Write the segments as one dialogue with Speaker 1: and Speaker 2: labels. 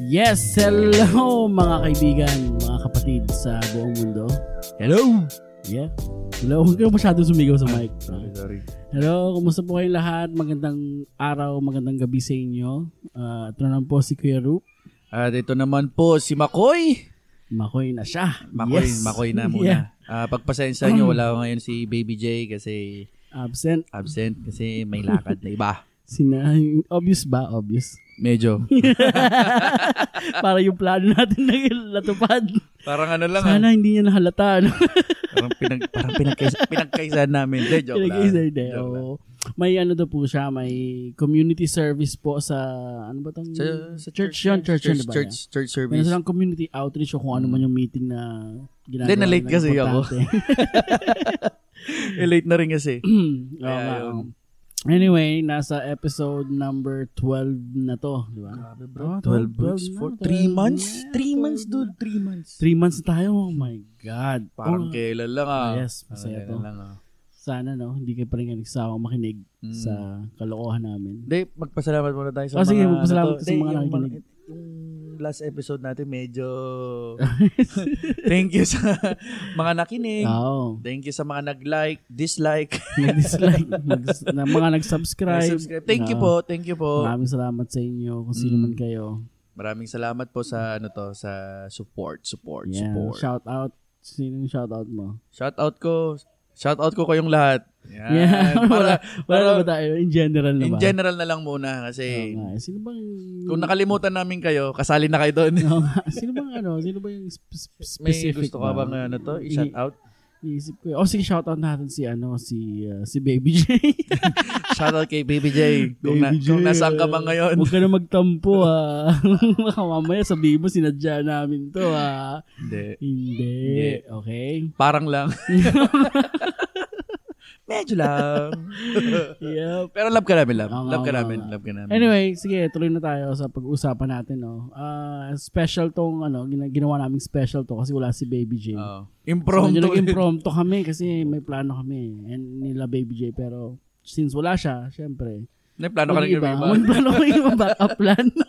Speaker 1: Yes, hello mga kaibigan, mga kapatid sa buong mundo.
Speaker 2: Hello!
Speaker 1: Yeah. Hello, huwag kayo masyadong sumigaw sa mic.
Speaker 2: Sorry, sorry.
Speaker 1: Hello, kumusta po kayong lahat? Magandang araw, magandang gabi sa inyo. Ah, ito na lang po si Kuya Rup.
Speaker 2: At ito naman po si Makoy.
Speaker 1: Makoy na siya.
Speaker 2: Makoy,
Speaker 1: Yes.
Speaker 2: Makoy na
Speaker 1: Yeah.
Speaker 2: muna. Ah, pagpasensya nyo, wala ko ngayon si Baby J kasi
Speaker 1: Absent.
Speaker 2: absent kasi may lakad na iba.
Speaker 1: Sina, obvious ba? Obvious.
Speaker 2: Medyo.
Speaker 1: Para yung plano natin na natupad.
Speaker 2: Parang ano lang, ah.
Speaker 1: Sana hindi niya nahalata. No?
Speaker 2: parang, pinag, parang pinagkaisa, pinagkaisa namin. Hindi, joke lang.
Speaker 1: Pinag-isa hindi.
Speaker 2: Joke lang.
Speaker 1: Oo. May ano daw po siya, may community service po sa, ano ba tong
Speaker 2: Sa, sa church,
Speaker 1: yun, church, yun, diba? Ano
Speaker 2: church,
Speaker 1: di ba?
Speaker 2: church, church
Speaker 1: Meron
Speaker 2: service. Mm.
Speaker 1: silang community outreach o kung ano man yung meeting na ginagawa.
Speaker 2: Hindi, na-late
Speaker 1: ng
Speaker 2: kasi ako.
Speaker 1: importante. Mm-hmm.
Speaker 2: Eh, late na rin kasi.
Speaker 1: Oo
Speaker 2: Kaya
Speaker 1: nga, oo.
Speaker 2: yun.
Speaker 1: Anyway, nasa episode number 12 na to, di ba? Ah,
Speaker 2: Grabe
Speaker 1: bro.
Speaker 2: 12 books for 3 months? 3 months, dude. 3 months.
Speaker 1: 3 months na tayo, oh my God. Oh,
Speaker 2: Parang kailan lang ah.
Speaker 1: Yes, masaya to.
Speaker 2: Kailan lang ah.
Speaker 1: Sana no, hindi kayo pa rin nagsawang makinig
Speaker 2: Mm.
Speaker 1: sa kalokohan namin.
Speaker 2: Hindi, magpasalamat muna tayo sa
Speaker 1: Oh,
Speaker 2: mga...
Speaker 1: sige, magpasalamat
Speaker 2: ano
Speaker 1: sa
Speaker 2: to. Hindi,
Speaker 1: mga
Speaker 2: yung
Speaker 1: nakikinig.
Speaker 2: Yung last episode natin medyo... Thank you sa mga nakinig.
Speaker 1: Oo.
Speaker 2: Thank you sa mga nag-like, dislike,
Speaker 1: Nag-dislike, nag, na mga nag-subscribe.
Speaker 2: subscribe. Thank you
Speaker 1: Oo.
Speaker 2: po, thank you po.
Speaker 1: Maraming salamat sa inyo kung sino
Speaker 2: Mm.
Speaker 1: man kayo.
Speaker 2: Maraming salamat po sa ano to, sa support, support,
Speaker 1: Yeah.
Speaker 2: support. Shout,
Speaker 1: Shout out. Sino yung shout out mo?
Speaker 2: out ko. Shout out ko kayong lahat. Yan.
Speaker 1: Yeah.
Speaker 2: Para,
Speaker 1: Wala
Speaker 2: para-
Speaker 1: na ba tayo? In general na
Speaker 2: in
Speaker 1: ba?
Speaker 2: general na lang
Speaker 1: Oo
Speaker 2: muna kasi
Speaker 1: nga. Sino bang...
Speaker 2: kung nakalimutan namin kayo, kasali na kayo doon.
Speaker 1: Oo nga. sino bang ano? Sino ba yung sp- sp-
Speaker 2: May
Speaker 1: specific
Speaker 2: gusto ka bang ano to? I-shout out?
Speaker 1: Iisip ko. Oh, sige, shout out natin si ano, si ah, si Baby J.
Speaker 2: Shoutout kay Baby J. Kung, na,
Speaker 1: Baby J,
Speaker 2: kung nasaan ka man ngayon.
Speaker 1: Huwag ka na magtampo ha. Baka mamaya sabihin mo, sinadya namin to ah. ha.
Speaker 2: Hindi. Hindi.
Speaker 1: Hindi. Okay?
Speaker 2: Parang lang. Medyo lang.
Speaker 1: Yep.
Speaker 2: Pero love ka namin, love.
Speaker 1: Oo nga,
Speaker 2: Love ka
Speaker 1: oo nga,
Speaker 2: namin,
Speaker 1: oo nga.
Speaker 2: love ka namin.
Speaker 1: Anyway, sige, tuloy na tayo sa pag-uusapan natin, no. Ah, special tong ano, gina- ginawa naming special to kasi wala si Baby J. So,
Speaker 2: Oo.
Speaker 1: medyo
Speaker 2: impromptu.
Speaker 1: naging impromptu kami kasi may plano kami and nila Baby J pero since wala siya, syempre.
Speaker 2: May plano Ano ka lang yung
Speaker 1: mag-iba.
Speaker 2: iba.
Speaker 1: May plano kami Ano yung backup plan.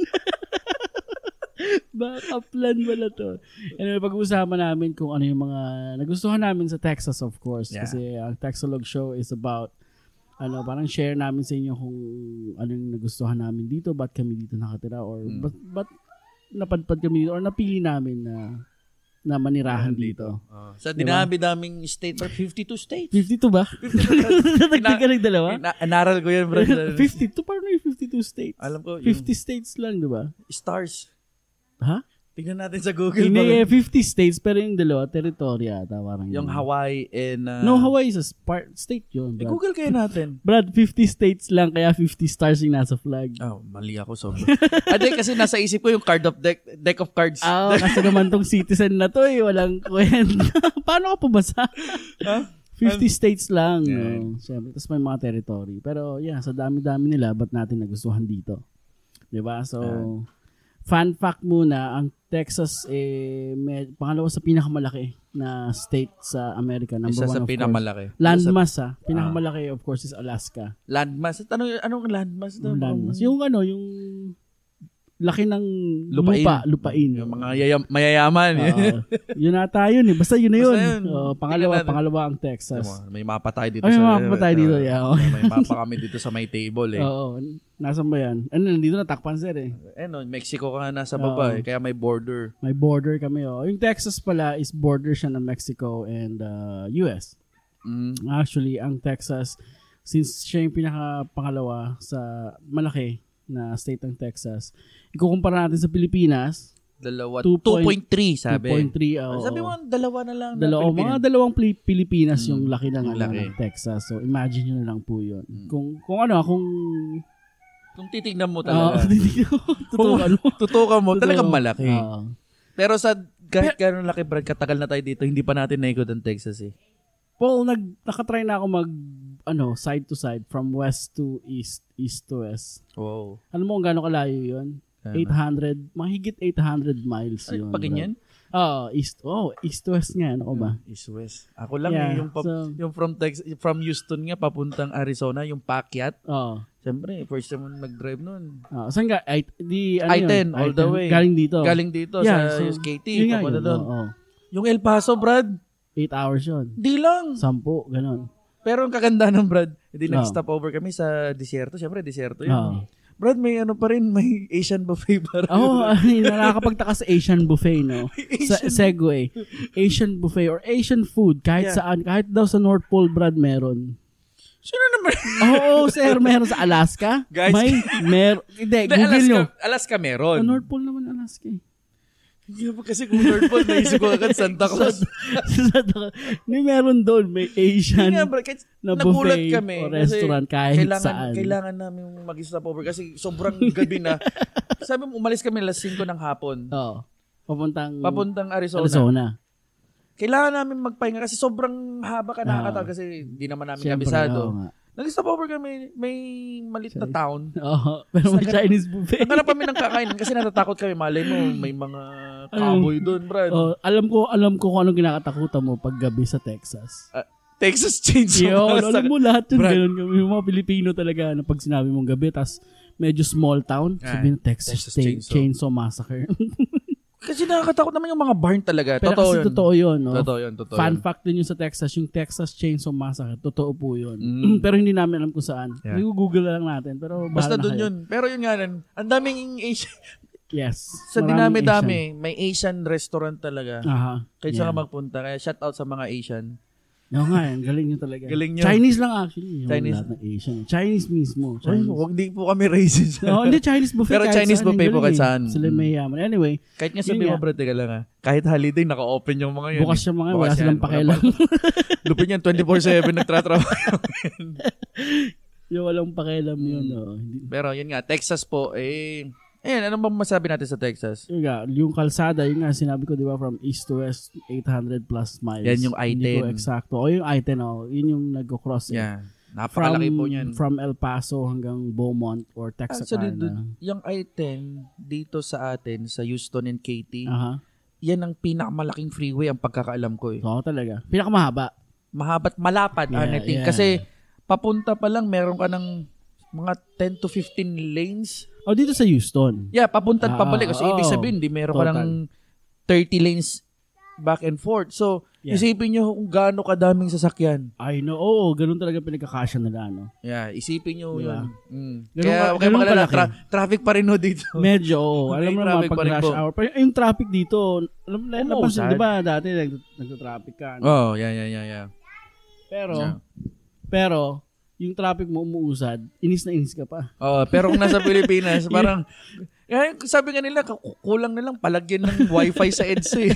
Speaker 1: backup plan wala to. Anyway, pag-uusapan namin kung ano yung mga nagustuhan namin sa Texas, of course.
Speaker 2: Yeah.
Speaker 1: Kasi ang Texalog show is about ano, parang share namin sa inyo kung ano yung nagustuhan namin dito, ba't kami dito nakatira, or
Speaker 2: Mm.
Speaker 1: ba't, ba't napadpad kami dito, or napili namin na na manirahan dito.
Speaker 2: Oo. Sa
Speaker 1: Diba?
Speaker 2: dinami-daming state, or 52 states.
Speaker 1: 52 ba? Natagdag ka ng dalawa?
Speaker 2: Na- inaral ko yun, bro.
Speaker 1: 52, parang may 52 states.
Speaker 2: Alam ko, yung
Speaker 1: 50 states lang, di ba?
Speaker 2: stars.
Speaker 1: Ha?
Speaker 2: Tingnan natin sa Google.
Speaker 1: Hindi,
Speaker 2: bro.
Speaker 1: eh, 50 states, pero yung dalawa, territory ata, parang.
Speaker 2: Yung
Speaker 1: ganun.
Speaker 2: Hawaii and... uh,
Speaker 1: No, Hawaii is a part, state yun,
Speaker 2: eh,
Speaker 1: Brad.
Speaker 2: Google kayo natin.
Speaker 1: Brad, 50 states lang, kaya 50 stars yung nasa flag.
Speaker 2: Oh, mali ako sobra. Ate, kasi nasa isip ko yung card of deck, deck of cards.
Speaker 1: Ah, kasi naman tong citizen na to eh, walang kwenta. Paano ka pabasa?
Speaker 2: Huh?
Speaker 1: 50 states lang.
Speaker 2: Um, Yeah.
Speaker 1: No? Siyempre, tapos may mga territory. Pero yeah, sa dami-dami nila, ba't natin nagustuhan dito? 'Di ba So, fun fact muna, ang Texas, eh, may, pangalawa sa pinakamalaki na state sa Amerika. Number one,
Speaker 2: Isa sa
Speaker 1: of course.
Speaker 2: pinakamalaki. Isa sa-
Speaker 1: Landmass, ah. Pinakamalaki, of course, is Alaska.
Speaker 2: Landmass. Ano, yun? anong landmass? na?
Speaker 1: Yung landmass. Yung ano, yung laki ng
Speaker 2: Lupain.
Speaker 1: lupa, lupain. Ah,
Speaker 2: Yung mga yayam, mayayaman.
Speaker 1: Oo. yun ata yun eh. Basta yun na yun.
Speaker 2: Basta yun.
Speaker 1: Oo, pangalawa,
Speaker 2: Tingnan natin.
Speaker 1: pangalawa ang
Speaker 2: Alam
Speaker 1: Texas.
Speaker 2: mo, may mapa tayo dito.
Speaker 1: Ay,
Speaker 2: sa-
Speaker 1: may mapa pa tayo dito, yeah, Oh. okay.
Speaker 2: May mapa kami dito sa may table eh.
Speaker 1: Oo. Nasaan ba yan? Ano, nandito na Takpan sir eh.
Speaker 2: Eh no, Mexico ka na nasa
Speaker 1: Oo.
Speaker 2: baba eh, kaya may border.
Speaker 1: May border kami. Oh. Yung Texas pala is border siya ng Mexico and uh, US.
Speaker 2: Mm.
Speaker 1: Actually, ang Texas, since siya yung pinakapangalawa sa malaki na state ng Texas, ikukumpara natin sa Pilipinas,
Speaker 2: Dalawa,
Speaker 1: Two point-
Speaker 2: 2.3 sabi.
Speaker 1: 2.3. oo.
Speaker 2: sabi mo, dalawa na lang. na
Speaker 1: Dalawa, oh, mga
Speaker 2: Pilipinas.
Speaker 1: dalawang pli- Pilipinas yung
Speaker 2: Mm,
Speaker 1: laki ng,
Speaker 2: yung
Speaker 1: ano,
Speaker 2: laki.
Speaker 1: ng Texas. So imagine nyo na lang po yun.
Speaker 2: Mm.
Speaker 1: Kung, kung ano, kung...
Speaker 2: Kung titignan mo
Speaker 1: ah,
Speaker 2: talaga.
Speaker 1: hindi ko tutukan mo. Oh.
Speaker 2: tutukan mo, talagang
Speaker 1: Totoo. Ah.
Speaker 2: malaki.
Speaker 1: Oo.
Speaker 2: Pero sa kahit gano'ng laki, Brad, katagal na tayo dito, hindi pa natin naikot ang Texas eh.
Speaker 1: Paul, nag, nakatry na ako mag ano, side to side from west to east, east to west.
Speaker 2: Wow.
Speaker 1: Alam mo kung gaano kalayo yun? 800, mahigit 800 miles
Speaker 2: Ay,
Speaker 1: yun.
Speaker 2: pag ganyan?
Speaker 1: bro. Oo, east, oh, east to west nga, ano ko ba?
Speaker 2: East West. Ako lang
Speaker 1: Yeah,
Speaker 2: eh, yung, pap-
Speaker 1: so-
Speaker 2: yung from Texas, from Houston nga papuntang Arizona, yung Pacquiao,
Speaker 1: Oo.
Speaker 2: Siyempre, first time mo nag-drive nun.
Speaker 1: Ah, saan ka? I, di, ano
Speaker 2: I-10,
Speaker 1: yun?
Speaker 2: all the
Speaker 1: I-10.
Speaker 2: way.
Speaker 1: Galing dito.
Speaker 2: Galing dito
Speaker 1: Yeah,
Speaker 2: sa
Speaker 1: so,
Speaker 2: SKT.
Speaker 1: Yun nga
Speaker 2: papunta
Speaker 1: yun.
Speaker 2: doon.
Speaker 1: Oo.
Speaker 2: Yung El Paso, Brad,
Speaker 1: 8 hours yun.
Speaker 2: di lang.
Speaker 1: Sampu, ganun.
Speaker 2: Pero ang kaganda ng Brad, hindi
Speaker 1: Oo.
Speaker 2: nag-stop over kami sa desierto. Siyempre, desierto yun.
Speaker 1: Oo.
Speaker 2: Brad, may ano pa rin, may Asian buffet pa rin.
Speaker 1: Oo, oh, nakakapagtaka sa Asian buffet, no? Sa
Speaker 2: Asian-
Speaker 1: segue. Asian buffet or Asian food, kahit
Speaker 2: Yeah.
Speaker 1: saan, kahit daw sa North Pole, Brad, meron.
Speaker 2: Sino naman?
Speaker 1: Oo, oh, sir, meron sa Alaska.
Speaker 2: Guys.
Speaker 1: May, mer, hindi,
Speaker 2: Hindi,
Speaker 1: Google
Speaker 2: Alaska,
Speaker 1: nyo. Ano?
Speaker 2: Alaska
Speaker 1: Sa
Speaker 2: meron.
Speaker 1: North Pole naman, Alaska. eh.
Speaker 2: Yeah, kasi kung North Pole, naisip ko agad Santa Claus.
Speaker 1: Sa- sa- Hindi, meron doon, may Asian
Speaker 2: Hindi nga, Brad, kahit
Speaker 1: na
Speaker 2: nagulat
Speaker 1: buffet
Speaker 2: kami.
Speaker 1: o
Speaker 2: kasi
Speaker 1: restaurant kahit
Speaker 2: kailangan,
Speaker 1: saan.
Speaker 2: Kailangan namin mag-stop over kasi sobrang gabi na. Sabi mo, umalis kami alas 5 ng hapon.
Speaker 1: Oo. Papuntang
Speaker 2: Papuntang Arizona.
Speaker 1: Arizona.
Speaker 2: Kailangan namin magpahinga kasi sobrang haba ka nakakatawa kasi di naman namin
Speaker 1: Siyempre, oo
Speaker 2: kabisado.
Speaker 1: nga.
Speaker 2: Nag-stop over kami, may malit na town.
Speaker 1: Oo, pero may
Speaker 2: Sa-
Speaker 1: Chinese buffet.
Speaker 2: Naghanap kami ng kakain kasi natatakot kami. Malay mo, may mga cowboy doon, Brad.
Speaker 1: Oh, alam ko, alam ko kung anong kinakatakutan mo pag gabi sa Texas.
Speaker 2: Texas Chainsaw
Speaker 1: Yo, alam
Speaker 2: Massacre.
Speaker 1: mo lahat yun,
Speaker 2: Brad.
Speaker 1: ganun kami. Yung mga Pilipino talaga na pag sinabi mong gabi, tas medyo small town,
Speaker 2: Ah,
Speaker 1: sabihin Texas,
Speaker 2: Texas
Speaker 1: Chain- Chainsaw.
Speaker 2: Chainsaw.
Speaker 1: Massacre.
Speaker 2: Kasi nakakatakot naman yung mga barn talaga.
Speaker 1: Pero
Speaker 2: totoo
Speaker 1: kasi
Speaker 2: yun.
Speaker 1: totoo yun, no?
Speaker 2: Totoo yun, totoo
Speaker 1: Fun
Speaker 2: yun.
Speaker 1: fact din yung sa Texas, yung Texas Chainsaw Massacre, totoo po yun.
Speaker 2: Mm.
Speaker 1: Pero hindi namin alam kung saan.
Speaker 2: Yeah.
Speaker 1: Yeah. google na lang natin, pero bahala
Speaker 2: Basta
Speaker 1: na
Speaker 2: doon
Speaker 1: kayo.
Speaker 2: yun. Pero yun nga nun, ang daming Asian.
Speaker 1: Yes.
Speaker 2: Sa
Speaker 1: Maraming Asian.
Speaker 2: dinami-dami, may Asian restaurant talaga.
Speaker 1: Aha.
Speaker 2: Kahit
Speaker 1: yeah.
Speaker 2: saan ka magpunta. Kaya shout out sa mga Asian.
Speaker 1: Oo nga, eh. ang galing nyo talaga.
Speaker 2: Galing nyo.
Speaker 1: Chinese lang actually.
Speaker 2: Chinese.
Speaker 1: Chinese. Lahat ng Asian. Chinese mismo.
Speaker 2: Ay,
Speaker 1: Chinese.
Speaker 2: huwag di po kami racist.
Speaker 1: Oo, Oh, hindi Chinese buffet.
Speaker 2: Pero
Speaker 1: kahit
Speaker 2: Chinese
Speaker 1: saan,
Speaker 2: buffet
Speaker 1: yun
Speaker 2: po
Speaker 1: yun eh.
Speaker 2: kahit saan. Mm.
Speaker 1: Sila may yaman. Anyway,
Speaker 2: Kahit nga
Speaker 1: Yun
Speaker 2: sabi mo,
Speaker 1: nga.
Speaker 2: bro, teka lang ha. Kahit holiday, naka-open yung mga yun.
Speaker 1: bukas yung mga wala silang pakialam.
Speaker 2: Lupin yan, 24-7 nagtratrabaho.
Speaker 1: yung walang pakialam yun.
Speaker 2: Mm.
Speaker 1: Oh. Hindi-
Speaker 2: Pero yun nga, Texas po, eh... Ayan, ano bang masabi natin sa Texas?
Speaker 1: Yun nga, yung kalsada, yun nga, sinabi ko, di ba, from east to west, 800 plus miles.
Speaker 2: Yan yung
Speaker 1: Hindi ko
Speaker 2: I-10.
Speaker 1: eksakto. O yung I-10, oh, yun yung nagko-cross. eh.
Speaker 2: Yeah. Napakalaki po niyan.
Speaker 1: From ano. El Paso hanggang Beaumont or
Speaker 2: Actually,
Speaker 1: Texarkana.
Speaker 2: dude, yung I-10 dito sa atin, sa Houston and Katy,
Speaker 1: Aha.
Speaker 2: yan ang pinakamalaking freeway ang pagkakaalam ko eh.
Speaker 1: Oo, talaga. Pinakamahaba.
Speaker 2: Mahabat, malapad,
Speaker 1: Yeah,
Speaker 2: honestly.
Speaker 1: yeah.
Speaker 2: Kasi papunta pa lang, meron ka ng mga 10 to 15 lanes.
Speaker 1: O Oh, dito sa Houston.
Speaker 2: Yeah, papunta at
Speaker 1: Ah,
Speaker 2: pabalik. Kasi
Speaker 1: oo.
Speaker 2: ibig sabihin, di meron ka
Speaker 1: Total.
Speaker 2: ng 30 lanes back and forth. So,
Speaker 1: Yeah.
Speaker 2: isipin nyo kung gaano kadaming sasakyan.
Speaker 1: I know. Oo, ganun talaga pinagkakasya nila, ano. no?
Speaker 2: Yeah, isipin nyo
Speaker 1: Diba?
Speaker 2: yun. Mm.
Speaker 1: Ganun
Speaker 2: Kaya,
Speaker 1: ka-
Speaker 2: kaya
Speaker 1: ganun
Speaker 2: makalala,
Speaker 1: kalaki.
Speaker 2: tra- traffic pa rin ho dito.
Speaker 1: Medyo, oo.
Speaker 2: May
Speaker 1: alam mo naman,
Speaker 2: traffic pa
Speaker 1: pag
Speaker 2: rin
Speaker 1: rush
Speaker 2: po.
Speaker 1: hour. Pero yung traffic dito, alam mo,
Speaker 2: Oo,
Speaker 1: napansin,
Speaker 2: sad.
Speaker 1: di ba, dati nag- nagtatraffic ka. ano?
Speaker 2: oh, yeah, yeah, yeah, yeah.
Speaker 1: Pero,
Speaker 2: Yeah.
Speaker 1: pero, yung traffic mo umuusad, inis na inis ka pa.
Speaker 2: Oh, pero kung nasa Pilipinas, parang eh, sabi nga nila, ku- kulang na lang palagyan ng wifi sa EDSA. eh.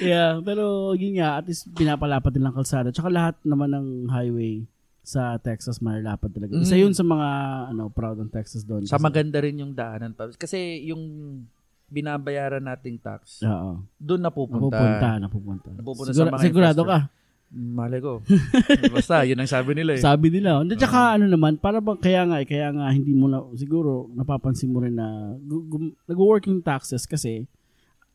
Speaker 1: yeah, pero yun nga, at least pinapalapad nilang kalsada. Tsaka lahat naman ng highway sa Texas, malalapad talaga. Isa
Speaker 2: Mm.
Speaker 1: yun sa mga, ano, proud ng Texas doon.
Speaker 2: Sa
Speaker 1: Kasi-
Speaker 2: maganda rin yung daanan. pa. Kasi yung binabayaran nating tax,
Speaker 1: Oo.
Speaker 2: doon napupunta.
Speaker 1: Napupunta, napupunta.
Speaker 2: Napupunta sa
Speaker 1: Sigura-
Speaker 2: mga
Speaker 1: sigurado ka.
Speaker 2: Malay ko. Basta, yun ang sabi nila eh. Ah.
Speaker 1: Sabi nila. Hindi, tsaka ano naman, para bang kaya nga, eh, kaya nga hindi mo na, siguro napapansin mo rin na gu- gum- nag-working taxes kasi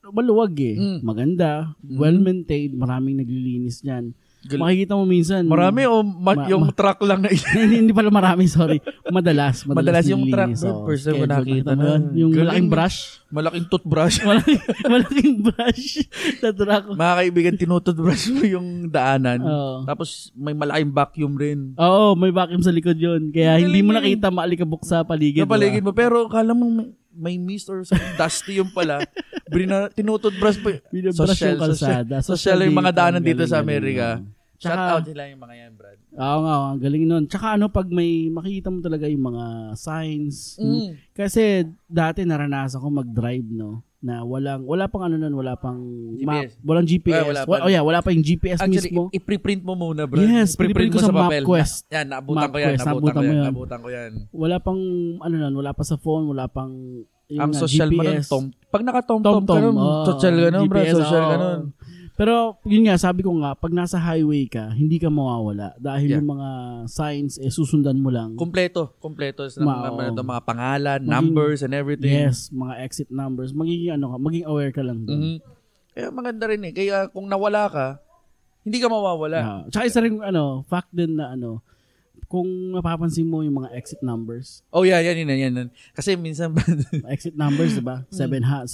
Speaker 1: maluwag eh.
Speaker 2: Mm.
Speaker 1: Maganda, well-maintained, maraming naglilinis niyan.
Speaker 2: Gal-
Speaker 1: Makikita mo minsan.
Speaker 2: Marami o ma-
Speaker 1: Ma-
Speaker 2: yung truck lang na
Speaker 1: hindi, hindi pala marami, sorry. Madalas. Madalas,
Speaker 2: Madalas yung truck,
Speaker 1: nililinis,
Speaker 2: dude.
Speaker 1: oo.
Speaker 2: First time ko
Speaker 1: Schedule, nakita
Speaker 2: nakita
Speaker 1: mo yun?
Speaker 2: nun.
Speaker 1: Yung
Speaker 2: Galing. eh.
Speaker 1: malaking brush.
Speaker 2: malaking toothbrush.
Speaker 1: Malaking, malaking brush na truck.
Speaker 2: Mga kaibigan, tinutoothbrush mo yung daanan.
Speaker 1: Oo.
Speaker 2: Tapos may malaking vacuum rin.
Speaker 1: Oo, may vacuum sa likod yun. Kaya
Speaker 2: Galing
Speaker 1: hindi mo
Speaker 2: yun.
Speaker 1: nakita maalikabok sa paligid. di
Speaker 2: Sa
Speaker 1: ba?
Speaker 2: paligid mo. Pero kala mo may, may mist or something dusty yung pala. Brina, tinutudbrush pa.
Speaker 1: Binabrush
Speaker 2: Social,
Speaker 1: yung kalsada.
Speaker 2: social, social yung mga
Speaker 1: dito,
Speaker 2: daanan dito
Speaker 1: galing,
Speaker 2: sa
Speaker 1: galing,
Speaker 2: Amerika.
Speaker 1: galing.
Speaker 2: Shout
Speaker 1: Tsaka-
Speaker 2: out sila yung mga yan, Brad.
Speaker 1: Oo nga, ang galing nun. Tsaka ano, pag may makikita mo talaga yung mga signs.
Speaker 2: Mm.
Speaker 1: Kasi dati naranasan ko mag-drive, no? Na walang, wala pang ano nun, wala pang map.
Speaker 2: GPS.
Speaker 1: Walang GPS.
Speaker 2: Ah, wala pa.
Speaker 1: Wa- oh yeah, wala pa yung GPS
Speaker 2: Actually,
Speaker 1: mismo.
Speaker 2: i- ipreprint mo muna, Brad.
Speaker 1: Yes, piniprint
Speaker 2: ipreprint
Speaker 1: ko eh. sa MapQuest.
Speaker 2: Na- Yan, naabutan ko yan.
Speaker 1: MapQuest,
Speaker 2: Naabutan ko
Speaker 1: naabutan eh,
Speaker 2: yan.
Speaker 1: mo yun.
Speaker 2: Naabutan ko yan.
Speaker 1: wala pang, ano nun, wala pa sa phone, wala pang yung
Speaker 2: Ang
Speaker 1: nga,
Speaker 2: social mo nun,
Speaker 1: GPS.
Speaker 2: tom. Pag naka-tom-tom ka
Speaker 1: Tom-tom.
Speaker 2: nun,
Speaker 1: oo.
Speaker 2: social ka nun, Brad.
Speaker 1: GPS,
Speaker 2: Social ka
Speaker 1: oo.
Speaker 2: nun.
Speaker 1: Pero, yun nga, sabi ko nga, pag nasa highway ka, hindi ka mawawala. Dahil
Speaker 2: Yeah.
Speaker 1: yung mga signs, eh, susundan mo lang.
Speaker 2: Kompleto. Kompleto. Sa
Speaker 1: Ma-
Speaker 2: mga,
Speaker 1: oo.
Speaker 2: mga pangalan,
Speaker 1: Maging-
Speaker 2: numbers, and everything.
Speaker 1: Yes, mga exit numbers. Magiging ano ka, maging aware ka lang doon.
Speaker 2: Mhm. Kaya maganda rin eh. Kaya kung nawala ka, hindi ka mawawala.
Speaker 1: Ah, Yeah. Tsaka isa rin ano, fact din na ano, kung mapapansin mo yung mga exit numbers,
Speaker 2: Oh, yeah, yan, yan, yan. yan. Kasi minsan,
Speaker 1: exit numbers, di
Speaker 2: Mm.
Speaker 1: ba? 700,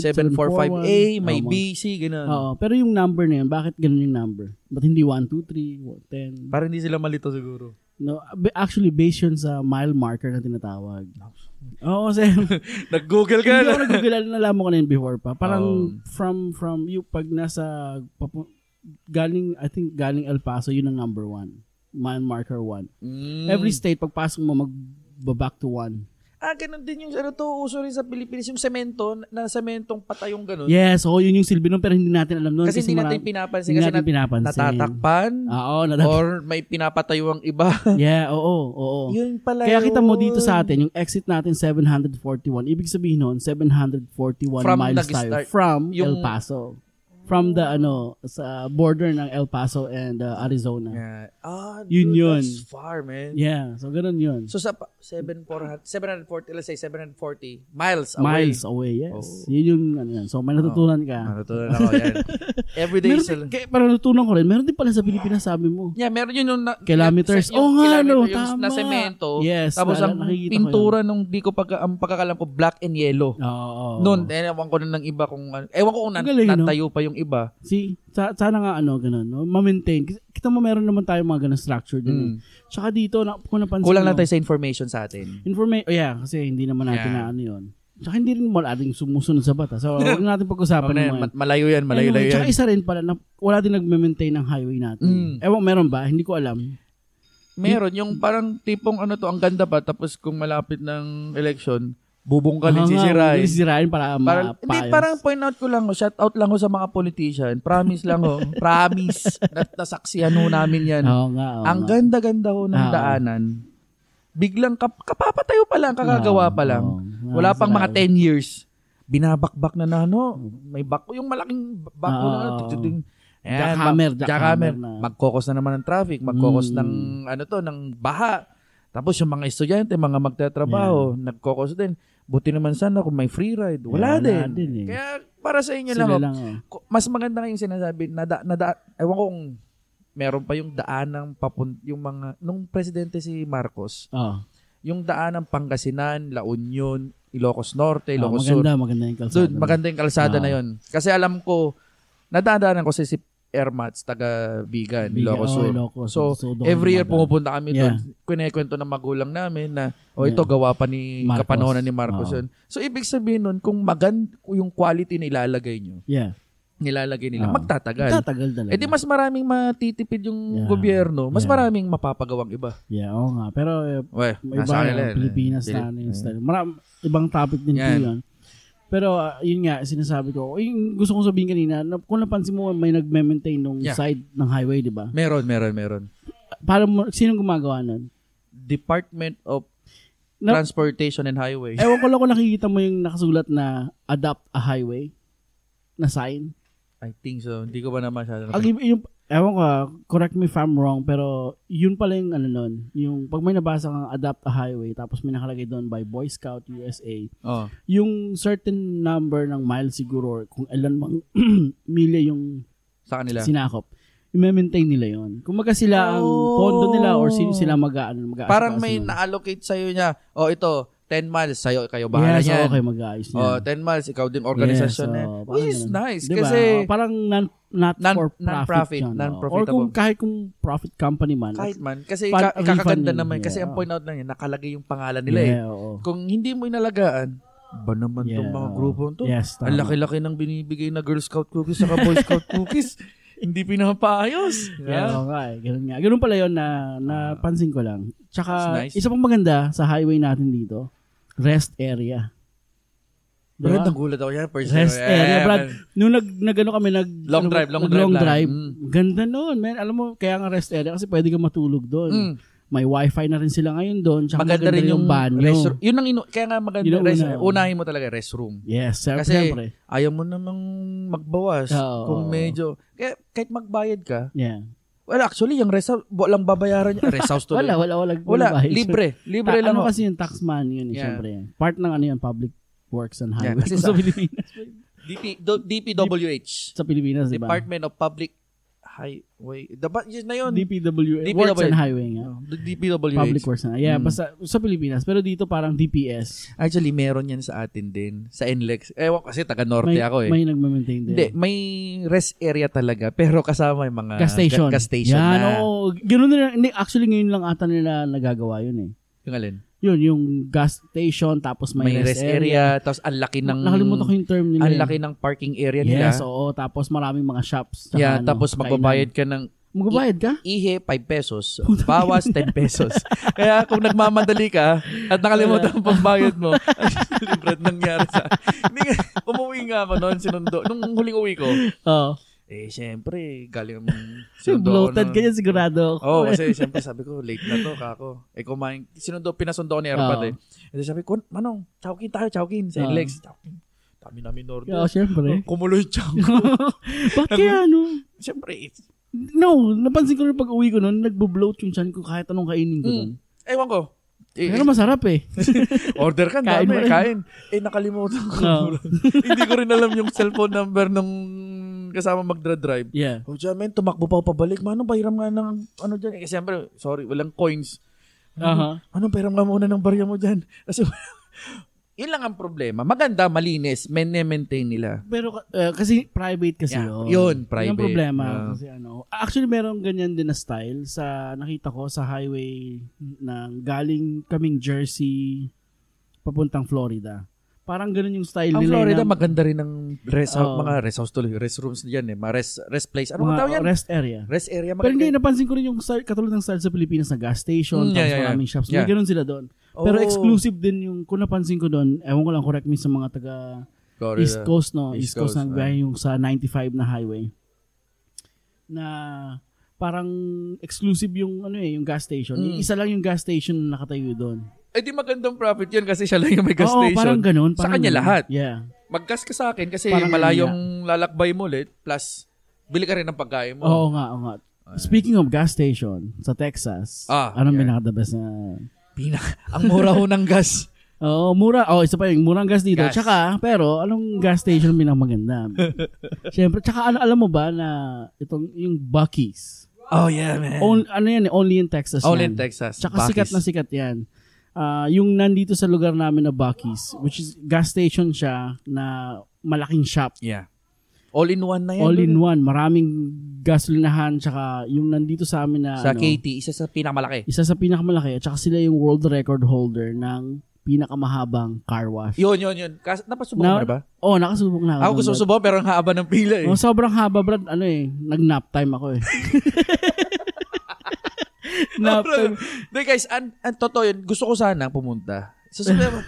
Speaker 1: 700,
Speaker 2: 745A, may
Speaker 1: Oo,
Speaker 2: B, C,
Speaker 1: mga-
Speaker 2: gano'n.
Speaker 1: Oo, pero yung number na yun, bakit ganun yung number? Ba't hindi 1, 2, 3, 10?
Speaker 2: Para hindi sila malito siguro.
Speaker 1: No, ba- actually, based yun sa mile marker na tinatawag. Oo, kasi
Speaker 2: Nag-google ka
Speaker 1: hindi
Speaker 2: na.
Speaker 1: ako nagugulala, nalaman ko na yun before pa. Parang
Speaker 2: Oo.
Speaker 1: from, from you, pag nasa, papu- galing, I think galing El Paso, yun ang number one. Mile marker one.
Speaker 2: Mm.
Speaker 1: Every state, pagpasok mo, mag-back to one.
Speaker 2: Ah, ganun din yung ano to, uso rin sa Pilipinas, yung semento, na sementong patay yung ganun.
Speaker 1: Yes, oo, yun yung silbi nun, pero hindi natin alam nun.
Speaker 2: Kasi hindi natin
Speaker 1: marami-
Speaker 2: pinapansin.
Speaker 1: hindi
Speaker 2: Kasi
Speaker 1: natin
Speaker 2: nat-
Speaker 1: pinapansin. Ah,
Speaker 2: natatakpan
Speaker 1: Oo, natat-
Speaker 2: or may pinapatayo ang iba.
Speaker 1: yeah, oo, oo.
Speaker 2: yun pala
Speaker 1: Kaya kita mo
Speaker 2: yun.
Speaker 1: dito sa atin, yung exit natin 741. Ibig sabihin nun, 741
Speaker 2: From
Speaker 1: miles
Speaker 2: nag-start.
Speaker 1: tayo from El
Speaker 2: Yung-
Speaker 1: Paso. From the ano, sa border ng El Paso and uh, Arizona.
Speaker 2: Yeah. Ah,
Speaker 1: Yun
Speaker 2: dude,
Speaker 1: yun.
Speaker 2: that's far, man.
Speaker 1: Yeah, so ganun yun.
Speaker 2: So sa pa- 7,400 740, let's say 740 miles away. Oh.
Speaker 1: Miles away, yes.
Speaker 2: Oo.
Speaker 1: Yun yung ano yan. So may natutunan ka.
Speaker 2: Ano to na ako yan. Every day
Speaker 1: Meron
Speaker 2: sila.
Speaker 1: din, kaya parang natutunan ko rin, meron din pala sa Pilipinas, sabi mo.
Speaker 2: Yeah, meron yun yung... Na,
Speaker 1: Kilometers.
Speaker 2: yung
Speaker 1: Oo nga,
Speaker 2: kilometer,
Speaker 1: no,
Speaker 2: yung
Speaker 1: tama.
Speaker 2: Na semento.
Speaker 1: Yes,
Speaker 2: Tapos
Speaker 1: naalala-
Speaker 2: ang
Speaker 1: nakikita ko yun.
Speaker 2: pintura nung di ko pag, ang pagkakalam ko, black and yellow.
Speaker 1: Oo.
Speaker 2: Noon, eh, ewan ko na ng iba kung... ano- Ewan ko kung nan-
Speaker 1: Ang galing, no?
Speaker 2: natayo pa yung iba.
Speaker 1: Si, sa, sana nga ano, ganun, no? ma-maintain. Kasi Kita mo meron naman tayo mga ganun structure din. eh.
Speaker 2: Mm.
Speaker 1: Tsaka dito, na, kung napansin mo,
Speaker 2: Kulang lang tayo sa information sa atin.
Speaker 1: Information, oh yeah, kasi hindi naman natin na
Speaker 2: Yeah.
Speaker 1: ano yun. Tsaka hindi rin mo ating sumusunod sa bata. So, huwag na natin pag-usapan
Speaker 2: Ano na yan,
Speaker 1: naman.
Speaker 2: ma- malayo yan, malayo-layo
Speaker 1: Anyway,
Speaker 2: yan.
Speaker 1: Tsaka isa rin pala, na, wala din nag-maintain ng highway
Speaker 2: Mm.
Speaker 1: natin. Ewan, meron ba? Hindi ko alam.
Speaker 2: Meron yung parang tipong ano to, ang ganda pa tapos kung malapit ng election, bubungkalin si
Speaker 1: Mga-
Speaker 2: Siray.
Speaker 1: Sisirain para
Speaker 2: eh. Parang,
Speaker 1: mapayos.
Speaker 2: hindi, parang point out ko lang, ho, shout out lang ho sa mga politician. Promise lang ho. promise. Na, nasaksihan ho namin yan.
Speaker 1: Oo nga, oo nga.
Speaker 2: ang ganda-ganda ho ng
Speaker 1: Oo.
Speaker 2: daanan. Biglang kap- kapapatayo pa lang, kakagawa pa lang.
Speaker 1: Oo, oo.
Speaker 2: Wala pang mga
Speaker 1: Sisirain.
Speaker 2: 10 years. Binabakbak na na ano. May bako. Yung malaking bako na ano.
Speaker 1: Ah, Oo.
Speaker 2: tuk-tuk-tuk. Ayan,
Speaker 1: Jackhammer, jackhammer
Speaker 2: mag- jackhammer.
Speaker 1: na.
Speaker 2: Magkokos na naman ng traffic. Magkokos
Speaker 1: Mm.
Speaker 2: ng ano to, ng baha. Tapos yung mga estudyante, mga magtatrabaho, nagkokos din. Buti naman sana kung may free ride.
Speaker 1: Wala
Speaker 2: Wala, din.
Speaker 1: din eh.
Speaker 2: Kaya para sa inyo lang,
Speaker 1: Sila
Speaker 2: oh,
Speaker 1: lang, oh.
Speaker 2: ko- mas maganda nga yung sinasabi, nada, nada, ewan ko kung meron pa yung daan ng papun, yung mga, nung presidente si Marcos,
Speaker 1: Oo.
Speaker 2: yung daan ng Pangasinan, La Union, Ilocos Norte,
Speaker 1: Oo,
Speaker 2: Ilocos Sur.
Speaker 1: Ah, maganda, maganda yung kalsada.
Speaker 2: Dude, maganda yung kalsada
Speaker 1: Ah.
Speaker 2: na yun. Kasi alam ko, nadadaanan ko si si Ermats, taga Bigan,
Speaker 1: oh,
Speaker 2: Ilocos Sur. So, every year pumupunta kami
Speaker 1: Yeah.
Speaker 2: doon. Kunikwento ng magulang namin na, o ito,
Speaker 1: Yeah.
Speaker 2: gawa pa ni
Speaker 1: Marcos. Ah.
Speaker 2: kapanonan ni Marcos
Speaker 1: Oo.
Speaker 2: yun. So, ibig sabihin nun, kung maganda yung quality na ilalagay nyo,
Speaker 1: Yeah.
Speaker 2: nilalagay nila,
Speaker 1: Oo.
Speaker 2: magtatagal.
Speaker 1: Tatagal talaga.
Speaker 2: Eh di mas maraming matitipid yung
Speaker 1: Yeah.
Speaker 2: gobyerno, mas
Speaker 1: Yeah.
Speaker 2: maraming mapapagawang iba.
Speaker 1: Yeah, oo nga. Pero eh,
Speaker 2: Well,
Speaker 1: may iba ang Pilipinas na ano yung style. Maram, ibang topic din po
Speaker 2: eh. Mm. Yan.
Speaker 1: yun. Pero ah, yun nga, sinasabi ko, yung gusto kong sabihin kanina, na, kung napansin mo, may nag-maintain nung
Speaker 2: Yeah.
Speaker 1: side ng highway, di ba?
Speaker 2: Meron, meron, meron.
Speaker 1: Para mo, sinong gumagawa nun?
Speaker 2: Department of
Speaker 1: No. Eh,
Speaker 2: Transportation and Highways.
Speaker 1: Ewan ko lang kung nakikita mo yung nakasulat na adapt a highway na sign.
Speaker 2: I think so. Hindi ko ba na masyado.
Speaker 1: Ang iba- yung, ewan ko, ah, correct me if I'm wrong, pero yun pala yung ano nun, yung pag may nabasa kang adapt a highway, tapos may nakalagay doon by Boy Scout USA,
Speaker 2: Oh.
Speaker 1: yung certain number ng miles siguro, or kung ilan mang milya yung
Speaker 2: Sa kanila.
Speaker 1: sinakop, i-maintain nila yon. Kung maga sila ang
Speaker 2: Oh.
Speaker 1: pondo nila or sino sila ano, mag-aano, mag
Speaker 2: Parang may na-allocate sa'yo niya. O oh, ito, 10 miles, sa'yo, kayo bahala
Speaker 1: Yes,
Speaker 2: yan.
Speaker 1: okay, mag-aayos
Speaker 2: O,
Speaker 1: niyan.
Speaker 2: 10 miles, ikaw din organisasyon
Speaker 1: Yes,
Speaker 2: yan.
Speaker 1: oo,
Speaker 2: Which
Speaker 1: parang
Speaker 2: is
Speaker 1: ganun.
Speaker 2: nice.
Speaker 1: Diba?
Speaker 2: Kasi,
Speaker 1: Oh, parang non, not
Speaker 2: Non-
Speaker 1: for profit.
Speaker 2: non-profit,
Speaker 1: yan, oh. Or
Speaker 2: non-profitable.
Speaker 1: kung kahit kung profit company man.
Speaker 2: kahit man, kasi
Speaker 1: Pan-
Speaker 2: ka- kakaganda
Speaker 1: refund yun,
Speaker 2: naman. Kasi
Speaker 1: yeah.
Speaker 2: ang point out lang yan, nakalagay yung pangalan nila eh.
Speaker 1: Yeah, oo.
Speaker 2: Kung hindi mo inalagaan, ba naman tong
Speaker 1: Yeah. oh.
Speaker 2: mga grupong to?
Speaker 1: Yes, tama.
Speaker 2: Ang laki-laki ng binibigay na Girl Scout cookies saka Boy Scout cookies. Hindi pinapaayos.
Speaker 1: Yeah.
Speaker 2: Yeah.
Speaker 1: okay. Ganun nga. Ganun pala yun na napansin ko lang. Tsaka,
Speaker 2: That's nice.
Speaker 1: isa pang maganda sa highway natin dito, rest area.
Speaker 2: Brad,
Speaker 1: Diba?
Speaker 2: nagulat ako yan. First
Speaker 1: Rest
Speaker 2: time.
Speaker 1: area,
Speaker 2: Yeah,
Speaker 1: Brad.
Speaker 2: man.
Speaker 1: Nung nag, nagano kami, nag,
Speaker 2: Long
Speaker 1: ano,
Speaker 2: drive, long
Speaker 1: nag-
Speaker 2: drive
Speaker 1: long
Speaker 2: lang.
Speaker 1: drive.
Speaker 2: Mm.
Speaker 1: Ganda nun, man. Alam mo, kaya nga rest area kasi pwede ka matulog
Speaker 2: Mm.
Speaker 1: doon. May wifi na rin sila ngayon doon. Tsaka
Speaker 2: Maganda rin yung
Speaker 1: banyo.
Speaker 2: restroom. Yun ang inu- kaya nga maganda.
Speaker 1: Yun ang
Speaker 2: Rest-
Speaker 1: una.
Speaker 2: unahin mo talaga restroom.
Speaker 1: Yes, sir,
Speaker 2: Kasi-
Speaker 1: siyempre.
Speaker 2: Ayaw mo namang magbawas.
Speaker 1: Oo.
Speaker 2: Kung medyo... Kaya, kahit magbayad ka,
Speaker 1: Yeah.
Speaker 2: well, actually, yung rest house, walang babayaran niya. Rest house to
Speaker 1: Wala,
Speaker 2: rin.
Speaker 1: wala, wala.
Speaker 2: Wala.
Speaker 1: bayad.
Speaker 2: Libre. Libre
Speaker 1: Ta-
Speaker 2: lang.
Speaker 1: Ano
Speaker 2: ho.
Speaker 1: kasi yung tax money yun, eh,
Speaker 2: Yeah.
Speaker 1: siyempre. Part ng ano yun, public works and
Speaker 2: Yeah,
Speaker 1: highways.
Speaker 2: kasi
Speaker 1: sa
Speaker 2: sa-
Speaker 1: Pilipinas.
Speaker 2: DP, do- DPWH.
Speaker 1: sa Pilipinas, di ba?
Speaker 2: Department of Public Highway. Dapat yun na yun.
Speaker 1: DPWH.
Speaker 2: DPWH.
Speaker 1: Works and Highway nga.
Speaker 2: Oh, the DPWH.
Speaker 1: Public Works and Yeah,
Speaker 2: Mm.
Speaker 1: basta sa Pilipinas. Pero dito parang DPS.
Speaker 2: Actually, meron yan sa atin din. Sa NLEX. Ewan kasi taga-norte
Speaker 1: May,
Speaker 2: ako eh.
Speaker 1: may nagmamaintain din.
Speaker 2: Hindi, may rest area talaga. Pero kasama yung mga
Speaker 1: Ah, Gas station.
Speaker 2: ga- gas station
Speaker 1: Yan,
Speaker 2: na.
Speaker 1: oo. Ganun na, hindi, actually ngayon lang ata nila nagagawa yun eh.
Speaker 2: Yung alin?
Speaker 1: Yun, yung gas station, tapos may,
Speaker 2: May, rest area. Tapos ang laki ng...
Speaker 1: Nakalimutan ko yung term nila.
Speaker 2: Ang
Speaker 1: eh.
Speaker 2: laki ng parking area nila.
Speaker 1: Yes, oo. Tapos maraming mga shops. tsaka
Speaker 2: yeah,
Speaker 1: ano,
Speaker 2: tapos
Speaker 1: kainan.
Speaker 2: magbabayad ka ng
Speaker 1: Magbabayad ka?
Speaker 2: ihe 5 pesos, bawas 10 pesos. Kaya kung nagmamadali ka at nakalimutan ang pagbayad mo, actually, Brad, nangyari sa... Hindi nga, umuwi nga ako noon, sinundo. Nung huling uwi ko,
Speaker 1: Oo.
Speaker 2: eh, syempre, galing ang
Speaker 1: So,
Speaker 2: sinundo ako
Speaker 1: bloated
Speaker 2: noon.
Speaker 1: ka niya sigurado.
Speaker 2: ano.
Speaker 1: eh.
Speaker 2: Oo, oh, kasi syempre sabi ko, late na to, kako. Eh, kumain. Sinundo, pinasundo ko ni Arpad
Speaker 1: Oo.
Speaker 2: eh. Kasi sabi ko, manong, chowkin tayo, chowkin. Sa
Speaker 1: Oo.
Speaker 2: Lex, chowkin. Dami namin order.
Speaker 1: Oo, syempre.
Speaker 2: Kumulo yung chowkin.
Speaker 1: Bakit kaya ano?
Speaker 2: Siyempre, it's
Speaker 1: No, napansin ko rin pag uwi ko noon, nagbo-bloat yung chan ko kahit anong kainin ko
Speaker 2: Mm.
Speaker 1: noon.
Speaker 2: Ewan ko. Eh,
Speaker 1: Pero masarap eh.
Speaker 2: order ka,
Speaker 1: Kain
Speaker 2: kain
Speaker 1: mo
Speaker 2: dami,
Speaker 1: rin.
Speaker 2: kain. Eh, nakalimutan ko.
Speaker 1: Oo.
Speaker 2: Hindi ko rin alam yung cellphone number nung kasama magdra-drive.
Speaker 1: Yeah.
Speaker 2: Oh, dyan, men, tumakbo pa ako pabalik. Mano, pahiram nga ng ano dyan. Eh, kasi siyempre, sorry, walang coins.
Speaker 1: Aha.
Speaker 2: Ano, pahiram nga muna ng barya mo dyan. Kasi, yun lang ang problema. Maganda, malinis, maintain nila.
Speaker 1: Pero eh, kasi private kasi
Speaker 2: Yeah,
Speaker 1: yun.
Speaker 2: yun,
Speaker 1: Yung
Speaker 2: private.
Speaker 1: problema
Speaker 2: Yeah.
Speaker 1: kasi ano. Actually merong ganyan din na style sa nakita ko sa highway ng galing kaming Jersey papuntang Florida. Parang ganun yung style
Speaker 2: Ang
Speaker 1: nila. eh,
Speaker 2: Florida,
Speaker 1: ng-
Speaker 2: maganda rin ng rest house,
Speaker 1: Oo.
Speaker 2: mga rest house tuloy, rest rooms dyan eh, mga rest, rest place.
Speaker 1: mga
Speaker 2: Ano ang tawag yan?
Speaker 1: rest area.
Speaker 2: Rest area.
Speaker 1: Pero hindi,
Speaker 2: maganda.
Speaker 1: napansin ko rin yung style, katulad ng style sa Pilipinas na gas station,
Speaker 2: Mm, yeah,
Speaker 1: tapos
Speaker 2: yeah, yeah.
Speaker 1: maraming shops. May
Speaker 2: Yeah.
Speaker 1: ganun sila doon. Pero
Speaker 2: Oo.
Speaker 1: exclusive din yung, kung napansin ko doon, ewan ko lang, correct me sa mga taga
Speaker 2: Florida.
Speaker 1: East Coast, no? East,
Speaker 2: East
Speaker 1: Coast,
Speaker 2: Coast,
Speaker 1: na biyahe yung sa 95 na highway. Na parang exclusive yung ano eh, yung gas station.
Speaker 2: Mm.
Speaker 1: Yung isa lang yung gas station na nakatayo doon.
Speaker 2: Eh di magandang profit yun kasi siya lang yung may gas
Speaker 1: Oo,
Speaker 2: station.
Speaker 1: parang ganun.
Speaker 2: Sa
Speaker 1: Parang
Speaker 2: kanya
Speaker 1: ganun.
Speaker 2: lahat.
Speaker 1: Yeah.
Speaker 2: Mag-gas ka sa akin kasi
Speaker 1: Parang
Speaker 2: malayong lalakbay mo ulit plus bili ka rin ng pagkain mo.
Speaker 1: Oo nga, oo nga. Speaking of gas station, sa Texas,
Speaker 2: Ah,
Speaker 1: anong
Speaker 2: yeah.
Speaker 1: pinaka-the best na
Speaker 2: Pinak- ang mura ho ng gas.
Speaker 1: Oo, mura. Oh, isa pa yung murang gas dito.
Speaker 2: Gas.
Speaker 1: Tsaka, pero anong gas station pinamaganda? Siyempre, tsaka ano, alam mo ba na itong yung Bucky's.
Speaker 2: Oh yeah, man.
Speaker 1: On, ano yan, eh, only in Texas
Speaker 2: Only
Speaker 1: yan.
Speaker 2: in Texas.
Speaker 1: Tsaka
Speaker 2: Buc-ee's.
Speaker 1: sikat na sikat yan. Ah, yung nandito sa lugar namin na Bucky's, which is gas station siya na malaking shop.
Speaker 2: Yeah. All in one na yan.
Speaker 1: All in
Speaker 2: Lolo.
Speaker 1: one. Maraming gasolinahan. Tsaka yung nandito sa amin na
Speaker 2: Sa
Speaker 1: ano,
Speaker 2: KT, isa sa pinakamalaki.
Speaker 1: isa sa pinakamalaki. At tsaka sila yung world record holder ng pinakamahabang car wash.
Speaker 2: Yun, yun, yun. Kas- napasubok
Speaker 1: Now-
Speaker 2: mo na ba?
Speaker 1: Oo, oh, nakasubok na
Speaker 2: Ako
Speaker 1: ng
Speaker 2: gusto
Speaker 1: dati.
Speaker 2: subo pero ang haba ng pila eh.
Speaker 1: Oh, sobrang haba, Brad. Ano eh, nag-nap time ako eh. nap time.
Speaker 2: Hindi guys, an, an totoo yun, gusto ko sana pumunta. So, sabi ko,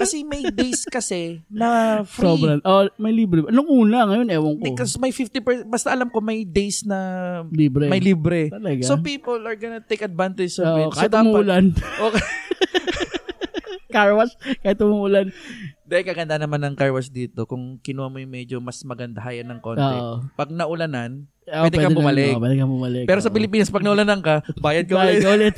Speaker 2: kasi may days kasi na free.
Speaker 1: Sobrang. Oh, may libre. Nung una, ngayon, ewan ko.
Speaker 2: Because may 50%, basta alam ko may days na
Speaker 1: libre.
Speaker 2: may libre.
Speaker 1: Talaga?
Speaker 2: So people are gonna take advantage of
Speaker 1: Oo,
Speaker 2: it.
Speaker 1: kahit
Speaker 2: so dapat-
Speaker 1: umuulan.
Speaker 2: Okay.
Speaker 1: car wash, kahit umuulan.
Speaker 2: Dahil kaganda naman ng car wash dito. Kung kinuha mo yung medyo mas magandahayan ng konti.
Speaker 1: Oo.
Speaker 2: Pag naulanan,
Speaker 1: Oh,
Speaker 2: Pwede kang
Speaker 1: na-
Speaker 2: bumalik.
Speaker 1: oo, pwede kang bumalik.
Speaker 2: pero sa
Speaker 1: oo.
Speaker 2: Pilipinas, pag naulanan ka, bayad ka
Speaker 1: Bye,
Speaker 2: ulit.
Speaker 1: go ulit.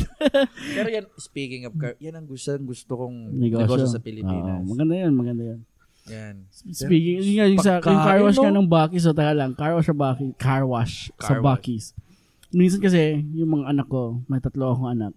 Speaker 2: pero yan, speaking of car, yan ang gusto, ang gusto kong negosyo,
Speaker 1: Negosyo. Ah,
Speaker 2: sa Pilipinas.
Speaker 1: Oo, maganda yan, maganda yan.
Speaker 2: Yan.
Speaker 1: Speaking, yun nga, yung, sa, yung
Speaker 2: Pagkain,
Speaker 1: car wash ka
Speaker 2: no?
Speaker 1: ng Bucky's, so taga lang, car wash sa Bucky's, car wash sa
Speaker 2: Car wash.
Speaker 1: Bucky's. Minsan kasi, yung mga anak ko, may tatlo akong anak,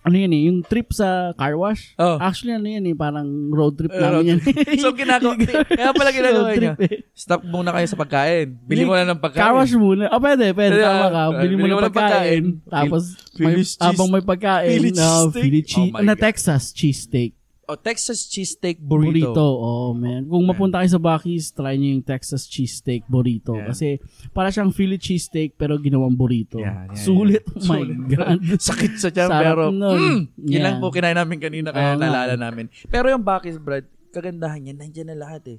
Speaker 1: ano yun eh, yung trip sa car wash,
Speaker 2: Oh.
Speaker 1: actually ano yun eh, parang road trip
Speaker 2: Eh,
Speaker 1: namin yan.
Speaker 2: road trip. so, ginagawa. kaya pala ginagawa
Speaker 1: Road
Speaker 2: niya.
Speaker 1: trip eh.
Speaker 2: Stop muna kayo sa pagkain. Bili mo na ng pagkain.
Speaker 1: Car wash muna. Ah, pwede, pwede.
Speaker 2: Pwede,
Speaker 1: Tama ka.
Speaker 2: ah,
Speaker 1: Bili mo
Speaker 2: bili
Speaker 1: ng
Speaker 2: mo ng
Speaker 1: pagkain.
Speaker 2: pagkain.
Speaker 1: Tapos,
Speaker 2: Phil-
Speaker 1: may,
Speaker 2: Philly's cheese-
Speaker 1: habang may pagkain,
Speaker 2: Philly
Speaker 1: ah,
Speaker 2: cheesesteak.
Speaker 1: Philly cheese,
Speaker 2: Oh my
Speaker 1: na
Speaker 2: God.
Speaker 1: Texas cheesesteak.
Speaker 2: Oh, Texas cheesesteak
Speaker 1: Burrito.
Speaker 2: burrito.
Speaker 1: Oh, man. Kung mapunta kayo sa Bucky's, try nyo yung Texas cheesesteak burrito.
Speaker 2: Yeah.
Speaker 1: Kasi para siyang Philly cheesesteak pero ginawang burrito.
Speaker 2: Yeah, yeah,
Speaker 1: Sulit.
Speaker 2: yeah.
Speaker 1: Oh my
Speaker 2: Sulit.
Speaker 1: God.
Speaker 2: Sakit sa tiyan,
Speaker 1: Sarap
Speaker 2: pero
Speaker 1: nun.
Speaker 2: mm, yun
Speaker 1: Yeah.
Speaker 2: lang po kinain namin kanina, kaya
Speaker 1: Oo nga.
Speaker 2: nalala namin. Pero yung Bakis, Brad, kagandahan niya, nandiyan na lahat eh.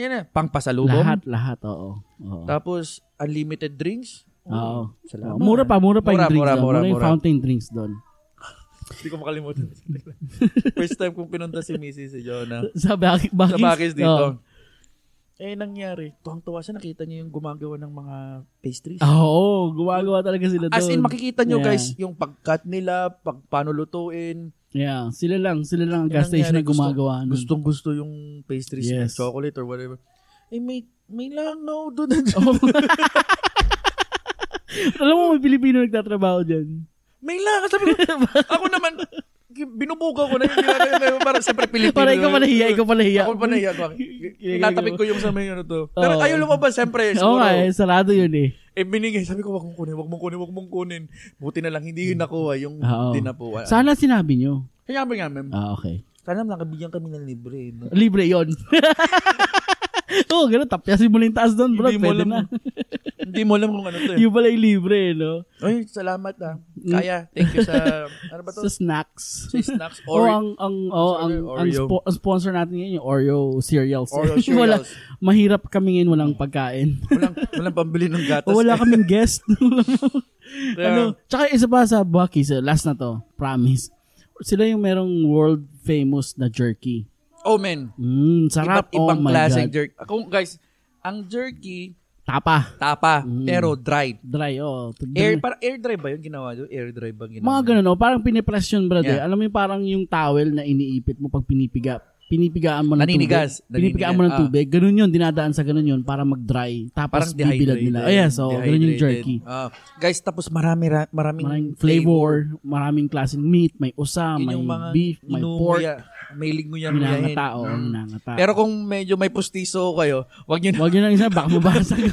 Speaker 2: Ayan na, pangpasalubong.
Speaker 1: lahat, lahat. Oo. Oo.
Speaker 2: Tapos, unlimited drinks.
Speaker 1: Oo.
Speaker 2: Salamat.
Speaker 1: Oo. Mura pa, mura pa
Speaker 2: Mura,
Speaker 1: yung drinks
Speaker 2: mura,
Speaker 1: doon.
Speaker 2: mura,
Speaker 1: Mura yung
Speaker 2: mura.
Speaker 1: fountain drinks doon.
Speaker 2: Hindi ko makalimutan. First time kong pinunta si Mrs. si Jonah.
Speaker 1: Sa Buc- Bucky's.
Speaker 2: Sa Bakis
Speaker 1: Oo.
Speaker 2: dito. Eh, nangyari, tuwang-tuwa siya, nakita niya yung gumagawa ng mga pastries.
Speaker 1: Oo, gumagawa talaga sila doon.
Speaker 2: As in, makikita
Speaker 1: Ah,
Speaker 2: niyo
Speaker 1: Yeah.
Speaker 2: guys, yung pag-cut nila, pag paano lutuin.
Speaker 1: Yeah, sila lang, sila lang ang
Speaker 2: Yan
Speaker 1: gas
Speaker 2: ang
Speaker 1: station na
Speaker 2: nangyari. Gusto-
Speaker 1: gumagawa. nun.
Speaker 2: Gustong gusto yung pastries,
Speaker 1: Yes.
Speaker 2: chocolate or whatever. Eh, may, may langaw doon.
Speaker 1: Oo. Alam mo, may Pilipino nagtatrabaho dyan.
Speaker 2: May lakas. Sabi ko, ako naman, binubuga ko na yung ginagawa para siyempre Pilipino.
Speaker 1: Para ikaw panahiya, ikaw panahiya.
Speaker 2: Ako panahiya ko. Itatapik ko yung sa may ano to. Pero
Speaker 1: Oo.
Speaker 2: ayaw lumabas siyempre.
Speaker 1: Oo
Speaker 2: Siguro.
Speaker 1: nga, eh, sarado yun eh.
Speaker 2: Eh binigay, sabi ko wag mong kunin, wag mong kunin, wag mong kunin. Buti na lang hindi yun nakuha yung
Speaker 1: Oo.
Speaker 2: Hmm. hindi nakuha. Sa-
Speaker 1: Sana sinabi nyo.
Speaker 2: Kaya ba nga ma'am?
Speaker 1: Ah, okay.
Speaker 2: Sana nakabigyan kami ng libre. No?
Speaker 1: Libre yon. Oo, oh, ganun. Tapyasin mo lang yung taas doon, bro.
Speaker 2: Hindi mo
Speaker 1: Pwede na.
Speaker 2: alam. hindi mo alam kung ano to. Eh.
Speaker 1: Yung pala yung libre, eh, no?
Speaker 2: Ay, salamat ah. Kaya, thank you sa ano ba
Speaker 1: Mm.
Speaker 2: to?
Speaker 1: Sa snacks.
Speaker 2: Sa snacks
Speaker 1: O
Speaker 2: or
Speaker 1: ang ang oh, ang, ang
Speaker 2: Oreo.
Speaker 1: spo- ang sponsor natin ngayon yung Oreo cereals.
Speaker 2: Oreo cereals.
Speaker 1: Wala, mahirap kami ngayon walang pagkain.
Speaker 2: walang walang pambili ng gatas. eh.
Speaker 1: O, wala kaming guest.
Speaker 2: Kaya-
Speaker 1: ano, tsaka isa pa sa Bucky, sa last na to, promise. Sila yung merong world famous na jerky.
Speaker 2: Oh men.
Speaker 1: Mm, sarap.
Speaker 2: Iba't ibang
Speaker 1: oh my
Speaker 2: klaseng
Speaker 1: God.
Speaker 2: jerky. Ako guys, ang jerky
Speaker 1: Tapa.
Speaker 2: tapa
Speaker 1: Mm.
Speaker 2: pero dried.
Speaker 1: Dry, oh. Tignan mo.
Speaker 2: Air para air dry ba 'yun ginawa doon? Air dry ba ginawa?
Speaker 1: Mga ganun, oh. parang pinipress yun, brother.
Speaker 2: Yeah.
Speaker 1: Alam mo yung parang yung towel na iniipit mo pag pinipiga. Pinipigaan mo ng
Speaker 2: Naninigas.
Speaker 1: tubig. Pinipigaan mo ng
Speaker 2: Naninigas, ah.
Speaker 1: tubig. Ganun yun, dinadaan sa ganun yun para mag-dry. Tapos
Speaker 2: Parang
Speaker 1: bibilad
Speaker 2: dehydrated.
Speaker 1: nila. Oh, yes, oh, ganun yung
Speaker 2: Dehydrated.
Speaker 1: jerky.
Speaker 2: Ah, guys, tapos marami, ra- maraming,
Speaker 1: Maraming flavor, maraming klaseng meat, may usa, Ah,
Speaker 2: Yun
Speaker 1: may
Speaker 2: yung mga
Speaker 1: beef, may pork,
Speaker 2: inunguya. Mailing nguya nguyahin.
Speaker 1: minangata, o minangata.
Speaker 2: eh. Mm. Pero kung medyo may pustiso kayo, wag nyo na.
Speaker 1: Huwag yun ang isa, baka mabasag.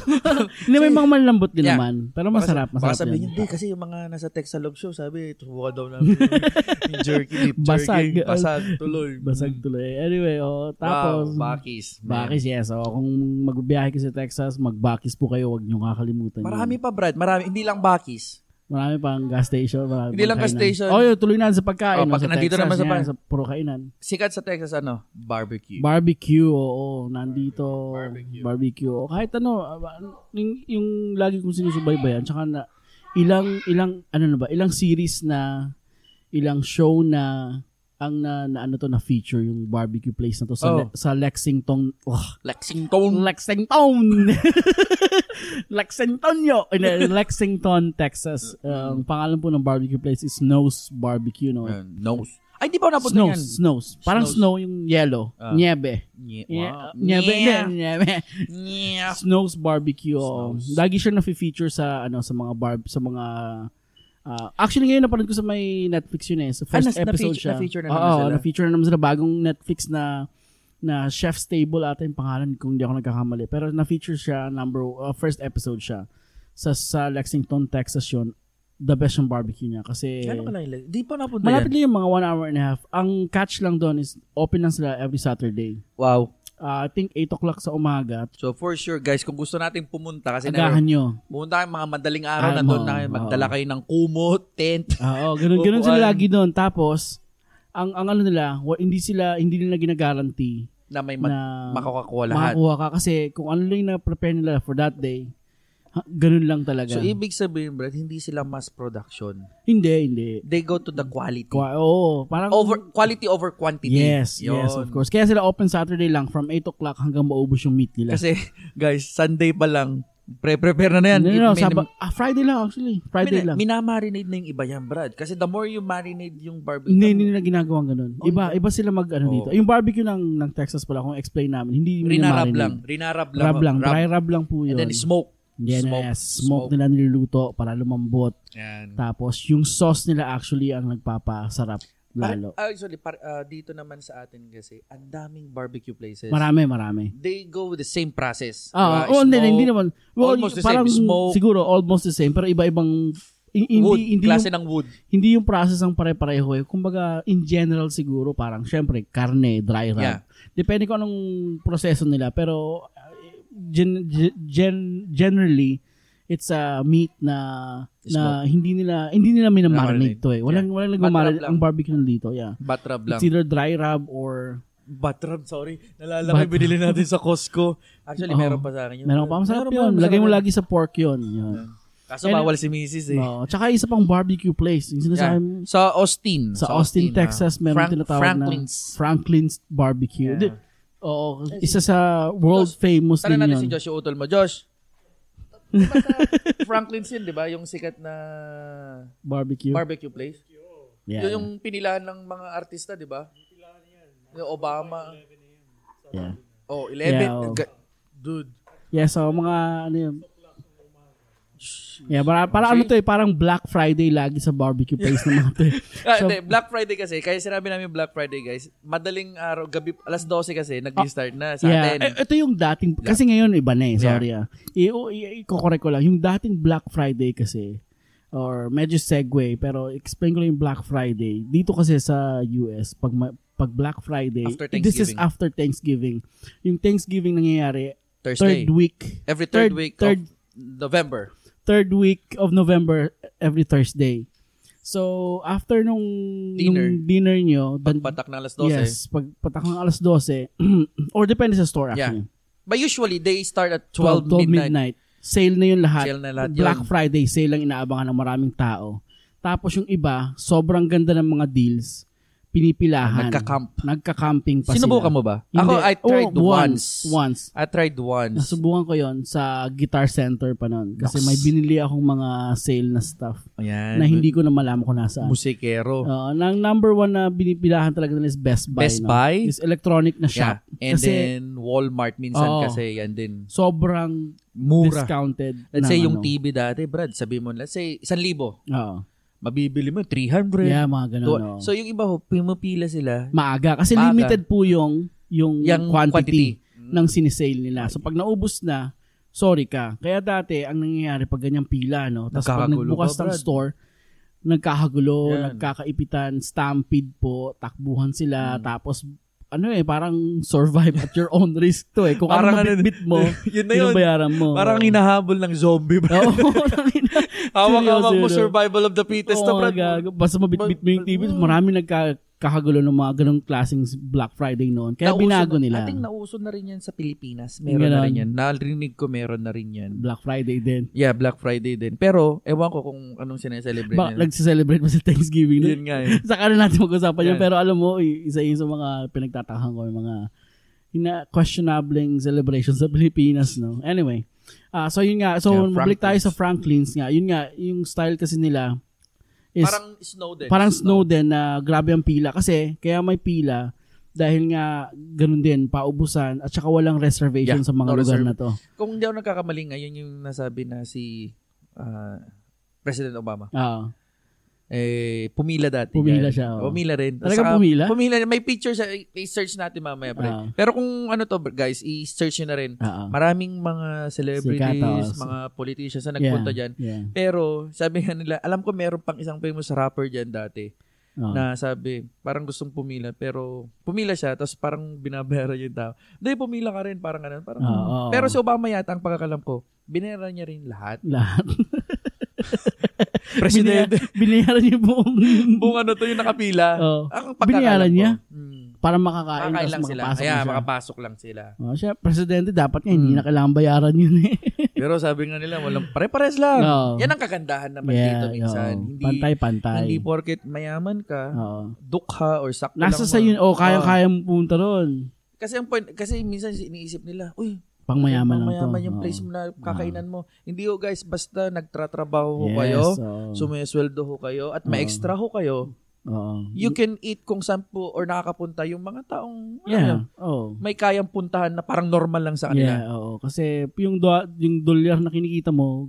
Speaker 1: Hindi, may mga malambot din
Speaker 2: Yeah.
Speaker 1: naman. Pero masarap,
Speaker 2: Baka
Speaker 1: masarap
Speaker 2: sabihin
Speaker 1: yun.
Speaker 2: nyo, "Hindi, kasi yung mga nasa Texalog show, sabi, subukan daw namin yung jerky, beef
Speaker 1: Basag.
Speaker 2: jerky. Basag, tuloy.
Speaker 1: Basag tuloy. Anyway, oh, tapos...
Speaker 2: Wow, bakis.
Speaker 1: Bakis, yes. O, kung magbibiyahe kayo sa Texas, magbakis po kayo. Huwag niyong kakalimutan. yun.
Speaker 2: Marami pa, Brad. Marami. Hindi lang bakis.
Speaker 1: Marami pang gas station. Marami
Speaker 2: Hindi
Speaker 1: pang
Speaker 2: lang gas
Speaker 1: kainan.
Speaker 2: station.
Speaker 1: Oh, yun, tuloy na sa pagkain.
Speaker 2: Oh,
Speaker 1: no,
Speaker 2: pag
Speaker 1: sa
Speaker 2: nandito
Speaker 1: Texas,
Speaker 2: naman sa
Speaker 1: yan,
Speaker 2: pan-
Speaker 1: sa puro kainan.
Speaker 2: Sikat sa Texas, ano? Barbecue.
Speaker 1: Barbecue, oo. Nandito,
Speaker 2: Barbecue.
Speaker 1: barbecue. O, kahit ano, ah, yung, yung lagi kong sinusubaybayan, tsaka na, ilang, ilang, ano na ba, ilang series na, ilang show na, ang na, na ano to na feature yung barbecue place na to sa,
Speaker 2: Oh.
Speaker 1: Le- sa Lexington Ugh,
Speaker 2: Lexington.
Speaker 1: Lexington. Lexington yo. In uh, Lexington, Texas. Uh, ang pangalan po ng barbecue place is Snow's Barbecue. No?
Speaker 2: Ayan, Nose. Ay, di pa ako napunta Ano yan.
Speaker 1: Snow's. Snow's. Parang
Speaker 2: Snow's.
Speaker 1: snow yung yellow.
Speaker 2: Ah.
Speaker 1: Niebe.
Speaker 2: Nye-
Speaker 1: Nye-
Speaker 2: wow.
Speaker 1: Niebe. Hindi,
Speaker 2: Nye-
Speaker 1: Niebe.
Speaker 2: Nye-
Speaker 1: Snow's Barbecue. oo.
Speaker 2: Snow's.
Speaker 1: Lagi siya na-feature sa ano sa mga barb sa mga ah, actually ngayon napanood ko sa may Netflix yun eh. Sa first
Speaker 2: Ah, nas-
Speaker 1: episode
Speaker 2: na-feature-
Speaker 1: siya.
Speaker 2: na-feature na
Speaker 1: Oo,
Speaker 2: naman sila.
Speaker 1: na-feature na naman sila bagong Netflix na na Chef's Table ata yung pangalan kung hindi ako nagkakamali. Pero na-feature siya number ah, first episode siya sa sa Lexington, Texas yun. The best yung barbecue niya kasi
Speaker 2: Ano ka lang yung Di pa napunta
Speaker 1: malapit
Speaker 2: yan.
Speaker 1: lang yung mga one hour and a half. Ang catch lang doon is open lang sila every Saturday.
Speaker 2: Wow.
Speaker 1: Ah, I think 8 o'clock sa umaga.
Speaker 2: So for sure guys, kung gusto nating pumunta kasi na
Speaker 1: Agahan nyo.
Speaker 2: pumunta kayo mga madaling araw
Speaker 1: Tama,
Speaker 2: na doon na kayo,
Speaker 1: oo.
Speaker 2: magdala kayo ng kumot, tent.
Speaker 1: Ah, Oo, ganun, ganun sila
Speaker 2: Upuan.
Speaker 1: lagi doon. Tapos, ang ang ano nila, wa- hindi sila hindi nila ginagaranti
Speaker 2: na may mat-
Speaker 1: na
Speaker 2: makakakuha lahat.
Speaker 1: makakuha ka kasi kung ano lang yung na-prepare nila for that day, ha, ganun lang talaga.
Speaker 2: So ibig sabihin Brad, hindi sila mass production.
Speaker 1: hindi, hindi.
Speaker 2: They go to the
Speaker 1: Mm.
Speaker 2: quality.
Speaker 1: Kwa, oo, parang
Speaker 2: Over quality over quantity.
Speaker 1: Yes,
Speaker 2: Yun.
Speaker 1: yes, of course. Kaya sila open Saturday lang from 8 o'clock hanggang maubos yung meat nila.
Speaker 2: Kasi guys, Sunday pa lang pre-prepare na na yan.
Speaker 1: no,
Speaker 2: It
Speaker 1: no, no,
Speaker 2: may-
Speaker 1: Saba- ah, Friday lang actually. Friday
Speaker 2: mina-
Speaker 1: lang.
Speaker 2: Minamarinate na yung iba yan, Brad. Kasi the more you marinate yung barbecue,
Speaker 1: Hindi,
Speaker 2: the
Speaker 1: hindi
Speaker 2: more-
Speaker 1: nila ginagawang ganun.
Speaker 2: Oh.
Speaker 1: Iba, iba sila mag ano
Speaker 2: Oo.
Speaker 1: dito. Yung barbecue ng, ng Texas pala, kung explain namin, hindi
Speaker 2: Oh. rinarab
Speaker 1: minamarinate.
Speaker 2: lang. Rinarab lang.
Speaker 1: Rub lang.
Speaker 2: Rub.
Speaker 1: Dry rub lang po
Speaker 2: And
Speaker 1: yun.
Speaker 2: then smoke.
Speaker 1: ano, Yes,
Speaker 2: Smoke.
Speaker 1: smoke, smoke nila niluluto para lumambot.
Speaker 2: Yan.
Speaker 1: Tapos yung sauce nila actually ang nagpapasarap lalo.
Speaker 2: Par- actually, par- ah, dito naman sa atin kasi, ang daming barbecue places.
Speaker 1: Marami, marami.
Speaker 2: They go with the same process.
Speaker 1: Ah,
Speaker 2: Diba?
Speaker 1: oh, hindi,
Speaker 2: Smoke,
Speaker 1: hindi naman. Well,
Speaker 2: almost the
Speaker 1: parang
Speaker 2: same. Smoke.
Speaker 1: siguro almost the same pero iba-ibang i- hindi
Speaker 2: wood,
Speaker 1: hindi
Speaker 2: klase
Speaker 1: yung,
Speaker 2: ng wood.
Speaker 1: hindi yung process ang pare-pareho eh. Kumbaga in general siguro parang syempre karne, dry rub.
Speaker 2: Yeah.
Speaker 1: Depende kung anong proseso nila pero uh, gen, gen- generally it's a meat na na hindi nila hindi nila minamarinate
Speaker 2: Marinate.
Speaker 1: to eh. Walang walang
Speaker 2: Batrap
Speaker 1: nagmamarinate
Speaker 2: lang.
Speaker 1: ang barbecue nandito, yeah.
Speaker 2: Batrab lang.
Speaker 1: It's either dry rub or
Speaker 2: Batrab, sorry. Nalala ko yung
Speaker 1: Batrab.
Speaker 2: binili natin sa Costco. Actually,
Speaker 1: Oo.
Speaker 2: meron pa sa akin yun.
Speaker 1: meron pa masarap
Speaker 2: Meron pa,
Speaker 1: yun. Lagay mo
Speaker 2: yun.
Speaker 1: lagi sa pork yun. yun.
Speaker 2: Kaso bawal si Mrs. eh.
Speaker 1: Oo. tsaka isa pang barbecue place. Yung sinasabi
Speaker 2: Yeah.
Speaker 1: mo,
Speaker 2: Sa Austin.
Speaker 1: sa Austin,
Speaker 2: ah.
Speaker 1: Texas, meron
Speaker 2: Frank-
Speaker 1: tinatawag
Speaker 2: Franklin's.
Speaker 1: na Franklin's Barbecue.
Speaker 2: Yeah.
Speaker 1: Di- Oo, isa sa world famous
Speaker 2: Tara
Speaker 1: din
Speaker 2: natin
Speaker 1: yun.
Speaker 2: si Josh yung utol mo. Josh, Diba sa Franklin's yun, di ba? Yung sikat na
Speaker 1: Barbecue.
Speaker 2: barbecue place.
Speaker 1: yeah.
Speaker 2: Yun yung pinilahan ng mga artista, di ba? Yung Obama.
Speaker 1: yeah.
Speaker 2: Oh, 11.
Speaker 1: Yeah, oh.
Speaker 2: Ga- Dude.
Speaker 1: Yeah, so mga ano yun. Yeah, para, para ano to eh, parang Black Friday lagi sa barbecue place ng mga to eh.
Speaker 2: Ah,
Speaker 1: So-
Speaker 2: hindi, Black Friday kasi, kaya sinabi namin Black Friday guys, madaling araw, gabi, alas 12 kasi, nag-start na sa
Speaker 1: Yeah.
Speaker 2: atin.
Speaker 1: Eh, ito yung dating, kasi ngayon iba na eh, sorry ah. I- o- i- I-correct ko lang, yung dating Black Friday kasi, or medyo segue, pero explain ko lang yung Black Friday. Dito kasi sa US, pag, ma- pag Black Friday,
Speaker 2: After
Speaker 1: this is
Speaker 2: Thanksgiving.
Speaker 1: after Thanksgiving. Yung Thanksgiving nangyayari,
Speaker 2: Thursday.
Speaker 1: third week.
Speaker 2: every third,
Speaker 1: third-
Speaker 2: week
Speaker 1: third-
Speaker 2: of November.
Speaker 1: Third week of November, every Thursday. So, after nung
Speaker 2: Dinner.
Speaker 1: nung dinner nyo, dan-
Speaker 2: Patak ng alas 12.
Speaker 1: yes, pag patak ng alas 12, or depende sa store actually.
Speaker 2: Yeah. But usually, they start at 12, midnight.
Speaker 1: Sale na yun lahat.
Speaker 2: Sale na lahat
Speaker 1: Black
Speaker 2: yun.
Speaker 1: Friday, sale lang inaabangan ng maraming tao. Tapos yung iba, sobrang ganda ng mga deals, pinipilahan.
Speaker 2: Nagka-camp.
Speaker 1: Nagka-camping pa
Speaker 2: Sinubukan
Speaker 1: sila.
Speaker 2: mo ba?
Speaker 1: Hindi.
Speaker 2: Ako, I tried
Speaker 1: Oo,
Speaker 2: once.
Speaker 1: Once.
Speaker 2: I tried once.
Speaker 1: Nasubukan ko yon sa Guitar Center pa noon. Kasi
Speaker 2: Naks.
Speaker 1: may binili akong mga sale na stuff
Speaker 2: Ayan.
Speaker 1: na hindi ko na malaman kung nasaan.
Speaker 2: Musikero.
Speaker 1: Oo, nang number one na binipilahan talaga nila is Best Buy.
Speaker 2: Best
Speaker 1: no?
Speaker 2: Buy?
Speaker 1: Is electronic na
Speaker 2: yeah.
Speaker 1: shop.
Speaker 2: And
Speaker 1: Kasi-
Speaker 2: then, Walmart minsan
Speaker 1: Oo.
Speaker 2: kasi yan din.
Speaker 1: Sobrang
Speaker 2: Mura.
Speaker 1: discounted.
Speaker 2: Let's
Speaker 1: ng
Speaker 2: say yung
Speaker 1: ano.
Speaker 2: TV dati, Brad, sabi mo, let's say, 1,000.
Speaker 1: Oo.
Speaker 2: Mabibili mo, 300.
Speaker 1: Yeah, mga ganun.
Speaker 2: Do-
Speaker 1: oo.
Speaker 2: So, yung iba, ho, pumapila sila.
Speaker 1: maaga kasi
Speaker 2: Maaga.
Speaker 1: limited po yung yung,
Speaker 2: Yung
Speaker 1: quantity,
Speaker 2: quantity. Mm.
Speaker 1: ng sinisale nila. So pag naubos na, sorry ka. Kaya dati ang nangyayari pag ganyang pila no, tapos pag
Speaker 2: Nagkakagulo
Speaker 1: nagbukas
Speaker 2: ka,
Speaker 1: ng
Speaker 2: Brad.
Speaker 1: store, nagkakagulo,
Speaker 2: Yan.
Speaker 1: nagkakaipitan, stampede po, takbuhan
Speaker 2: Mm.
Speaker 1: sila, tapos ano eh, parang survive at your own risk to eh. Kung
Speaker 2: Parang
Speaker 1: ano
Speaker 2: ano-
Speaker 1: mabitbit mo,
Speaker 2: yun na yun.
Speaker 1: bayaran mo.
Speaker 2: Parang hinahabol ng zombie, Brad.
Speaker 1: Oo, tangina.
Speaker 2: Hawak-hawak
Speaker 1: Seryoso
Speaker 2: mo
Speaker 1: yun.
Speaker 2: survival of the fittest
Speaker 1: Oo,
Speaker 2: na, Brad.
Speaker 1: gago. Basta mabitbit mo yung TV.
Speaker 2: Mm.
Speaker 1: Marami nagkakagulo ng mga ganong klaseng Black Friday noon. Kaya
Speaker 2: Nauso
Speaker 1: binago
Speaker 2: na-
Speaker 1: nila.
Speaker 2: Ating nauso na rin yan sa Pilipinas. Meron
Speaker 1: Ganon.
Speaker 2: na rin yan. Narinig ko meron na rin yan.
Speaker 1: Black Friday din.
Speaker 2: Yeah, Black Friday din. Pero, ewan ko kung anong sineselebrate
Speaker 1: Bak,
Speaker 2: nila.
Speaker 1: nagsiselebrate mo sa Thanksgiving. No?
Speaker 2: Yun nga eh. yun.
Speaker 1: Sa kanan natin mag-usapan yan.
Speaker 2: Yeah.
Speaker 1: Pero alam mo, i- isa yun sa mga pinagtatakang ko, yung mga ina questionabling celebrations sa Pilipinas. No? Anyway, ah so yun nga. So,
Speaker 2: Yeah,
Speaker 1: mabalik tayo
Speaker 2: Franklin's.
Speaker 1: sa Franklin's nga. Yun nga, yung style kasi nila is
Speaker 2: Parang snow din.
Speaker 1: parang snow din na grabe ang pila kasi kaya may pila dahil nga ganun din paubusan at saka walang reservation
Speaker 2: Yeah,
Speaker 1: sa mga
Speaker 2: no
Speaker 1: lugar
Speaker 2: reserve.
Speaker 1: na to.
Speaker 2: Kung hindi ako nagkakamali, ngayon yung nasabi na si ah, President Obama.
Speaker 1: Ah,
Speaker 2: Eh, pumila dati.
Speaker 1: Pumila
Speaker 2: Yan.
Speaker 1: siya, oo.
Speaker 2: Pumila rin.
Speaker 1: Talaga
Speaker 2: Saka-
Speaker 1: pumila?
Speaker 2: Pumila. May picture sa, i-search natin mamaya. pre.
Speaker 1: Ah.
Speaker 2: Pero kung ano to, guys, i-search nyo na rin.
Speaker 1: ah, ah.
Speaker 2: Maraming mga celebrities,
Speaker 1: Sikat, oo.
Speaker 2: mga politicians na nagpunta dyan.
Speaker 1: Yeah.
Speaker 2: Pero sabi nga nila, alam ko meron pang isang famous rapper dyan dati
Speaker 1: Oo.
Speaker 2: na sabi, parang gustong pumila pero pumila siya tapos parang binabayaran yung tao. Hindi, pumila ka rin parang ganun. Parang, hmm.
Speaker 1: Oo, Ah, oo.
Speaker 2: Pero si Obama yata ang pagkakalam ko, binayaran niya rin lahat.
Speaker 1: lahat.
Speaker 2: President,
Speaker 1: Binaya- binayaran niya buong
Speaker 2: buong ano to yung nakapila.
Speaker 1: Oo.
Speaker 2: Ang
Speaker 1: Binayaran
Speaker 2: pagkakalam
Speaker 1: Ah.
Speaker 2: ko,
Speaker 1: niya?
Speaker 2: mm,
Speaker 1: para makakain tapos
Speaker 2: kakain lang sila.
Speaker 1: makapasok
Speaker 2: Kaya
Speaker 1: na siya.
Speaker 2: makapasok lang sila.
Speaker 1: Oh, siya, presidente, dapat nga hindi
Speaker 2: Mm.
Speaker 1: na kailangan bayaran yun eh.
Speaker 2: Pero sabi nga nila, walang pare-pares lang.
Speaker 1: Oo.
Speaker 2: Yan ang kagandahan naman dito minsan.
Speaker 1: Ah. oo.
Speaker 2: Hindi,
Speaker 1: oh. Pantay-pantay.
Speaker 2: hindi porket mayaman ka,
Speaker 1: Oo.
Speaker 2: dukha or sakto
Speaker 1: Nasa
Speaker 2: lang
Speaker 1: sa
Speaker 2: mo.
Speaker 1: yun, oh,
Speaker 2: Oo.
Speaker 1: kaya-kaya mo punta roon.
Speaker 2: Kasi ang point, kasi minsan iniisip nila, uy,
Speaker 1: Pangmayaman lang to. Oh.
Speaker 2: mayaman yung
Speaker 1: Oo.
Speaker 2: place mo na kakainan mo. Hindi ho guys, basta nagtratrabaho ho
Speaker 1: Yes, oh.
Speaker 2: kayo,
Speaker 1: oo.
Speaker 2: sumisweldo ho kayo, at may
Speaker 1: Oo.
Speaker 2: extra ho kayo.
Speaker 1: Oo.
Speaker 2: You can eat kung saan po or nakakapunta yung mga taong alam mo
Speaker 1: Yeah.
Speaker 2: yun,
Speaker 1: Oh.
Speaker 2: may kayang puntahan na parang normal lang sa kanila.
Speaker 1: Yeah, oo. Kasi yung, do, yung dolyar na kinikita mo,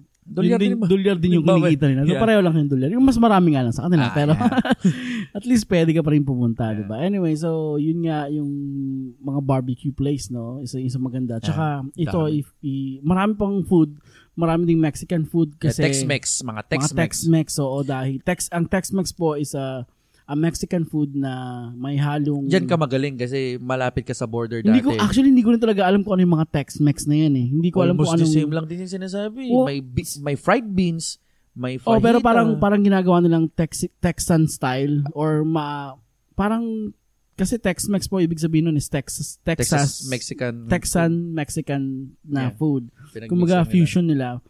Speaker 1: dolyar
Speaker 2: Dolyar
Speaker 1: din,
Speaker 2: din ba?
Speaker 1: dolyar din yung
Speaker 2: Yung babae.
Speaker 1: kinikita nila. So,
Speaker 2: Yeah.
Speaker 1: pareho lang yung dolyar. Yung mas marami nga lang sa kanila.
Speaker 2: Ah,
Speaker 1: pero
Speaker 2: yeah.
Speaker 1: at least pwede ka pa rin pumunta, di
Speaker 2: Yeah.
Speaker 1: ba? Anyway, so yun nga yung mga barbecue place, no? Isa isa maganda. Tsaka ito,
Speaker 2: Dami.
Speaker 1: if, i, marami pang food. Marami ding Mexican food
Speaker 2: Yeah,
Speaker 1: kasi.
Speaker 2: Tex-Mex, mga Tex-Mex.
Speaker 1: Mga Tex-Mex, oo. Dahil tex, ang Tex-Mex po is a, a Mexican food na may halong...
Speaker 2: Diyan ka magaling kasi malapit ka sa border
Speaker 1: Hindi ko,
Speaker 2: dati. Oh,
Speaker 1: actually, hindi ko na talaga alam kung ano yung mga Tex-Mex na yan eh. Hindi ko alam
Speaker 2: Almost
Speaker 1: kung anong...
Speaker 2: the same lang din yung sinasabi.
Speaker 1: Oh.
Speaker 2: May, bi- may fried beans, may fajita.
Speaker 1: Oh, pero parang parang ginagawa nilang Tex- Texan style or ma parang kasi Tex-Mex po ibig sabihin nun is Texas Texas,
Speaker 2: Texas, Mexican.
Speaker 1: Texan Mexican na
Speaker 2: Yeah.
Speaker 1: food.
Speaker 2: Pinag-mixan
Speaker 1: Kumaga
Speaker 2: nila.
Speaker 1: fusion nila.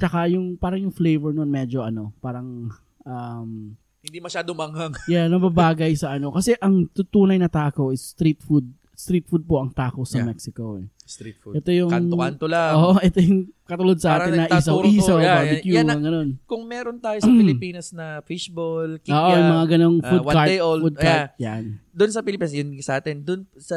Speaker 1: Tsaka yung parang yung flavor nun medyo ano, parang um
Speaker 2: Hindi masyado manghang.
Speaker 1: yeah, nababagay sa ano kasi ang tutunay na taco is street food. Street food po ang taco sa
Speaker 2: Yeah.
Speaker 1: Mexico eh.
Speaker 2: Street food.
Speaker 1: Ito yung
Speaker 2: Kanto-kanto lang.
Speaker 1: Oo, ito yung katulad sa
Speaker 2: Um, Parang
Speaker 1: atin na
Speaker 2: nagtaturo to.
Speaker 1: isaw-isaw,
Speaker 2: Yeah,
Speaker 1: barbecue,
Speaker 2: yan
Speaker 1: mga
Speaker 2: ang-
Speaker 1: ganun.
Speaker 2: Kung meron tayo sa Pilipinas na fishball, kikya,
Speaker 1: Oo, yung mga ganong
Speaker 2: ah,
Speaker 1: food
Speaker 2: one
Speaker 1: cart,
Speaker 2: day old,
Speaker 1: food cart, yan.
Speaker 2: doon sa Pilipinas, yun sa atin, doon sa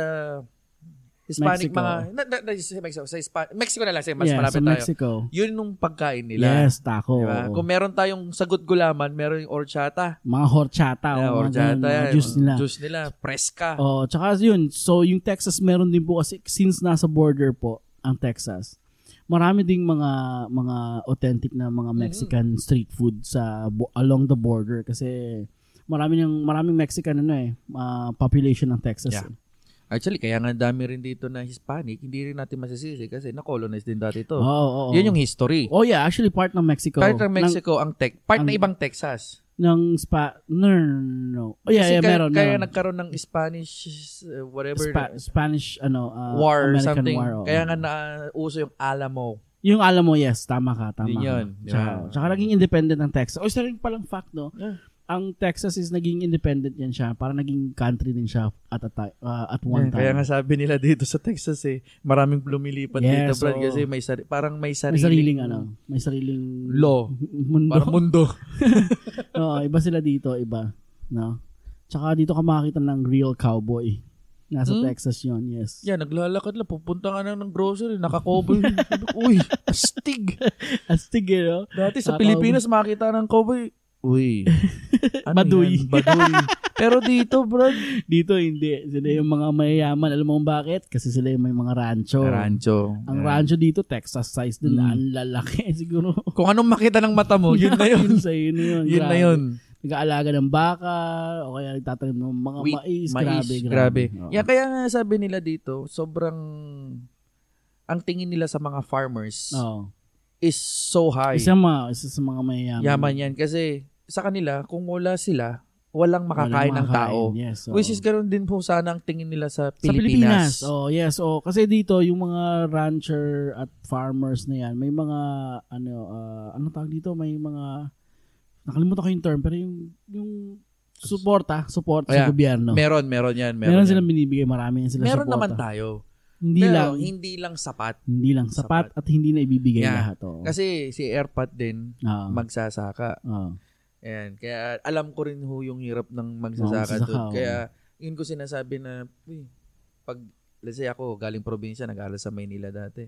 Speaker 2: Hispanic
Speaker 1: Mexico.
Speaker 2: mga... Na, na, na, sa Mexico, sa Hispa- Mexico na lang, kasi mas
Speaker 1: yeah,
Speaker 2: marami
Speaker 1: sa
Speaker 2: tayo.
Speaker 1: Mexico.
Speaker 2: Yun yung pagkain nila.
Speaker 1: Yes, taco.
Speaker 2: Diba?
Speaker 1: oo.
Speaker 2: Kung meron tayong sagot gulaman, meron yung horchata.
Speaker 1: mga horchata.
Speaker 2: Yeah,
Speaker 1: o mga Ah,
Speaker 2: horchata.
Speaker 1: ganun, mga
Speaker 2: yan,
Speaker 1: juice nila.
Speaker 2: Juice nila. Fresca.
Speaker 1: Oh, tsaka yun. So, yung Texas meron din po kasi since nasa border po ang Texas. Marami ding mga mga authentic na mga
Speaker 2: Mm-hmm.
Speaker 1: Mexican street food sa bo- along the border kasi marami ng maraming Mexican ano eh ah, population ng Texas.
Speaker 2: Yeah.
Speaker 1: eh.
Speaker 2: Actually, kaya nga dami rin dito na Hispanic, hindi rin natin masisisi kasi na-colonize din
Speaker 1: Oo,
Speaker 2: dati ito.
Speaker 1: oo, oo.
Speaker 2: Yun yung history.
Speaker 1: Oh yeah, actually part ng Mexico.
Speaker 2: part ng Mexico ang tech, part
Speaker 1: ang-
Speaker 2: na ibang Texas.
Speaker 1: ng spa no, no, no. Oh yeah,
Speaker 2: Kasi
Speaker 1: yeah,
Speaker 2: kaya,
Speaker 1: meron.
Speaker 2: kaya
Speaker 1: meron.
Speaker 2: nagkaroon ng Spanish uh, whatever
Speaker 1: Spa- Spanish ano ah,
Speaker 2: war
Speaker 1: American
Speaker 2: something.
Speaker 1: war. oo.
Speaker 2: Kaya nga na uso yung Alamo.
Speaker 1: Yung alam mo, yes, tama ka, tama
Speaker 2: Yun
Speaker 1: ka.
Speaker 2: yun, di
Speaker 1: Tsaka,
Speaker 2: ba?
Speaker 1: tsaka naging independent ang Texas. O, isa rin palang fact, no?
Speaker 2: Yeah.
Speaker 1: Ang Texas is naging independent yan siya. Parang naging country din siya at, a ti- uh, at one
Speaker 2: Yeah,
Speaker 1: time.
Speaker 2: kaya nga sabi nila dito sa Texas eh, maraming lumilipat
Speaker 1: Yes,
Speaker 2: dito Brad
Speaker 1: oo.
Speaker 2: kasi may sari- parang may
Speaker 1: may
Speaker 2: sariling,
Speaker 1: sariling, ano, may sariling
Speaker 2: law.
Speaker 1: mundo.
Speaker 2: Parang mundo.
Speaker 1: Oo, iba sila dito, iba. No? Tsaka dito ka makakita ng real cowboy. Nasa
Speaker 2: Hmm?
Speaker 1: Texas yon yes.
Speaker 2: Yan, naglalakad lang. Pupunta ka na ng grocery. Nakakobo. yun. Uy, astig.
Speaker 1: Astig, eh, no?
Speaker 2: Dati sa
Speaker 1: Nakakobo.
Speaker 2: Pilipinas, makita ng cowboy. Uy. Ano
Speaker 1: Baduy.
Speaker 2: yan? Baduy. Pero dito, bro.
Speaker 1: Dito, hindi. Sila yung mga mayayaman. Alam mo kung bakit? Kasi sila yung may mga rancho.
Speaker 2: Rancho.
Speaker 1: Ang
Speaker 2: Yan.
Speaker 1: rancho dito, Texas size din.
Speaker 2: Mm.
Speaker 1: Ang lalaki siguro.
Speaker 2: Kung anong makita ng mata mo, yun na yun.
Speaker 1: sa yun na yun.
Speaker 2: yun na
Speaker 1: grabe.
Speaker 2: yun.
Speaker 1: Nag-aalaga ng baka, o kaya nagtatanim ng mga
Speaker 2: Wheat,
Speaker 1: mais,
Speaker 2: Mais,
Speaker 1: Grabe,
Speaker 2: grabe.
Speaker 1: Oo.
Speaker 2: Yeah, kaya nga sabi nila dito, sobrang ang tingin nila sa mga farmers
Speaker 1: Oo.
Speaker 2: is so high.
Speaker 1: Isa, ma, isa sa mga mayayaman.
Speaker 2: Yaman yan. Kasi sa kanila, kung wala sila, walang makakain
Speaker 1: Walang
Speaker 2: ng tao.
Speaker 1: makakain, Yes, oo.
Speaker 2: Which is ganoon din po sana ang tingin nila sa
Speaker 1: sa
Speaker 2: Pilipinas.
Speaker 1: Oh, yes. Oh, kasi dito yung mga rancher at farmers na yan, may mga ano ah, ano tawag dito, may mga nakalimutan ko yung term pero yung yung suporta, support
Speaker 2: Oh, yeah.
Speaker 1: sa gobyerno.
Speaker 2: Meron, meron yan. Meron,
Speaker 1: Meron,
Speaker 2: yan.
Speaker 1: silang binibigay, marami yan sila
Speaker 2: meron
Speaker 1: suporta.
Speaker 2: naman tayo.
Speaker 1: Hindi
Speaker 2: Pero
Speaker 1: lang
Speaker 2: hindi lang sapat.
Speaker 1: hindi lang sapat, at hindi na ibibigay
Speaker 2: Yeah.
Speaker 1: lahat. Oh.
Speaker 2: Kasi si Airpat din,
Speaker 1: Ah,
Speaker 2: magsasaka.
Speaker 1: ah.
Speaker 2: Ayan, kaya alam ko rin ho yung hirap ng magsasaka
Speaker 1: magsasaka,
Speaker 2: doon.
Speaker 1: oo.
Speaker 2: Kaya yun ko sinasabi na, uy, pag, let's say ako, galing probinsya, nag-aaral sa Maynila dati.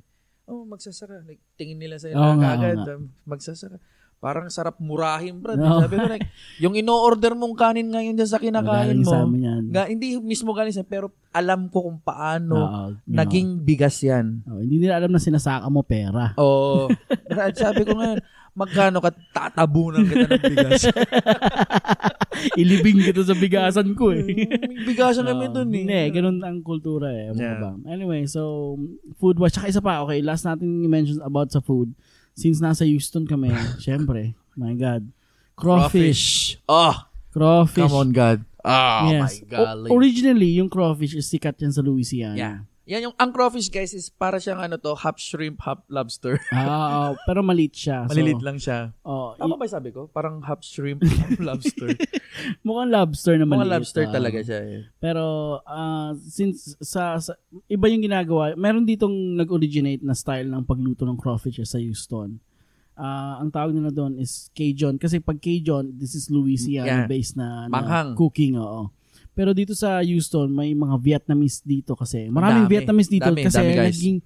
Speaker 2: Oh, magsasaka. Like, tingin nila sa'yo
Speaker 1: Oo
Speaker 2: oh,
Speaker 1: nga, oo
Speaker 2: agad,
Speaker 1: nga.
Speaker 2: um, magsasaka. Parang sarap murahin, bro.
Speaker 1: Oo.
Speaker 2: Sabi ko, like, yung ino-order mong kanin ngayon dyan sa kinakain
Speaker 1: Nagaling sa
Speaker 2: mo,
Speaker 1: amin yan. Ah,
Speaker 2: nga, hindi mismo galing sa pero alam ko kung paano
Speaker 1: Oo, yun,
Speaker 2: naging bigas
Speaker 1: oo.
Speaker 2: yan.
Speaker 1: Oo, Ah, hindi nila alam na sinasaka mo pera.
Speaker 2: Oo. Oh, sabi ko ngayon, magkano ka tatabunan kita ng bigas?
Speaker 1: Ilibing kita sa bigasan ko eh.
Speaker 2: May Mm, bigasan kami
Speaker 1: Oo,
Speaker 2: doon eh.
Speaker 1: Hindi, ganun ang kultura eh. Ano
Speaker 2: Yeah.
Speaker 1: ba? Anyway, so food was, tsaka isa pa, okay, last natin mention about sa food. Since nasa Houston kami, syempre, my God. Crawfish.
Speaker 2: Crawfish. Oh,
Speaker 1: Crawfish.
Speaker 2: come on, God. Oh,
Speaker 1: yes.
Speaker 2: my golly.
Speaker 1: O- originally, yung crawfish is sikat yan sa Louisiana.
Speaker 2: Yeah. Yan yung, ang crawfish, guys, is para siyang ano to, half shrimp, half lobster.
Speaker 1: Ah, oo, pero maliit siya.
Speaker 2: Malilit
Speaker 1: so,
Speaker 2: lang siya.
Speaker 1: oo, i-
Speaker 2: Tama ba sabi ko? Parang half shrimp, half lobster.
Speaker 1: mukhang lobster na
Speaker 2: Mga
Speaker 1: maliit.
Speaker 2: lobster
Speaker 1: ah.
Speaker 2: talaga siya eh.
Speaker 1: Pero ah, since sa, sa- iba yung ginagawa, meron ditong nag-originate na style ng pagluto ng crawfish eh, sa Houston. Ah, ang tawag nila doon is Cajun kasi pag Cajun, this is Louisiana
Speaker 2: Yeah.
Speaker 1: based na, na
Speaker 2: Manghang.
Speaker 1: cooking, oo. Pero dito sa Houston, may mga Vietnamese dito kasi. Maraming
Speaker 2: Dami.
Speaker 1: Vietnamese dito
Speaker 2: Dami,
Speaker 1: kasi
Speaker 2: dami, guys.
Speaker 1: naging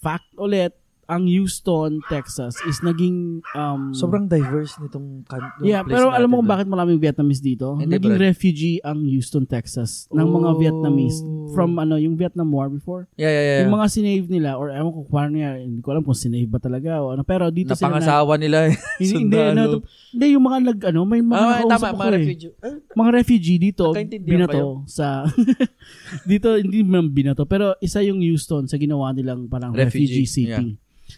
Speaker 1: fact ulit ang Houston, Texas is naging um,
Speaker 2: Sobrang diverse nitong kan- nung
Speaker 1: Yeah,
Speaker 2: place
Speaker 1: pero alam mo kung
Speaker 2: natin doon.
Speaker 1: bakit maraming Vietnamese dito?
Speaker 2: Hindi,
Speaker 1: Naging
Speaker 2: Brad.
Speaker 1: refugee ang Houston, Texas ng mga
Speaker 2: Oh.
Speaker 1: Vietnamese from ano, yung Vietnam War before.
Speaker 2: Yeah, yeah, yeah.
Speaker 1: Yung mga sinave nila or ewan ko kung ano yan, hindi ko alam kung sinave ba talaga o ano. Pero dito sila na,
Speaker 2: Napangasawa nila eh.
Speaker 1: hindi, hindi,
Speaker 2: Sundalo.
Speaker 1: ano, hindi, yung mga nag, ano, may mga
Speaker 2: Ah,
Speaker 1: nakausap
Speaker 2: tama,
Speaker 1: ako
Speaker 2: mga
Speaker 1: eh.
Speaker 2: refugee. Eh,
Speaker 1: Mga refugee dito,
Speaker 2: Nagkaintindihan ba
Speaker 1: binato sa, dito hindi man binato, pero isa yung Houston sa ginawa nilang parang refugee,
Speaker 2: Refugee,
Speaker 1: city.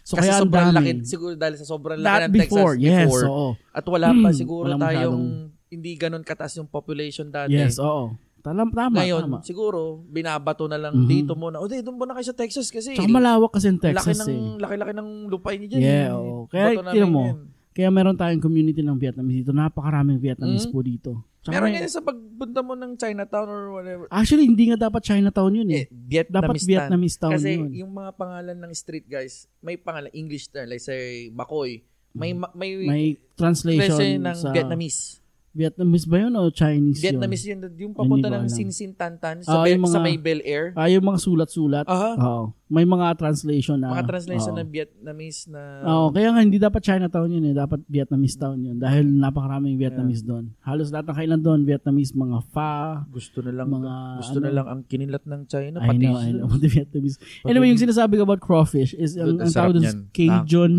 Speaker 1: So
Speaker 2: kasi
Speaker 1: kaya ang
Speaker 2: sobrang
Speaker 1: dami.
Speaker 2: laki, siguro dahil sa sobrang laki
Speaker 1: That
Speaker 2: ng
Speaker 1: before,
Speaker 2: Texas
Speaker 1: yes,
Speaker 2: before.
Speaker 1: oo.
Speaker 2: At wala pa siguro
Speaker 1: Wala
Speaker 2: tayong
Speaker 1: masyadong-
Speaker 2: hindi ganun kataas yung population dati.
Speaker 1: Yes, oo. Talam, tama,
Speaker 2: Ngayon,
Speaker 1: tama.
Speaker 2: siguro, binabato na lang
Speaker 1: Mhm.
Speaker 2: dito muna. O, di, doon muna kayo sa Texas kasi.
Speaker 1: Tsaka malawak kasi ang
Speaker 2: laki
Speaker 1: Texas
Speaker 2: ng,
Speaker 1: eh.
Speaker 2: laki-laki ng lupain niya dyan.
Speaker 1: Yeah,
Speaker 2: eh.
Speaker 1: oo. Kaya,
Speaker 2: Bato namin
Speaker 1: tingnan mo,
Speaker 2: yan.
Speaker 1: Kaya meron tayong community ng Vietnamese dito. Napakaraming Vietnamese
Speaker 2: Mm.
Speaker 1: po dito. Tsaka
Speaker 2: Meron
Speaker 1: may-
Speaker 2: yan sa pagpunta mo ng Chinatown or whatever.
Speaker 1: Actually, hindi nga dapat Chinatown yun eh.
Speaker 2: Eh,
Speaker 1: dapat
Speaker 2: Vietnamese town.
Speaker 1: Vietnamese town
Speaker 2: Kasi
Speaker 1: yun.
Speaker 2: yung mga pangalan ng street guys, may pangalan, English term, like say, Bacoy. May, ma- may,
Speaker 1: Hmm. May translation
Speaker 2: version ng
Speaker 1: sa...
Speaker 2: Vietnamese.
Speaker 1: Vietnamese ba yun o Chinese
Speaker 2: Vietnamese
Speaker 1: yun?
Speaker 2: yun. Yung papunta
Speaker 1: Hindi ko
Speaker 2: ng
Speaker 1: alam.
Speaker 2: Sinsin Tantan sa,
Speaker 1: Ah,
Speaker 2: Be-
Speaker 1: yung mga-
Speaker 2: sa may Bel Air.
Speaker 1: Ah, yung mga sulat-sulat.
Speaker 2: Aha.
Speaker 1: Oo. May mga translation na.
Speaker 2: Mga translation
Speaker 1: oo. Ah,
Speaker 2: ng Vietnamese na...
Speaker 1: Oo, kaya nga hindi dapat Chinatown yun eh. Dapat Vietnamese town yun. Dahil napakaraming Vietnamese doon. Halos lahat ng kailan doon, Vietnamese, mga pho,
Speaker 2: Gusto na lang
Speaker 1: mga
Speaker 2: gusto na lang ang kinilat ng China
Speaker 1: Ah, ano? I
Speaker 2: pati
Speaker 1: know, I know. Mga Vietnamese. Anyway, yung sinasabi ko about crawfish is ang, ang
Speaker 2: Dude, sarap
Speaker 1: tawag doon
Speaker 2: niyan.
Speaker 1: is Cajun,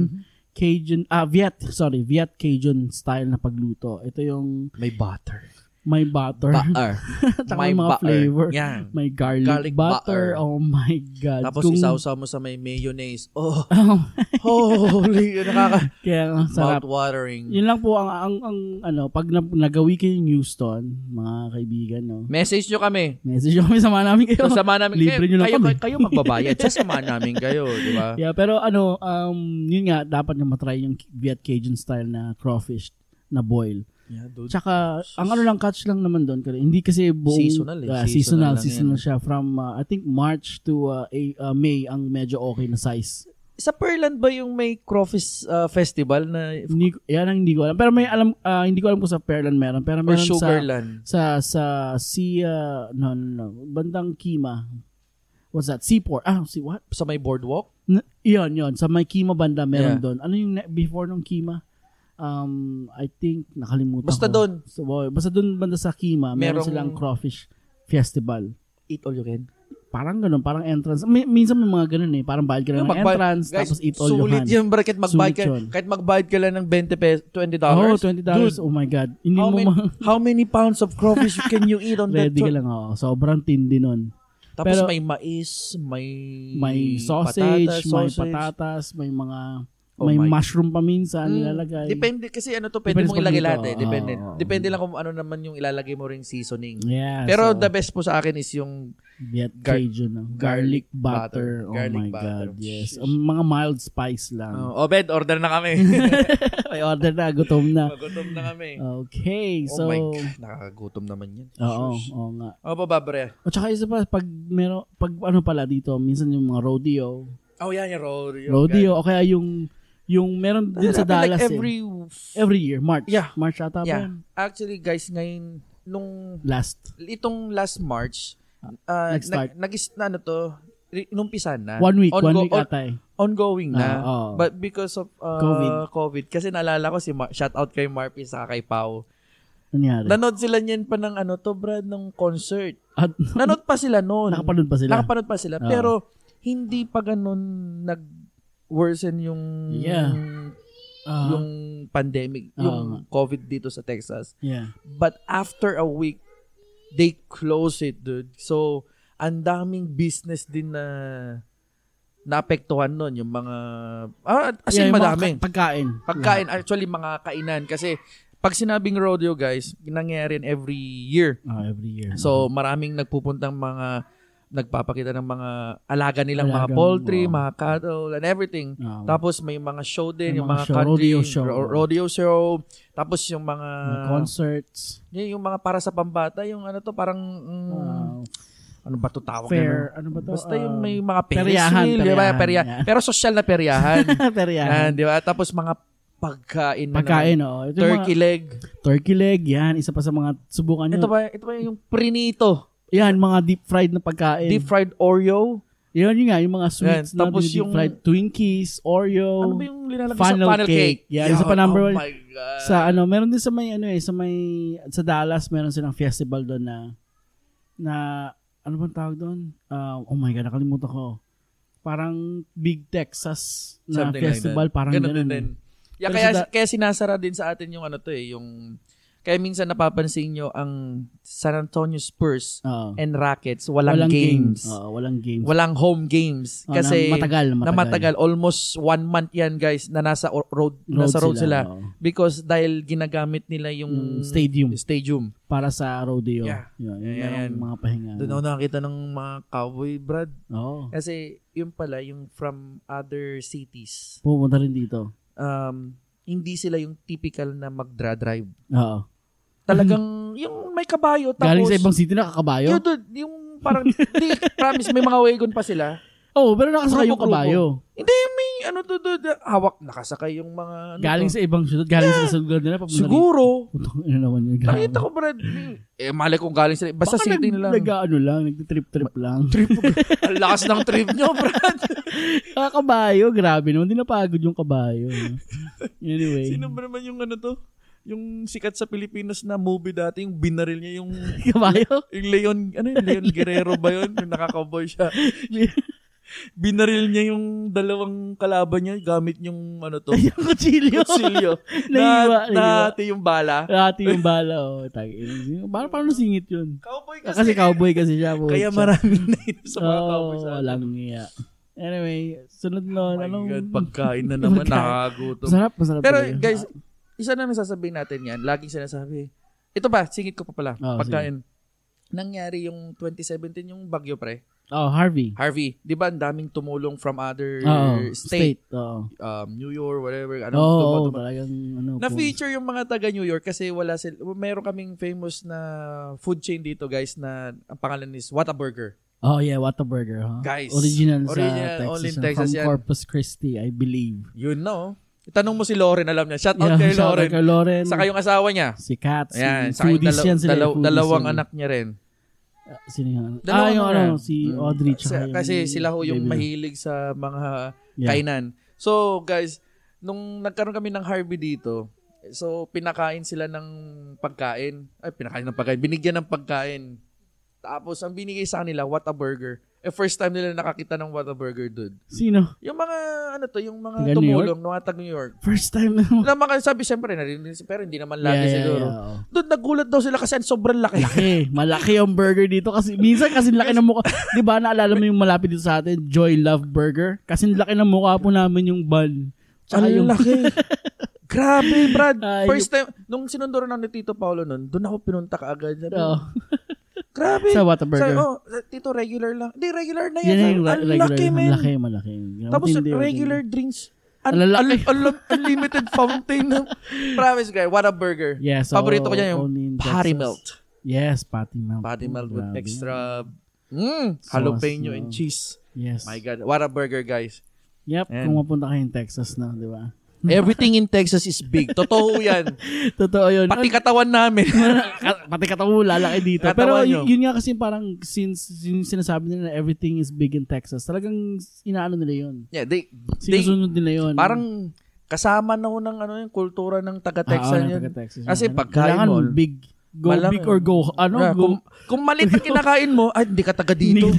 Speaker 1: Cajun, ah, Viet, sorry, Viet Cajun style na pagluto. Ito yung
Speaker 2: may butter.
Speaker 1: may butter,
Speaker 2: Butter.
Speaker 1: Tsaka
Speaker 2: may
Speaker 1: yung mga
Speaker 2: butter.
Speaker 1: flavor.
Speaker 2: Yan.
Speaker 1: may garlic,
Speaker 2: Garlic
Speaker 1: butter.
Speaker 2: butter.
Speaker 1: Oh my God.
Speaker 2: Tapos
Speaker 1: Kung-
Speaker 2: isausaw mo sa may mayonnaise. Oh,
Speaker 1: Oh,
Speaker 2: holy, nakaka
Speaker 1: kaya ang sarap.
Speaker 2: mouth watering.
Speaker 1: Yun lang po ang, ang, ang ano, pag na, nagawi kayo yung Houston, mga kaibigan, no?
Speaker 2: Message nyo kami.
Speaker 1: Message nyo kami, sama namin kayo.
Speaker 2: So, sama namin
Speaker 1: Libre
Speaker 2: kayo,
Speaker 1: nyo lang
Speaker 2: kayo,
Speaker 1: kami.
Speaker 2: kayo, kayo magbabayad. Sa sama namin kayo, di ba?
Speaker 1: Yeah, pero ano, um, yun nga, dapat nyo matry yung Viet Cajun style na crawfish na boil.
Speaker 2: Yeah, dude.
Speaker 1: Tsaka, ang ano lang, catch lang naman doon. kasi Hindi kasi buong...
Speaker 2: Seasonal eh.
Speaker 1: Ah,
Speaker 2: Seasonal
Speaker 1: seasonal, seasonal,
Speaker 2: lang yan.
Speaker 1: siya. From, ah, I think, March to ah, A- ah, May ang medyo okay na size.
Speaker 2: Sa Pearland ba yung may crawfish ah, festival na
Speaker 1: Hindi, yan ang hindi ko alam. Pero may alam, ah, hindi ko alam kung sa Pearland meron. Pero
Speaker 2: or
Speaker 1: meron sa...
Speaker 2: Sugarland?
Speaker 1: sa sa sea uh, no, no no bandang Kima what's that seaport ah si what
Speaker 2: Sa may boardwalk?
Speaker 1: N- yon yon sa may Kima banda meron
Speaker 2: Yeah.
Speaker 1: doon ano yung na- before nung Kima um I think nakalimutan
Speaker 2: Basta
Speaker 1: ko.
Speaker 2: doon.
Speaker 1: so, wow, basta doon banda sa Kima meron
Speaker 2: Merong-
Speaker 1: silang crawfish festival
Speaker 2: Eat all you can.
Speaker 1: parang ganun parang entrance May- minsan may mga ganun eh parang bayad ka lang ng
Speaker 2: Magbayad-
Speaker 1: entrance tapos eat all you
Speaker 2: sulit
Speaker 1: can
Speaker 2: yun, bro. Kahit magbayad ka,
Speaker 1: Sulit yun.
Speaker 2: kahit magbayad ka lang ng 20 pesos, 20
Speaker 1: oh
Speaker 2: dollars.
Speaker 1: 20 dollars oh my god hindi
Speaker 2: ah, how,
Speaker 1: mo
Speaker 2: many,
Speaker 1: ma-
Speaker 2: how many pounds of crawfish can you eat on that?
Speaker 1: ready ka
Speaker 2: tw-
Speaker 1: lang oh sobrang tindi nun
Speaker 2: Tapos
Speaker 1: Pero-
Speaker 2: may mais, may
Speaker 1: may sausage,
Speaker 2: patatas,
Speaker 1: may
Speaker 2: sausage.
Speaker 1: patatas, may mga
Speaker 2: Oh
Speaker 1: may
Speaker 2: my-
Speaker 1: mushroom pa minsan
Speaker 2: Mm,
Speaker 1: nilalagay.
Speaker 2: Depende kasi ano to, pwede
Speaker 1: Depende
Speaker 2: mong
Speaker 1: sa
Speaker 2: ilagay
Speaker 1: pagluluto.
Speaker 2: lahat eh. Depende.
Speaker 1: Oo.
Speaker 2: Depende lang kung ano naman yung ilalagay mo ring seasoning.
Speaker 1: Yeah,
Speaker 2: Pero
Speaker 1: so,
Speaker 2: the best po sa akin is yung
Speaker 1: Viet
Speaker 2: gar-
Speaker 1: Cajun, no? garlic
Speaker 2: garlic
Speaker 1: butter.
Speaker 2: butter.
Speaker 1: Oh
Speaker 2: Garlic
Speaker 1: my
Speaker 2: butter.
Speaker 1: God, yes.
Speaker 2: Sheesh.
Speaker 1: Ang mga mild spice lang.
Speaker 2: oh, Obed, order na kami.
Speaker 1: May order na, gutom na.
Speaker 2: Magutom na kami.
Speaker 1: Okay,
Speaker 2: oh
Speaker 1: so...
Speaker 2: my God, nakakagutom naman yan.
Speaker 1: Oo,
Speaker 2: Shush.
Speaker 1: oo nga.
Speaker 2: Ano pa ba, Bre?
Speaker 1: At saka isa pa, pag, mero, pag ano pala dito, minsan yung mga rodeo.
Speaker 2: Oh, yan yung rodeo.
Speaker 1: rodeo, o kaya yung, yung meron din sa
Speaker 2: Happen
Speaker 1: Dallas
Speaker 2: like
Speaker 1: every,
Speaker 2: every
Speaker 1: eh. Every year, March.
Speaker 2: Yeah.
Speaker 1: March ata
Speaker 2: yeah.
Speaker 1: pa. yun.
Speaker 2: Actually guys, ngayon nung
Speaker 1: Last.
Speaker 2: itong last March, uh,
Speaker 1: Next
Speaker 2: nag, nagis na ano to, re- inumpisan na.
Speaker 1: Ah, One week, one
Speaker 2: Ongo-
Speaker 1: week
Speaker 2: on-
Speaker 1: ata eh.
Speaker 2: ongoing na.
Speaker 1: Ah, oo.
Speaker 2: But because of uh, COVID.
Speaker 1: COVID.
Speaker 2: kasi naalala ko si Mar- shout out kay Marpy sa kay Pau.
Speaker 1: Nangyari.
Speaker 2: Nanood sila niyan pa ng ano to, Brad, ng concert.
Speaker 1: At
Speaker 2: Nanood pa sila noon.
Speaker 1: nakapanood pa sila.
Speaker 2: Nakapanood pa sila.
Speaker 1: Oo.
Speaker 2: Pero hindi pa ganun nag worsen yung
Speaker 1: Yeah. Ah,
Speaker 2: yung pandemic,
Speaker 1: Oo nga.
Speaker 2: yung COVID dito sa Texas.
Speaker 1: yeah.
Speaker 2: But after a week, they close it, dude. So, ang daming business din na naapektuhan nun. Yung mga, ah, as
Speaker 1: Yeah,
Speaker 2: in,
Speaker 1: yung mga
Speaker 2: madami.
Speaker 1: ka- pagkain.
Speaker 2: Pagkain, actually, mga kainan. Kasi, pag sinabing rodeo, guys, nangyayari yan every year.
Speaker 1: Yeah. Ah, every year.
Speaker 2: So, maraming nagpupuntang mga, nagpapakita ng mga alaga nilang mga
Speaker 1: Alagang,
Speaker 2: poultry,
Speaker 1: wow.
Speaker 2: mga cattle, and everything.
Speaker 1: Ah,
Speaker 2: Tapos may mga show din,
Speaker 1: May
Speaker 2: yung mga,
Speaker 1: mga show,
Speaker 2: country,
Speaker 1: rodeo
Speaker 2: rodeo
Speaker 1: show.
Speaker 2: show. rodeo show. Tapos yung mga
Speaker 1: may concerts,
Speaker 2: yun, yung mga para sa pambata, yung ano to, parang, mm,
Speaker 1: ah,
Speaker 2: ano ba to tawag
Speaker 1: fair,
Speaker 2: na?
Speaker 1: ano ba to?
Speaker 2: Basta yung
Speaker 1: Ah,
Speaker 2: may mga
Speaker 1: peryahan,
Speaker 2: peryahan, di ba?
Speaker 1: peryahan,
Speaker 2: Perya,
Speaker 1: yeah.
Speaker 2: Pero social na peryahan.
Speaker 1: peryahan.
Speaker 2: Yan, di ba? Tapos mga pagkain. na
Speaker 1: Pagkain, oo.
Speaker 2: naman.
Speaker 1: Ito yung
Speaker 2: Turkey leg.
Speaker 1: Mga, turkey leg, yan. Isa pa sa mga subukan nyo.
Speaker 2: Ito ba, ito ba yung prinito?
Speaker 1: Yan, mga deep fried na pagkain.
Speaker 2: Deep fried Oreo?
Speaker 1: yan yun nga, yung mga sweets
Speaker 2: Yan,
Speaker 1: na
Speaker 2: tapos
Speaker 1: deep
Speaker 2: yung-
Speaker 1: fried Twinkies, Oreo.
Speaker 2: Ano ba yung
Speaker 1: Oh.
Speaker 2: linalagay
Speaker 1: funnel
Speaker 2: sa funnel cake?
Speaker 1: cake. Yan, isa pa number
Speaker 2: oh
Speaker 1: one.
Speaker 2: my God.
Speaker 1: sa ano, meron din sa may ano eh, sa may sa Dallas meron silang festival doon na na ano bang tawag doon? Ah, oh my god, nakalimutan ko. Parang Big Texas na
Speaker 2: Something like
Speaker 1: festival,
Speaker 2: that.
Speaker 1: parang
Speaker 2: Ganun
Speaker 1: ganun. eh.
Speaker 2: din. Yeah,
Speaker 1: Pero
Speaker 2: kaya,
Speaker 1: sa da-
Speaker 2: kaya sinasara din sa atin yung ano to eh, yung kaya minsan napapansin nyo ang San Antonio Spurs
Speaker 1: Oo.
Speaker 2: and Rockets, walang, games.
Speaker 1: Oo, walang games.
Speaker 2: Walang home games.
Speaker 1: Oo,
Speaker 2: kasi
Speaker 1: na matagal, matagal.
Speaker 2: na matagal. Almost one month yan guys na nasa o- road, nasa road sila.
Speaker 1: oo.
Speaker 2: Because dahil ginagamit nila
Speaker 1: Yung
Speaker 2: yung
Speaker 1: stadium.
Speaker 2: stadium.
Speaker 1: para sa rodeo.
Speaker 2: Yeah.
Speaker 1: Yun,
Speaker 2: Yeah,
Speaker 1: yung
Speaker 2: yeah,
Speaker 1: merong
Speaker 2: yeah.
Speaker 1: mga pahinga.
Speaker 2: Doon ako nakakita ng mga cowboy, Brad.
Speaker 1: Oo.
Speaker 2: Kasi yun pala, yung from other cities.
Speaker 1: Pumunta rin dito.
Speaker 2: Um, hindi sila yung typical na magdra-drive.
Speaker 1: Oo.
Speaker 2: Talagang yung may kabayo tapos
Speaker 1: Galing sa ibang city na
Speaker 2: Yun,
Speaker 1: kakabayo.
Speaker 2: dude, yung parang di, promise may mga wagon pa sila.
Speaker 1: Oo, oh, pero nakasakay yung
Speaker 2: Grupo-grupo.
Speaker 1: kabayo.
Speaker 2: Hindi may ano to, to, to, hawak, nakasakay yung mga, ano
Speaker 1: Galing
Speaker 2: to.
Speaker 1: sa ibang syudad, galing sa lugar nila. papunta rito.
Speaker 2: Siguro,
Speaker 1: Putang ina naman yun. grabe.
Speaker 2: nakita ko Brad, eh, malay kung galing sila, basta
Speaker 1: Baka
Speaker 2: city
Speaker 1: nag-
Speaker 2: nila.
Speaker 1: Nag-ano lang, nagtitrip-trip lang.
Speaker 2: Trip, ang lakas ng trip nyo, Brad.
Speaker 1: Ah, kabayo, grabe naman. Hindi napagod yung kabayo. no? anyway.
Speaker 2: Sino ba naman yung ano to? Yung sikat sa Pilipinas na movie dati, yung binaril niya yung,
Speaker 1: kabayo?
Speaker 2: yung Leon, ano yun, Leon Guerrero ba yun? Yung nakakaboy siya. Binaril niya yung dalawang kalaban niya gamit yung ano to,
Speaker 1: yung kutsilyo.
Speaker 2: kutsilyo.
Speaker 1: Naiwa,
Speaker 2: na, nati yung bala.
Speaker 1: Dati yung bala, oh. Tag, para paano singit yun?
Speaker 2: Cowboy
Speaker 1: Ah, Kasi
Speaker 2: kasi.
Speaker 1: cowboy kasi siya. po.
Speaker 2: Kaya maraming nainom sa mga
Speaker 1: Oo,
Speaker 2: cowboy sa atin.
Speaker 1: walang niya. Anyway, sunod
Speaker 2: Oh
Speaker 1: nun.
Speaker 2: my
Speaker 1: anong...
Speaker 2: God, pagkain na naman,
Speaker 1: Pagkain.
Speaker 2: nakakagutom.
Speaker 1: Masarap, masarap.
Speaker 2: Pero
Speaker 1: talaga.
Speaker 2: guys, isa na nasasabihin natin yan. Laging sinasabi. Ito pa, singit ko pa pala.
Speaker 1: Oh,
Speaker 2: pagkain. Nangyari yung 2017 yung bagyo pre.
Speaker 1: oh, Harvey.
Speaker 2: Harvey, di ba ang daming tumulong from other
Speaker 1: Oh,
Speaker 2: state.
Speaker 1: state. Oh, Oo.
Speaker 2: Um, New York, whatever. Ano,
Speaker 1: Oo,
Speaker 2: tumo-
Speaker 1: oo,
Speaker 2: tumo-
Speaker 1: talagang ano. po.
Speaker 2: Na-feature yung mga taga New York kasi wala sila. Meron kaming famous na food chain dito guys na ang pangalan is Whataburger.
Speaker 1: Oh yeah, Whataburger, huh?
Speaker 2: Guys,
Speaker 1: Original,
Speaker 2: original,
Speaker 1: sa Texas.
Speaker 2: only in
Speaker 1: ah,
Speaker 2: Texas
Speaker 1: from
Speaker 2: yan.
Speaker 1: Corpus Christi, I believe.
Speaker 2: You know. Itanong mo si Lauren, alam niya. Shout out kay
Speaker 1: shout out
Speaker 2: Lauren.
Speaker 1: kay Loren.
Speaker 2: Saka yung asawa niya.
Speaker 1: Si Kat, si
Speaker 2: Ayan, saka yung
Speaker 1: foodies
Speaker 2: dalaw-
Speaker 1: yan sila.
Speaker 2: dalaw-
Speaker 1: foodies
Speaker 2: dalawang
Speaker 1: yan.
Speaker 2: anak niya rin.
Speaker 1: Ah, Sino yun?
Speaker 2: Dalawa
Speaker 1: ah, yung
Speaker 2: na.
Speaker 1: ano, si
Speaker 2: Mm.
Speaker 1: Audrey.
Speaker 2: Sa-
Speaker 1: Tsaka yung
Speaker 2: kasi sila ho yung
Speaker 1: baby.
Speaker 2: mahilig sa mga
Speaker 1: Yeah.
Speaker 2: kainan. So, guys, nung nagkaroon kami ng Harvey dito, so pinakain sila ng pagkain. Ay, pinakain ng pagkain. Binigyan ng pagkain. Tapos, ang binigay sa kanila, what a burger. Eh, first time nila nakakita ng what a burger, dude.
Speaker 1: Sino?
Speaker 2: Yung mga, ano to, yung mga
Speaker 1: Taga New
Speaker 2: tumulong, no, taga New York.
Speaker 1: First time na.
Speaker 2: Wala mga sabi, syempre, narinig, pero hindi naman lagi siguro.
Speaker 1: yeah, oo.
Speaker 2: Doon, nagulat daw sila kasi ang sobrang laki.
Speaker 1: Laki. Malaki yung burger dito. Kasi minsan kasi laki ng mukha. Di ba naalala mo yung malapit dito sa atin? Joy Love Burger. Kasi laki ng mukha po namin yung bun. Tsaka
Speaker 2: Ang
Speaker 1: yung...
Speaker 2: laki. Grabe, Brad.
Speaker 1: Ay,
Speaker 2: First time, nung sinundo na ni Tito Paolo nun, doon ako pinunta ka agad. Sabi,
Speaker 1: Oo.
Speaker 2: Grabe.
Speaker 1: Ah. Sa Whataburger.
Speaker 2: Sabi, oh, Tito, regular lang. Di, regular na yan.
Speaker 1: Yan yung
Speaker 2: ang
Speaker 1: regular.
Speaker 2: laki,
Speaker 1: Ang
Speaker 2: man.
Speaker 1: Malaki, malaki.
Speaker 2: Tapos,
Speaker 1: Matindi, matindi.
Speaker 2: regular drinks. Un-
Speaker 1: Ang lalaki.
Speaker 2: un- un- unlimited fountain. ng- Promise, guys. What a burger.
Speaker 1: Yeah, so,
Speaker 2: Paborito ko dyan yung
Speaker 1: oh, only in
Speaker 2: patty
Speaker 1: Texas.
Speaker 2: melt.
Speaker 1: Yes, patty melt.
Speaker 2: Patty
Speaker 1: Oh,
Speaker 2: melt with
Speaker 1: grabe.
Speaker 2: extra mm,
Speaker 1: Sauce,
Speaker 2: jalapeno
Speaker 1: no?
Speaker 2: and cheese.
Speaker 1: Yes.
Speaker 2: My God. What a burger, guys.
Speaker 1: Yep,
Speaker 2: Ayan.
Speaker 1: kung mapunta kayo in Texas na, di ba?
Speaker 2: Everything in Texas is big. Totoo yan.
Speaker 1: Totoo yun.
Speaker 2: Pati katawan namin.
Speaker 1: Ka- pati katawo lalaki dito. Pero
Speaker 2: Katawan nyo.
Speaker 1: y- yun nga kasi parang since yung sinasabi nila na everything is big in Texas, talagang inaano nila yun.
Speaker 2: Yeah, they, they
Speaker 1: Sinusunod nila yun.
Speaker 2: parang kasama na ho ng ano yung kultura ng taga-Texas
Speaker 1: Ah, oo,
Speaker 2: yun.
Speaker 1: taga-Texas
Speaker 2: Kasi
Speaker 1: yun.
Speaker 2: pagkain
Speaker 1: Kailangan
Speaker 2: mo,
Speaker 1: big. Go
Speaker 2: malang-
Speaker 1: big or go, ano,
Speaker 2: Yeah,
Speaker 1: go.
Speaker 2: kung, kung malit ang kinakain mo, ay, hindi ka taga dito.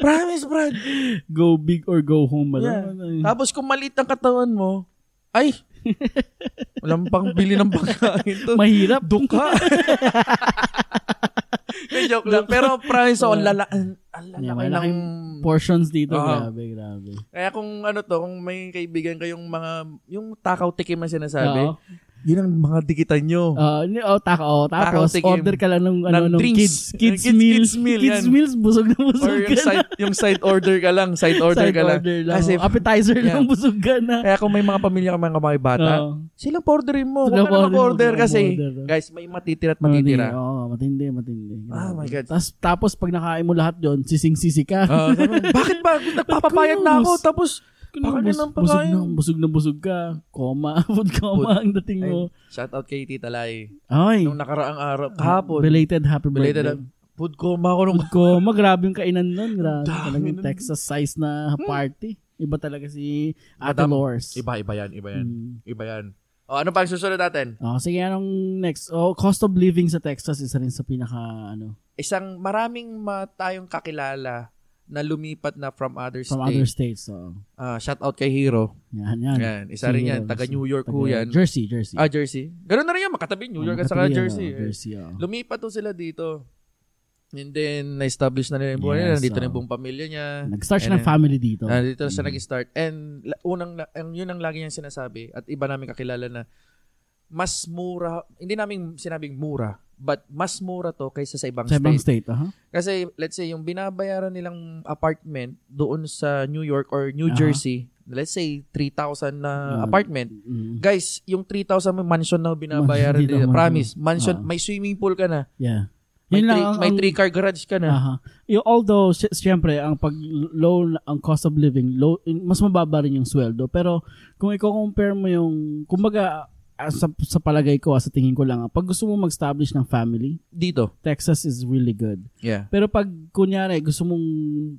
Speaker 2: Promise, Brad.
Speaker 1: go big or go home. Malang,
Speaker 2: Yeah.
Speaker 1: ano,
Speaker 2: Tapos kung malit ang katawan mo, ay, walang pang bili ng pagkain to.
Speaker 1: Mahirap.
Speaker 2: Duka. May joke lang. Pero promise, oh, ang lala, ang ang
Speaker 1: Yeah,
Speaker 2: lalaki ng...
Speaker 1: malaking portions dito.
Speaker 2: Oo.
Speaker 1: Grabe, grabe.
Speaker 2: Kaya kung ano to, kung may kaibigan kayong mga, yung takaw tikim na sinasabi,
Speaker 1: Oo.
Speaker 2: yun ang mga dikitan nyo.
Speaker 1: Ah, ni- oh, taka, oh, tapos
Speaker 2: sige.
Speaker 1: order ka lang ng, ano,
Speaker 2: Ng
Speaker 1: ng
Speaker 2: drinks.
Speaker 1: kids, kids,
Speaker 2: Kids-
Speaker 1: meal.
Speaker 2: kids meal,
Speaker 1: Kids
Speaker 2: yan.
Speaker 1: meals, busog na busog
Speaker 2: Or yung
Speaker 1: ka na.
Speaker 2: side, yung side order ka lang. Side order
Speaker 1: Side
Speaker 2: ka lang.
Speaker 1: order lang.
Speaker 2: Kasi,
Speaker 1: oh. appetizer
Speaker 2: Yeah.
Speaker 1: lang, busog ka na.
Speaker 2: kaya kung may mga pamilya ka mga kamay bata,
Speaker 1: Oo.
Speaker 2: silang orderin mo. Huwag
Speaker 1: Oh. Silang
Speaker 2: ka na
Speaker 1: orderin mo, Oh,
Speaker 2: order
Speaker 1: silang
Speaker 2: kasi,
Speaker 1: order, no?
Speaker 2: guys, may matitira at matitira.
Speaker 1: Oo, matindi, matindi.
Speaker 2: Ah, my God. Ah.
Speaker 1: Tapos, tapos pag nakain mo lahat yon sising-sisi ka.
Speaker 2: Oo, sabi mo, Oh, bakit ba? Nagpapapayat na ako.
Speaker 1: Kus.
Speaker 2: Tapos,
Speaker 1: Kung bus-
Speaker 2: Baka ganun ang
Speaker 1: busog
Speaker 2: pagkain.
Speaker 1: na, busog na busog ka. Coma, food coma ang dating
Speaker 2: ay,
Speaker 1: mo.
Speaker 2: shout out kay Tita Lai.
Speaker 1: Ay,
Speaker 2: Nung nakaraang araw, kahapon,
Speaker 1: belated happy
Speaker 2: belated
Speaker 1: birthday.
Speaker 2: na, food coma ako nung
Speaker 1: Food coma, grabe yung kainan nun. Grabe,
Speaker 2: Dami
Speaker 1: talagang
Speaker 2: nun. Hmm.
Speaker 1: Texas size na party. Iba talaga si Ate
Speaker 2: Madam,
Speaker 1: Lors.
Speaker 2: Iba, iba yan, iba yan.
Speaker 1: Mm.
Speaker 2: Iba yan. O, ano pa ang susunod natin?
Speaker 1: Oh, sige, anong next? Oh, cost of living sa Texas isa rin sa pinaka, ano,
Speaker 2: Isang maraming ma- tayong kakilala na lumipat na from other
Speaker 1: from
Speaker 2: state.
Speaker 1: other states. So,
Speaker 2: Ah, shout out kay Hero.
Speaker 1: yan, yan.
Speaker 2: Yan, isa rin
Speaker 1: Sige,
Speaker 2: yan. Taga
Speaker 1: Jersey.
Speaker 2: New York ho
Speaker 1: Taga-
Speaker 2: yan.
Speaker 1: Jersey, Jersey.
Speaker 2: Ah, Jersey. Ganun na rin yan, makatabi. New York at
Speaker 1: Nakatabi
Speaker 2: saka
Speaker 1: yan,
Speaker 2: Jersey.
Speaker 1: oh,
Speaker 2: eh.
Speaker 1: Jersey, oh.
Speaker 2: Lumipat to sila dito. And then, na-establish na nila yung buhay
Speaker 1: Yes,
Speaker 2: nila. Nandito
Speaker 1: oh.
Speaker 2: na yung buong pamilya niya.
Speaker 1: Nag-start siya
Speaker 2: And
Speaker 1: ng
Speaker 2: then,
Speaker 1: family dito.
Speaker 2: Nandito na siya
Speaker 1: Mm.
Speaker 2: nag-start. And la- unang, la- ang yun ang lagi niyang sinasabi at iba namin kakilala na mas mura, hindi namin sinabing mura, but mas mura to kaysa sa ibang
Speaker 1: Sa ibang state,
Speaker 2: state.
Speaker 1: uh-huh. aha.
Speaker 2: Kasi let's say yung binabayaran nilang apartment doon sa New York or New
Speaker 1: Aha.
Speaker 2: Jersey, let's say 3,000 na
Speaker 1: Ah.
Speaker 2: apartment,
Speaker 1: Mm.
Speaker 2: Guys, yung 3,000 may mansion na binabayaran
Speaker 1: Hindi
Speaker 2: nila.
Speaker 1: naman.
Speaker 2: Promise, mansion,
Speaker 1: Ah.
Speaker 2: may swimming pool ka na.
Speaker 1: Yeah. Yun
Speaker 2: May,
Speaker 1: lang
Speaker 2: three,
Speaker 1: ang- Ah.
Speaker 2: may
Speaker 1: ang-
Speaker 2: three car garage ka na.
Speaker 1: Aha. Yung although sy- syempre ang pag low na- ang cost of living, low mas mababa rin yung sweldo pero kung i-compare mo yung kumbaga ah, sa, sa palagay ko ah, sa tingin ko lang ah, pag gusto mo mag-establish ng family,
Speaker 2: Dito.
Speaker 1: Texas is really good.
Speaker 2: Yeah.
Speaker 1: Pero pag kunyari gusto mong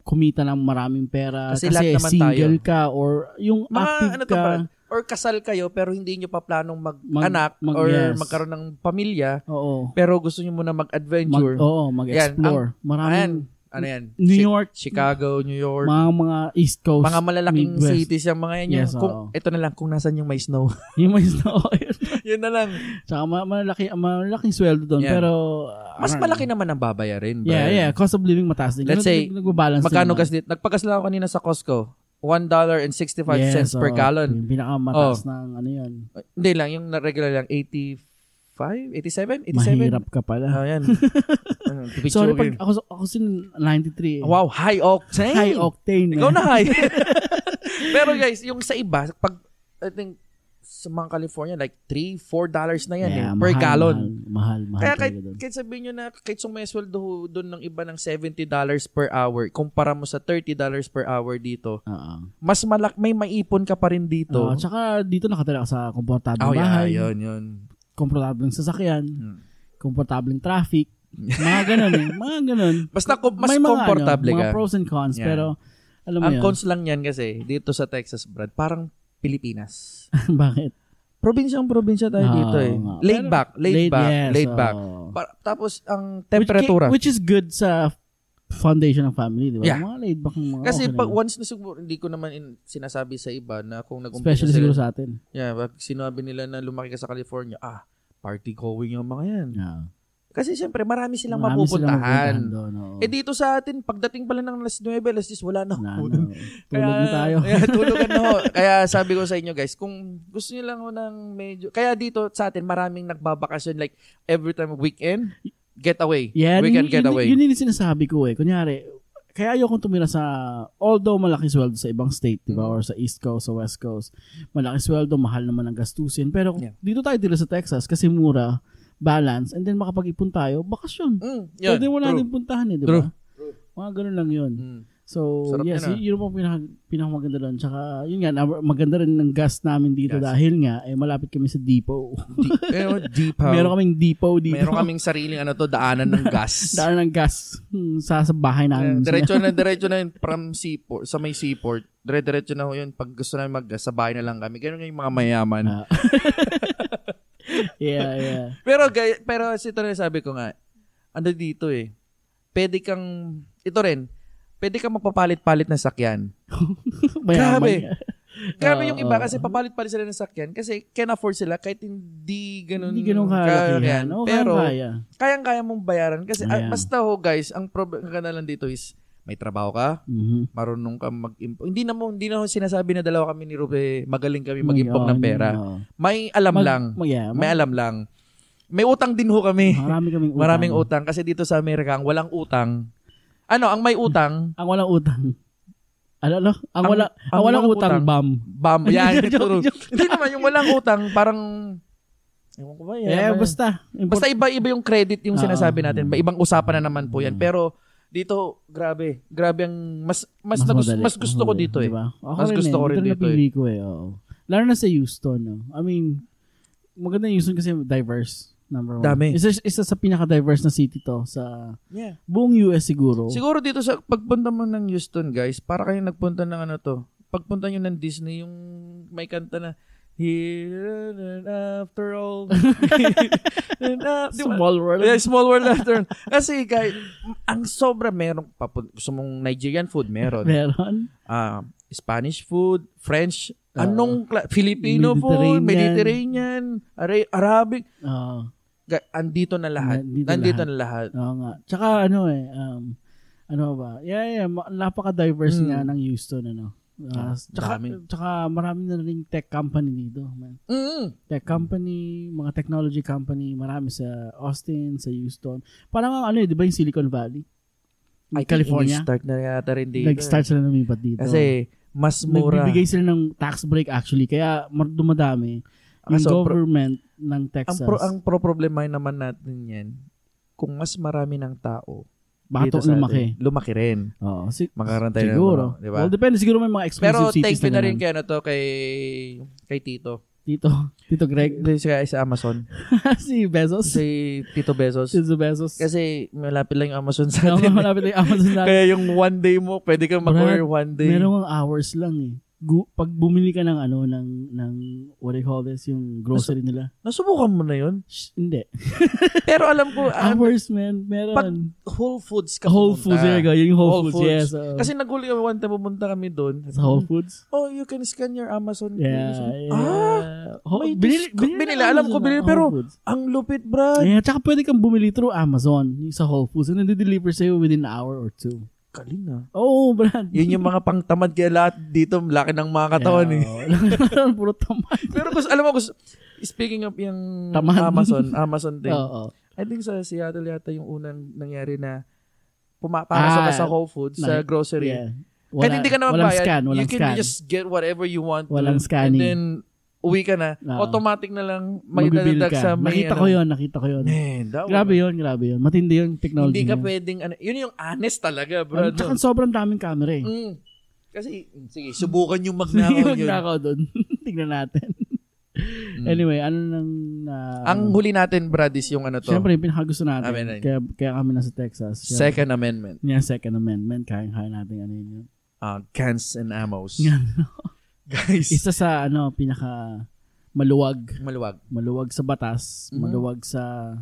Speaker 1: kumita ng maraming pera kasi,
Speaker 2: Kasi lahat naman
Speaker 1: single ka or yung
Speaker 2: Mga
Speaker 1: active
Speaker 2: ano to
Speaker 1: ka.
Speaker 2: pa, or kasal kayo pero hindi nyo pa planong
Speaker 1: Mag-
Speaker 2: mag-anak
Speaker 1: mag-
Speaker 2: or
Speaker 1: yes.
Speaker 2: magkaroon ng pamilya
Speaker 1: Oo.
Speaker 2: pero gusto nyo muna
Speaker 1: Mag,
Speaker 2: mag-adventure.
Speaker 1: oo, mag-explore.
Speaker 2: Ayan.
Speaker 1: Maraming
Speaker 2: Ano yan?
Speaker 1: New
Speaker 2: Chi-
Speaker 1: York,
Speaker 2: Chicago, New York.
Speaker 1: mga mga East Coast.
Speaker 2: mga malalaking
Speaker 1: Midwest.
Speaker 2: cities yung mga yan. Yung,
Speaker 1: Yes,
Speaker 2: kung,
Speaker 1: oo.
Speaker 2: ito na lang, kung nasan yung may snow.
Speaker 1: Yung may snow.
Speaker 2: yun na lang.
Speaker 1: Tsaka ma- malaki, malalaking sweldo doon.
Speaker 2: Yeah.
Speaker 1: Pero,
Speaker 2: Mas
Speaker 1: aran.
Speaker 2: malaki naman ang babayarin.
Speaker 1: Yeah,
Speaker 2: Brian.
Speaker 1: yeah. Cost of living mataas din.
Speaker 2: Let's say,
Speaker 1: nagbabalance din naman.
Speaker 2: Magkano gas dito? Nagpagas lang ako kanina sa Costco. $1.65
Speaker 1: Yes,
Speaker 2: per
Speaker 1: oo.
Speaker 2: gallon. Oh.
Speaker 1: Yung pinakamataas ng ano yun.
Speaker 2: Hindi lang, yung na- regular lang, 85, 87, 87.
Speaker 1: Mahirap ka pala.
Speaker 2: Oh, yan. Ano, tipid
Speaker 1: Sorry,
Speaker 2: sugar.
Speaker 1: pag ako, ako sin 93. eh.
Speaker 2: Wow, high octane.
Speaker 1: High octane.
Speaker 2: Ikaw
Speaker 1: eh.
Speaker 2: na high. Pero guys, yung sa iba, pag, I think, sa mga California, like 3, 4 dollars na yan
Speaker 1: Yeah,
Speaker 2: eh, per
Speaker 1: mahal,
Speaker 2: gallon.
Speaker 1: Mahal, mahal, mahal
Speaker 2: Kaya kahit,
Speaker 1: talaga doon.
Speaker 2: kahit sabihin nyo na kahit sumesweldo doon ng iba ng $70 per hour, kumpara mo sa $30 per hour dito,
Speaker 1: Oo.
Speaker 2: mas malak may maipon ka pa rin dito.
Speaker 1: Oo, Ah, Uh, tsaka dito nakatala ka sa komportableng
Speaker 2: oh, yeah,
Speaker 1: bahay,
Speaker 2: yun, yun.
Speaker 1: komportableng sasakyan,
Speaker 2: Hmm.
Speaker 1: komportableng traffic, mga ganun eh, mga ganun.
Speaker 2: Basta ko, mas
Speaker 1: May mga,
Speaker 2: comfortable
Speaker 1: ano, mga
Speaker 2: ka.
Speaker 1: pros and cons,
Speaker 2: Yeah.
Speaker 1: pero alam mo
Speaker 2: Ang
Speaker 1: yun.
Speaker 2: cons lang niyan kasi, dito sa Texas, Brad, parang Pilipinas.
Speaker 1: Bakit?
Speaker 2: Probinsyang probinsya tayo
Speaker 1: Ah, Oo
Speaker 2: dito eh.
Speaker 1: nga.
Speaker 2: Laid
Speaker 1: Pero-
Speaker 2: back, laid, back,
Speaker 1: yes,
Speaker 2: laid back.
Speaker 1: oo.
Speaker 2: Pa- tapos ang
Speaker 1: Which ca-
Speaker 2: temperatura.
Speaker 1: Which, is good sa foundation ng family, di ba?
Speaker 2: Yeah.
Speaker 1: Mga laid back ng mga
Speaker 2: kasi
Speaker 1: okay
Speaker 2: pag
Speaker 1: naman.
Speaker 2: once na siguro, hindi ko naman in- sinasabi sa iba na kung nag-umpisa
Speaker 1: Especially siguro sa atin.
Speaker 2: Yeah, pag sinabi nila na lumaki ka sa California, ah, party going yung mga yan.
Speaker 1: Yeah.
Speaker 2: Kasi siyempre, marami silang
Speaker 1: Marami silang
Speaker 2: mapupuntahan.
Speaker 1: mapupuntahan doon, oo.
Speaker 2: eh dito sa atin, pagdating pala ng alas 9, alas 10, wala na.
Speaker 1: Na,
Speaker 2: ho.
Speaker 1: ano, tulog na tayo.
Speaker 2: Kaya, eh, tulugan na ho. Kaya sabi ko sa inyo guys, kung gusto niyo lang ho ng medyo... Kaya dito sa atin, maraming nagbabakasyon. Like, every time weekend, getaway.
Speaker 1: Yeah,
Speaker 2: weekend
Speaker 1: yun,
Speaker 2: getaway.
Speaker 1: Yun, yun yung sinasabi ko eh. Kunyari, kaya ayokong tumira sa, although malaki sweldo sa ibang state, di ba?
Speaker 2: Mm.
Speaker 1: Or sa East Coast, sa West Coast. Malaki sweldo, mahal naman ang gastusin. Pero
Speaker 2: Yeah.
Speaker 1: dito tayo dito sa Texas kasi mura, balance, and then makapag-ipon tayo, bakasyon.
Speaker 2: Mm, yun,
Speaker 1: Pwede mo na
Speaker 2: true.
Speaker 1: din puntahan eh, di ba?
Speaker 2: True.
Speaker 1: Mga ganun lang yun.
Speaker 2: Mm.
Speaker 1: So,
Speaker 2: Sarap
Speaker 1: yes,
Speaker 2: yun, ah.
Speaker 1: yun, yun po ang pinaka, pinakamaganda doon. Tsaka, yun nga, na- maganda rin ng gas namin dito
Speaker 2: Gas.
Speaker 1: dahil nga, eh, malapit kami sa depot.
Speaker 2: Pero deep how.
Speaker 1: Meron kaming depot dito.
Speaker 2: oh, Meron kaming sariling ano to, daanan ng gas.
Speaker 1: Daan ng gas hmm, sa, sa bahay
Speaker 2: Eh,
Speaker 1: namin.
Speaker 2: diretso na diretso na yun from seaport sa may seaport. Dire-diretso na ho yun pag gusto namin mag sa bahay na lang kami. Ganun yung mga mayaman.
Speaker 1: Ah. yeah, yeah.
Speaker 2: Pero gay- pero si ito rin sabi ko nga, ano dito eh. Pwede kang ito rin. Pwede kang magpapalit-palit ng sakyan. Grabe.
Speaker 1: Mayaman.
Speaker 2: Grabe yung iba
Speaker 1: Oo.
Speaker 2: kasi papalit-palit sila ng sakyan kasi can afford sila kahit hindi ganun.
Speaker 1: Hindi ganun kalakihan. Oo,
Speaker 2: Pero
Speaker 1: kaya.
Speaker 2: kayang-kaya mong bayaran kasi ah,
Speaker 1: Ayan.
Speaker 2: basta ho guys, ang problem ka na lang dito is may trabaho ka,
Speaker 1: Mhm.
Speaker 2: marunong ka mag-impong. Hindi na mo hindi na ho sinasabi na dalawa kami ni Rupe, magaling kami mag-impong ng pera.
Speaker 1: Oo.
Speaker 2: May alam
Speaker 1: ano? Mag-
Speaker 2: lang.
Speaker 1: mag- yeah,
Speaker 2: May alam lang. May utang din ho kami.
Speaker 1: Marami kaming utang.
Speaker 2: Maraming utang kasi dito sa Amerika, ang walang utang. Ano, ang may utang,
Speaker 1: Ang walang utang. Ano, ano? Ang,
Speaker 2: Ang-
Speaker 1: wala, ang,
Speaker 2: ang
Speaker 1: walang
Speaker 2: walang
Speaker 1: utang,
Speaker 2: utang.
Speaker 1: bam.
Speaker 2: bam, yan.
Speaker 1: Joke,
Speaker 2: Turo.
Speaker 1: joke.
Speaker 2: Hindi naman, yung walang utang, parang, ewan ko ba, yan,
Speaker 1: Eh,
Speaker 2: ano yan.
Speaker 1: basta.
Speaker 2: Basta iba-iba yung credit yung
Speaker 1: Oo.
Speaker 2: sinasabi natin. Ba- Ibang usapan na naman po yan.
Speaker 1: Mm.
Speaker 2: Pero, dito, grabe. Grabe ang, mas, mas, nagus-
Speaker 1: madali.
Speaker 2: mas gusto ko
Speaker 1: madali,
Speaker 2: dito eh.
Speaker 1: di ba? Ako
Speaker 2: Mas
Speaker 1: rin
Speaker 2: gusto
Speaker 1: eh.
Speaker 2: ko rin
Speaker 1: Ito na
Speaker 2: dito eh.
Speaker 1: napili ko eh. Oo. Lalo na sa Houston. No? I mean, maganda yung Houston kasi diverse. Number one.
Speaker 2: Dami.
Speaker 1: Isa, isa sa pinaka-diverse na city to sa
Speaker 2: Yeah.
Speaker 1: buong US siguro.
Speaker 2: Siguro dito sa pagpunta mo ng Houston, guys, para kayong nagpunta ng ano to. Pagpunta nyo ng Disney, yung may kanta na Here and after all. Diba? and after, di ba?
Speaker 1: Small world.
Speaker 2: Yeah, small world after all. Kasi guys, ang sobra merong papun- gusto mong Nigerian food, meron.
Speaker 1: Meron.
Speaker 2: Ah, Spanish food, French, anong kla- Filipino
Speaker 1: Mediterranean.
Speaker 2: food, Mediterranean, Ara- Arabic,
Speaker 1: Oo.
Speaker 2: Ga- andito na lahat.
Speaker 1: Nandito
Speaker 2: Nandito
Speaker 1: lahat.
Speaker 2: na lahat.
Speaker 1: Oo nga. Tsaka ano eh, um, ano ba? Yeah, yeah. ma- Napaka-diverse
Speaker 2: Mm.
Speaker 1: nga ng Houston. Ano. Ah,
Speaker 2: Ah,
Speaker 1: tsaka,
Speaker 2: dami.
Speaker 1: tsaka marami na rin tech company dito. Man.
Speaker 2: Mm.
Speaker 1: tech company, mga technology company, marami sa Austin, sa Houston. Parang ang ano eh, di ba yung Silicon Valley?
Speaker 2: I
Speaker 1: Yung
Speaker 2: think
Speaker 1: California.
Speaker 2: Start na yata rin dito.
Speaker 1: Nag-start sila lumipat dito.
Speaker 2: Kasi mas mura.
Speaker 1: Nagbibigay sila ng tax break actually. Kaya mar- dumadami yung
Speaker 2: Kaso, pro-
Speaker 1: government ng Texas.
Speaker 2: ang pro ang pro problema naman natin 'yan. kung mas marami ng tao
Speaker 1: Batok
Speaker 2: dito sa
Speaker 1: lumaki.
Speaker 2: atin, lumaki rin.
Speaker 1: Oo. Si-
Speaker 2: Magkakaroon tayo ng
Speaker 1: siguro.
Speaker 2: mga- di ba?
Speaker 1: Well, depende. Siguro may mga expensive
Speaker 2: Pero
Speaker 1: cities
Speaker 2: thank you na rin
Speaker 1: ganun.
Speaker 2: kay ano to kay kay Tito.
Speaker 1: Tito, Tito Greg.
Speaker 2: Doon siya sa Amazon.
Speaker 1: si Bezos.
Speaker 2: Si Tito Bezos.
Speaker 1: Si Bezos.
Speaker 2: Kasi malapit lang yung Amazon sa
Speaker 1: Kaya
Speaker 2: atin.
Speaker 1: malapit na yung Amazon natin.
Speaker 2: Kaya yung one day mo, pwede kang mag-order one day.
Speaker 1: Merong hours lang eh. Gu- pag bumili ka ng ano, ng, ng what do you call this, yung grocery nila.
Speaker 2: Nasubukan mo na yun.
Speaker 1: Shh, hindi.
Speaker 2: Pero alam ko, ah,
Speaker 1: hours, man.
Speaker 2: pag
Speaker 1: Meron.
Speaker 2: Whole Foods ka
Speaker 1: Whole
Speaker 2: pumunta.
Speaker 1: Foods. There you go. Yun Yung Whole,
Speaker 2: Whole
Speaker 1: Foods. Yes.
Speaker 2: Foods.
Speaker 1: oo.
Speaker 2: Kasi nagulo kami one time pumunta kami doon.
Speaker 1: Sa Whole Foods.
Speaker 2: Oh, you can scan your Amazon.
Speaker 1: Yeah.
Speaker 2: credentials.
Speaker 1: yeah.
Speaker 2: Ah,
Speaker 1: Ho-
Speaker 2: may discount.
Speaker 1: ng
Speaker 2: Binili, alam ko
Speaker 1: Amazon,
Speaker 2: binili,
Speaker 1: Whole
Speaker 2: pero-
Speaker 1: Foods.
Speaker 2: ang lupit, brad.
Speaker 1: Yeah, tsaka pwede kang bumili through Amazon yung sa Whole Foods and nade-deliver sa'yo within an hour or two.
Speaker 2: Kaling ah.
Speaker 1: Oh, Brad.
Speaker 2: Yun yung mga pangtamad kaya lahat dito, laki ng mga katawan eh.
Speaker 1: eh. Puro tamad.
Speaker 2: Pero gusto, alam mo, gusto, speaking of yung
Speaker 1: Tamad.
Speaker 2: Amazon, Amazon thing,
Speaker 1: Oo.
Speaker 2: I think sa Seattle yata yung unang nangyari na pumapasok ka
Speaker 1: Ah,
Speaker 2: sa Whole Foods, sa
Speaker 1: like,
Speaker 2: grocery.
Speaker 1: Yeah.
Speaker 2: Kahit hindi ka naman
Speaker 1: walang
Speaker 2: bayad,
Speaker 1: scan, walang
Speaker 2: you can
Speaker 1: scan.
Speaker 2: just get whatever you want.
Speaker 1: Walang scanning.
Speaker 2: And then, uwi ka na.
Speaker 1: Oo.
Speaker 2: Automatic na lang may
Speaker 1: Magbibil
Speaker 2: dadadag
Speaker 1: ka.
Speaker 2: sa may ano.
Speaker 1: nakita ko yun, nakita ko yun.
Speaker 2: Man, that
Speaker 1: Grabe
Speaker 2: one.
Speaker 1: yun, grabe yun. Matindi yun, technology.
Speaker 2: Hindi ka
Speaker 1: na yun.
Speaker 2: pwedeng, ano, yun yung honest talaga, bro.
Speaker 1: Ano,
Speaker 2: no?
Speaker 1: tsaka sobrang daming camera eh.
Speaker 2: Mm. Kasi, mm, sige, subukan yung
Speaker 1: Sige,
Speaker 2: magnakaw yun.
Speaker 1: magnakaw doon. Tingnan natin.
Speaker 2: Mm.
Speaker 1: Anyway, um, ano nang... na
Speaker 2: Ang huli natin, Brad, is yung ano to.
Speaker 1: Siyempre, yung pinakagusto natin.
Speaker 2: Amen, amen.
Speaker 1: Kaya, kaya kami nasa Texas. Kaya-
Speaker 2: Second Amendment.
Speaker 1: Yeah, Second Amendment. Kaya-kaya natin ano yun. yun.
Speaker 2: Uh, guns and ammos.
Speaker 1: Yan.
Speaker 2: Guys,
Speaker 1: Isa sa ano, pinaka maluwag.
Speaker 2: maluwag.
Speaker 1: Maluwag sa batas.
Speaker 2: Mhm.
Speaker 1: Maluwag sa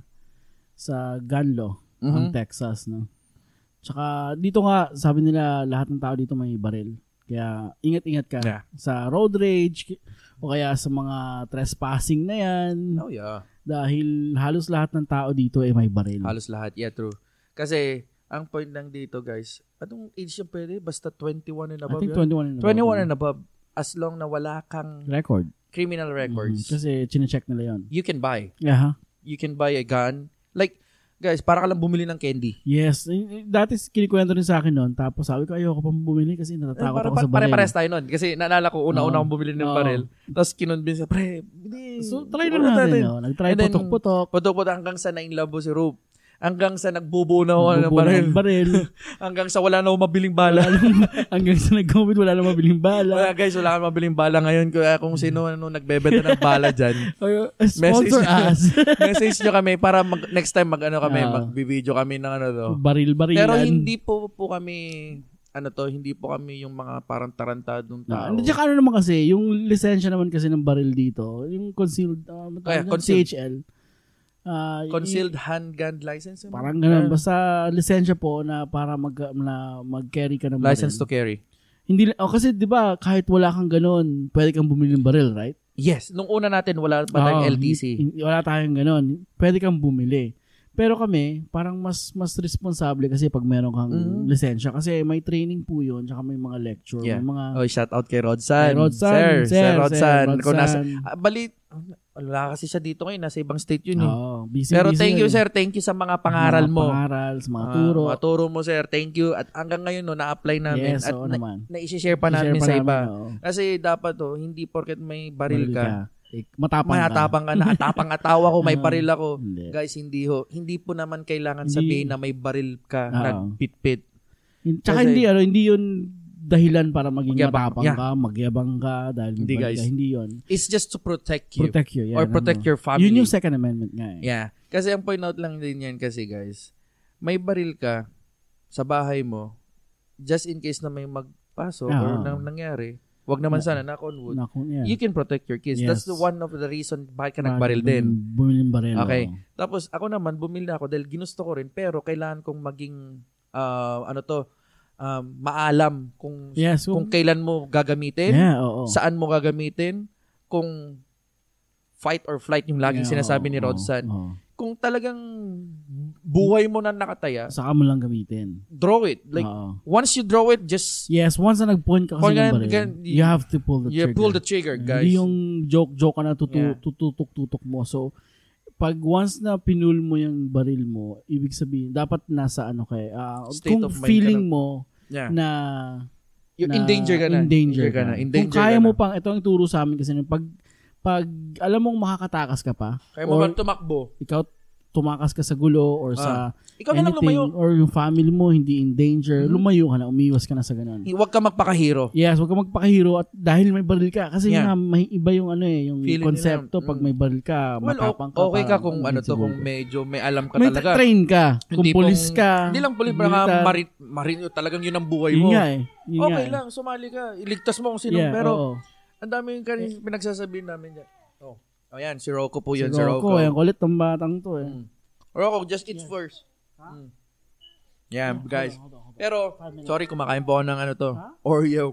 Speaker 1: sa gun law ang
Speaker 2: Mhm.
Speaker 1: Texas. No? Tsaka dito nga, sabi nila lahat ng tao dito may baril. Kaya ingat-ingat ka
Speaker 2: Yeah.
Speaker 1: sa road rage ki- o kaya sa mga trespassing na yan.
Speaker 2: Oh, yeah.
Speaker 1: Dahil halos lahat ng tao dito ay may baril.
Speaker 2: Halos lahat. Yeah, true. Kasi, ang point lang dito, guys, anong age yung pwede? Basta 21 and
Speaker 1: I
Speaker 2: above
Speaker 1: think
Speaker 2: yun?
Speaker 1: 21 and above.
Speaker 2: 21 and above. As long na wala kang
Speaker 1: Record.
Speaker 2: criminal records,
Speaker 1: Mhm. Kasi chinecheck nila yon.
Speaker 2: you can buy.
Speaker 1: Yeah, ha?
Speaker 2: You can buy a gun. Like, guys, para ka lang bumili ng candy.
Speaker 1: Yes. Eh, eh, Dati kinikwento rin sa akin noon. Tapos sabi ko, ayoko pa bumili kasi
Speaker 2: Eh,
Speaker 1: natatakot
Speaker 2: para,
Speaker 1: ako sa
Speaker 2: pare,
Speaker 1: baril.
Speaker 2: pares tayo nun. Kasi naalala ko, una-una
Speaker 1: Oo.
Speaker 2: akong bumili ng
Speaker 1: Oo.
Speaker 2: baril. Tapos kinonvince ka, pre, hindi.
Speaker 1: So, try
Speaker 2: wala
Speaker 1: na natin. No? Nag-try
Speaker 2: And then,
Speaker 1: putok-putok.
Speaker 2: Puto-puto hanggang sa nainlabo si Rube. Hanggang sa nagbubuo na ako ng
Speaker 1: Bubuo
Speaker 2: baril.
Speaker 1: ng baril.
Speaker 2: Hanggang sa wala na ako mabiling bala.
Speaker 1: Hanggang sa nag-COVID, wala na mabiling bala.
Speaker 2: Wala guys, wala kang mabiling bala ngayon. Kaya kung sino ano, nagbebenta ng bala dyan,
Speaker 1: Ay, uh, Sponsor us.
Speaker 2: Message. message nyo kami para mag, next time mag ano kami,
Speaker 1: Oo.
Speaker 2: magbibideo kami ng ano to.
Speaker 1: Oh. Baril-barilan.
Speaker 2: Pero hindi po po kami ano to, hindi po kami yung mga parang tarantadong
Speaker 1: No,
Speaker 2: tao.
Speaker 1: and tsaka ano naman kasi, yung lisensya naman kasi ng baril dito, yung concealed, uh, ano tawag
Speaker 2: Kaya,
Speaker 1: yan?
Speaker 2: concealed.
Speaker 1: CHL. Ah, y-
Speaker 2: Concealed handgun license. ano?
Speaker 1: Parang ganun.
Speaker 2: Ah,
Speaker 1: Basta lisensya po na para mag, na mag-carry ka ng baril.
Speaker 2: license to carry.
Speaker 1: Hindi, oh, kasi di ba kahit wala kang ganun, pwede kang bumili ng baril, right?
Speaker 2: Yes, nung una natin wala pa tayong
Speaker 1: Oo,
Speaker 2: LTC.
Speaker 1: hin- hin- Ah, Wala tayong ganun. Pwede kang bumili. Pero kami, parang mas mas responsable kasi pag meron kang
Speaker 2: Mhm.
Speaker 1: lisensya. Kasi may training po yun, tsaka may mga lecture,
Speaker 2: Yeah.
Speaker 1: may mga...
Speaker 2: Oh, shout out kay
Speaker 1: Kay
Speaker 2: Rodsan.
Speaker 1: Rodsan,
Speaker 2: Sir,
Speaker 1: sir,
Speaker 2: sir,
Speaker 1: sir,
Speaker 2: Rodsan. Kung nasa,
Speaker 1: Rodsan.
Speaker 2: ah, bali, wala kasi siya dito ngayon. Nasa ibang state yun. eh.
Speaker 1: Oo, busy,
Speaker 2: Pero
Speaker 1: busy
Speaker 2: thank you,
Speaker 1: yun.
Speaker 2: sir. Thank you sa mga
Speaker 1: Mga
Speaker 2: pangaral mo.
Speaker 1: Pangaral, sa mga
Speaker 2: Ah,
Speaker 1: turo.
Speaker 2: mga turo mo, sir. Thank you. At hanggang ngayon, no, na-apply namin.
Speaker 1: yes,
Speaker 2: At
Speaker 1: oo
Speaker 2: na,
Speaker 1: naman.
Speaker 2: na-share pa namin
Speaker 1: I-share
Speaker 2: sa iba.
Speaker 1: namin, oo.
Speaker 2: Kasi dapat, oh, hindi porket may
Speaker 1: Baril
Speaker 2: baril ka,
Speaker 1: Eh, matapang ka.
Speaker 2: matapang ka, nakatapang atawa ko, may
Speaker 1: Ah.
Speaker 2: baril ako.
Speaker 1: Hindi.
Speaker 2: Guys, hindi ho. Hindi po naman kailangan
Speaker 1: Hindi.
Speaker 2: sabihin na may baril ka,
Speaker 1: Oo.
Speaker 2: nagpitpit.
Speaker 1: Hin- Tsaka
Speaker 2: Kasi-
Speaker 1: hindi, ano, hindi yun dahilan para maging
Speaker 2: eh. Magyabang.
Speaker 1: matapang
Speaker 2: Yeah.
Speaker 1: ka, magyabang ka, dahil may
Speaker 2: Hindi,
Speaker 1: baril
Speaker 2: guys.
Speaker 1: ka. Hindi yun.
Speaker 2: It's just to protect you.
Speaker 1: Protect you. Yeah,
Speaker 2: or
Speaker 1: ano
Speaker 2: protect
Speaker 1: mo.
Speaker 2: your family.
Speaker 1: Yun yung Second Amendment nga eh.
Speaker 2: Yeah. Kasi ang point out lang din yan kasi guys, may baril ka sa bahay mo, just in case na may magpasok or
Speaker 1: Oo.
Speaker 2: nang nangyari, wag naman sana, knock on wood,
Speaker 1: Naku, Ah. yeah.
Speaker 2: you can protect your kids. That's
Speaker 1: Yes.
Speaker 2: the one of the reason bakit ka
Speaker 1: Parang
Speaker 2: nagbaril din.
Speaker 1: Bumili ng baril.
Speaker 2: Okay.
Speaker 1: oo.
Speaker 2: Tapos ako naman, bumili na ako dahil ginusto ko rin, pero kailangan kong maging, ah, ano to, um, maalam kung,
Speaker 1: Yes.
Speaker 2: kung
Speaker 1: Kung,
Speaker 2: kailan mo gagamitin,
Speaker 1: yeah, oo.
Speaker 2: saan mo gagamitin, kung fight or flight yung laging
Speaker 1: Yeah,
Speaker 2: sinasabi
Speaker 1: oo,
Speaker 2: ni
Speaker 1: oo,
Speaker 2: Rodsan.
Speaker 1: oo.
Speaker 2: Kung talagang buhay mo na nakataya,
Speaker 1: Saka mo lang gamitin.
Speaker 2: draw it. Like,
Speaker 1: Oo.
Speaker 2: once you draw it, just
Speaker 1: Yes, once na nag-point ka kasi
Speaker 2: Kung ganun-
Speaker 1: ng baril,
Speaker 2: ganun-
Speaker 1: you have to pull the
Speaker 2: you
Speaker 1: trigger.
Speaker 2: pull the trigger, guys.
Speaker 1: Hindi yung joke-joke ka na tutu-
Speaker 2: Yeah.
Speaker 1: tututok-tutok mo. So, pag once na pinul mo yung baril mo, ibig sabihin, dapat nasa ano kay, ah,
Speaker 2: State
Speaker 1: kung
Speaker 2: of mind ka
Speaker 1: feeling mo
Speaker 2: yeah.
Speaker 1: na,
Speaker 2: You're
Speaker 1: na
Speaker 2: in danger ka na.
Speaker 1: in danger
Speaker 2: ka na. In danger
Speaker 1: kung kaya
Speaker 2: ka
Speaker 1: mo
Speaker 2: na.
Speaker 1: pang, ito ang turo sa amin kasi, pag, pag alam mong makakatakas ka pa,
Speaker 2: Kaya mo
Speaker 1: or-
Speaker 2: man tumakbo.
Speaker 1: ikaw tumakas ka sa gulo or sa
Speaker 2: Ah, Ikaw na lang
Speaker 1: anything
Speaker 2: lumayo.
Speaker 1: or yung family mo hindi in danger,
Speaker 2: Mhm.
Speaker 1: lumayo ka na, umiwas ka na sa ganun.
Speaker 2: Huwag ka magpakahiro.
Speaker 1: Yes, huwag ka magpakahiro at dahil may baril ka kasi yun
Speaker 2: Yeah.
Speaker 1: nga, may iba yung ano eh, yung
Speaker 2: Feeling
Speaker 1: konsepto
Speaker 2: nila,
Speaker 1: pag
Speaker 2: mm.
Speaker 1: may baril ka,
Speaker 2: Well,
Speaker 1: matapang ka.
Speaker 2: o- okay ka
Speaker 1: parang,
Speaker 2: kung
Speaker 1: mm,
Speaker 2: ano to,
Speaker 1: siguro.
Speaker 2: kung medyo may alam ka
Speaker 1: may
Speaker 2: talaga.
Speaker 1: train ka,
Speaker 2: Yung
Speaker 1: kung
Speaker 2: tipong-
Speaker 1: pulis ka.
Speaker 2: Hindi lang puli, parang
Speaker 1: militar.
Speaker 2: marin, marin, talagang yun ang buhay
Speaker 1: Yun
Speaker 2: mo.
Speaker 1: nga eh. Yun nga
Speaker 2: Okay
Speaker 1: eh.
Speaker 2: lang, sumali ka. Iligtas mo kung sino.
Speaker 1: Yeah,
Speaker 2: pero,
Speaker 1: oo.
Speaker 2: ang dami yung kanil- pinagsasabihin namin dyan. Oh, oh yan, si Rocco po yun,
Speaker 1: si
Speaker 2: si
Speaker 1: Rocco,
Speaker 2: Rocco.
Speaker 1: yung kulit ng batang to eh.
Speaker 2: Mm. Rocco, just eat first. Mm. Yeah, guys. Pero, sorry, kumakain po ako ng ano to, Oreo.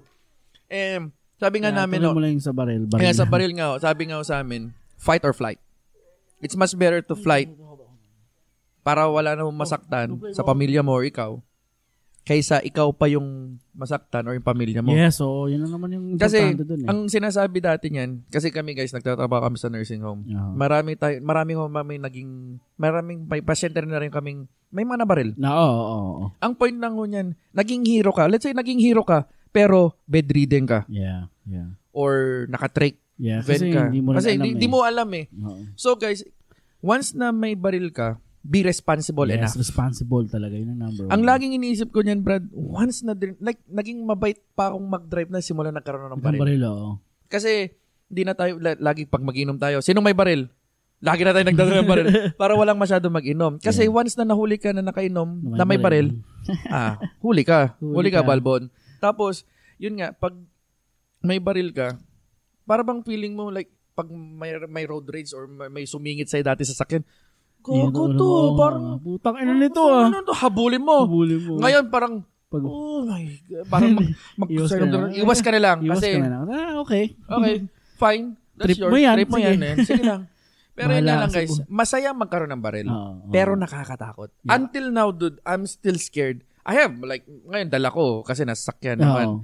Speaker 2: Eh, sabi nga namin,
Speaker 1: tuloy
Speaker 2: no,
Speaker 1: mo lang yung sa baril. baril
Speaker 2: kaya sa
Speaker 1: lang.
Speaker 2: baril nga, oh, sabi nga sa amin, fight or flight. It's much better to flight para wala na mong masaktan sa pamilya mo or ikaw kaysa ikaw pa yung masaktan or yung pamilya mo.
Speaker 1: Yes, so yun na naman yung
Speaker 2: Kasi
Speaker 1: importante dun eh.
Speaker 2: ang sinasabi dati niyan, kasi kami guys nagtatrabaho kami sa nursing home.
Speaker 1: Oo.
Speaker 2: Marami tayo, maraming home may naging maraming may pasyente rin na rin kaming may mga nabaril.
Speaker 1: na, oo, oo, oo.
Speaker 2: Ang point lang ho niyan, naging hero ka. Let's say naging hero ka pero bedridden ka
Speaker 1: Yeah, yeah.
Speaker 2: or nakatrake
Speaker 1: Yeah, kasi
Speaker 2: vent ka.
Speaker 1: hindi mo rin
Speaker 2: kasi
Speaker 1: alam
Speaker 2: di,
Speaker 1: eh.
Speaker 2: di mo alam eh.
Speaker 1: Oo.
Speaker 2: So guys, once na may baril ka, be responsible
Speaker 1: yes,
Speaker 2: enough.
Speaker 1: responsible talaga. Yun ang number one.
Speaker 2: ah. Ang laging iniisip ko niyan, Brad, once na din- like, naging mabait pa akong mag-drive na simula nagkaroon ng
Speaker 1: ng
Speaker 2: baril.
Speaker 1: baril, oo.
Speaker 2: Kasi hindi na tayo la- lagi pag mag-inom tayo. Sinong may baril? Lagi na tayo nagdadala ng baril para walang masyado mag-inom. Kasi once na nahuli ka na nakainom na may baril, ah, huli ka. Huli,
Speaker 1: Huli
Speaker 2: ka,
Speaker 1: ka.
Speaker 2: Balbon. Tapos, yun nga, pag may baril ka, para bang feeling mo like pag may, may road rage or may, may sumingit sa'yo dati sa sakin,
Speaker 1: Yun,
Speaker 2: Gago
Speaker 1: ano,
Speaker 2: to,
Speaker 1: oo.
Speaker 2: parang
Speaker 1: Putang ina nito ah.
Speaker 2: Ano to, habulin mo.
Speaker 1: Habulin mo.
Speaker 2: Ngayon parang
Speaker 1: Pag,
Speaker 2: oh my god, parang mag, mag
Speaker 1: Iwas
Speaker 2: iwas,
Speaker 1: ka
Speaker 2: ka
Speaker 1: na lang.
Speaker 2: na lang
Speaker 1: iwas
Speaker 2: kasi
Speaker 1: ka na lang. Ah, okay.
Speaker 2: okay, fine. That's
Speaker 1: Trip
Speaker 2: yours.
Speaker 1: mo yan,
Speaker 2: Trip mo
Speaker 1: sige.
Speaker 2: yan. Eh. Sige lang. Pero yun
Speaker 1: Bahala
Speaker 2: na lang
Speaker 1: ka sa
Speaker 2: guys, masaya magkaroon ng baril.
Speaker 1: Oo, oo.
Speaker 2: Pero nakakatakot. Until now, dude, I'm still scared. I have, like, ngayon dala ko kasi nasasakyan naman.
Speaker 1: Oo.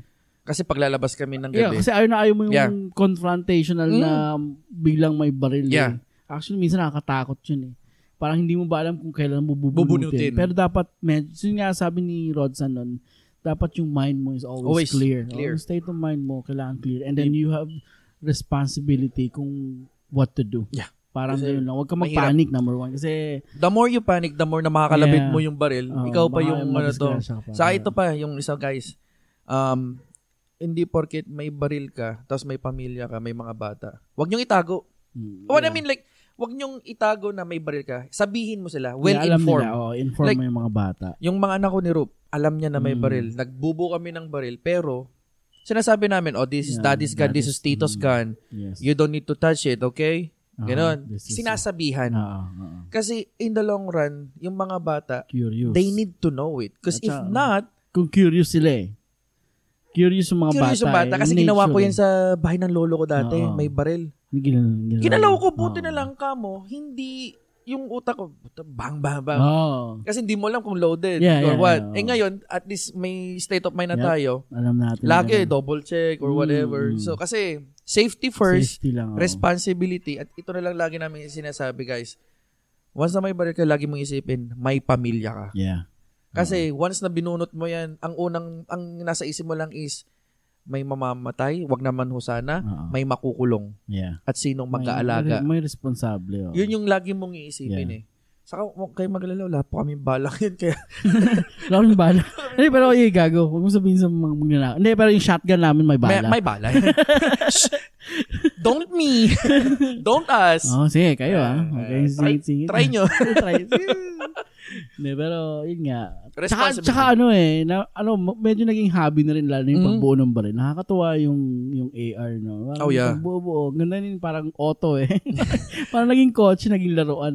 Speaker 2: Kasi paglalabas kami ng
Speaker 1: Yeah,
Speaker 2: gabi.
Speaker 1: kasi ayaw na ayaw mo yung
Speaker 2: Yeah. Mm.
Speaker 1: confrontational na biglang may baril. eh.
Speaker 2: Yeah.
Speaker 1: Actually, minsan nakakatakot yun eh. Parang hindi mo ba alam kung kailan mo
Speaker 2: Bubunutin.
Speaker 1: bubunutin. Pero dapat, med- yun nga sabi ni Rodson nun, dapat yung mind mo is always,
Speaker 2: Always
Speaker 1: clear.
Speaker 2: clear.
Speaker 1: Yung state of mind mo, kailangan clear. And then you have responsibility kung what to do.
Speaker 2: Yeah.
Speaker 1: Parang
Speaker 2: Kasi
Speaker 1: ganun lang. Huwag ka
Speaker 2: mahirap.
Speaker 1: magpanic, number one. Kasi,
Speaker 2: the more you panic, the more na
Speaker 1: Yeah.
Speaker 2: makakalabit mo yung baril.
Speaker 1: oh,
Speaker 2: Ikaw pa
Speaker 1: baka
Speaker 2: yung ano to.
Speaker 1: madisgrasya ka pa.
Speaker 2: Sa ito pa, yung isa guys, um, hindi porket may baril ka, tapos may pamilya ka, may mga bata. Huwag niyong itago.
Speaker 1: Mm,
Speaker 2: What I
Speaker 1: yeah.
Speaker 2: mean, like, huwag niyong itago na may baril ka. Sabihin mo
Speaker 1: Yeah,
Speaker 2: sila,
Speaker 1: alam nila,
Speaker 2: well-informed.
Speaker 1: oh, inform
Speaker 2: Like,
Speaker 1: mo yung mga bata.
Speaker 2: Yung mga anak ko ni Rup, alam niya na may
Speaker 1: Mm.
Speaker 2: baril. Nagbubo kami ng baril, pero sinasabi namin, oh, this is
Speaker 1: Yeah,
Speaker 2: daddy's
Speaker 1: that
Speaker 2: gun, this
Speaker 1: is-
Speaker 2: is
Speaker 1: mm.
Speaker 2: tito's gun.
Speaker 1: Yes.
Speaker 2: You don't need to touch it, okay?
Speaker 1: Ah,
Speaker 2: Ganon.
Speaker 1: this is-
Speaker 2: Sinasabihan.
Speaker 1: Ah, ah, ah.
Speaker 2: Kasi in the long run, yung mga bata,
Speaker 1: Curious.
Speaker 2: they need to know it. Because
Speaker 1: At
Speaker 2: if
Speaker 1: saka,
Speaker 2: not,
Speaker 1: kung curious sila eh. Curious yung mga
Speaker 2: curious
Speaker 1: bata.
Speaker 2: yung bata.
Speaker 1: eh,
Speaker 2: Kasi
Speaker 1: nature
Speaker 2: ginawa ko yan
Speaker 1: eh. Ah.
Speaker 2: sa bahay ng lolo ko dati.
Speaker 1: Oo.
Speaker 2: May baril.
Speaker 1: Ginalaw,
Speaker 2: Ginalaw ko, buti
Speaker 1: Oo.
Speaker 2: na lang ka mo. Hindi yung utak ko, puta, bang, bang, bang.
Speaker 1: Oo.
Speaker 2: Kasi hindi mo alam kung loaded
Speaker 1: Ah. Yeah,
Speaker 2: or
Speaker 1: yeah,
Speaker 2: what.
Speaker 1: yeah, oh.
Speaker 2: eh
Speaker 1: oo.
Speaker 2: ngayon, at least may state of mind na
Speaker 1: Yep.
Speaker 2: tayo.
Speaker 1: Alam natin.
Speaker 2: Lagi,
Speaker 1: Ganun.
Speaker 2: double check or whatever.
Speaker 1: Mm. Oh.
Speaker 2: So, kasi safety first,
Speaker 1: Safety lang. oo.
Speaker 2: responsibility. At ito na lang lagi namin sinasabi, guys. Once na may baril ka, lagi mong isipin, may pamilya ka.
Speaker 1: Yeah.
Speaker 2: Kasi
Speaker 1: Mm.
Speaker 2: once na binunot mo yan, ang unang, ang nasa isip mo lang is, may mamamatay, wag naman ho sana,
Speaker 1: Oo.
Speaker 2: may makukulong,
Speaker 1: yeah.
Speaker 2: at sinong
Speaker 1: Mm. May-
Speaker 2: mag-aalaga.
Speaker 1: May, responsable. oo.
Speaker 2: Yun yung lagi mong iisipin eh. Saka huwag kayo maglalaw, wala po kami balak yun. Kaya,
Speaker 1: Wala akong bala. Hindi, pero eh, gago. Huwag mo sabihin sa mga magnanakaw. Hindi, pero yung shotgun namin may
Speaker 2: may,
Speaker 1: bala.
Speaker 2: may bala. Shh! Don't me. Don't us.
Speaker 1: Oo, sige, kayo ah.
Speaker 2: Eh,
Speaker 1: Okay,
Speaker 2: eh,
Speaker 1: sige,
Speaker 2: try-
Speaker 1: sige.
Speaker 2: Try nyo.
Speaker 1: try. Hindi, pero yun nga. Tsaka,
Speaker 2: Responsibility.
Speaker 1: tsaka ano eh, na, ano, medyo naging hobby na rin lalo na yung
Speaker 2: Mm.
Speaker 1: pagbuo ng baril. Nakakatuwa yung yung AR, no? Parang
Speaker 2: Oh, yeah.
Speaker 1: Pagbuo-buo. Ganda rin parang auto eh. parang naging kotse, naging laruan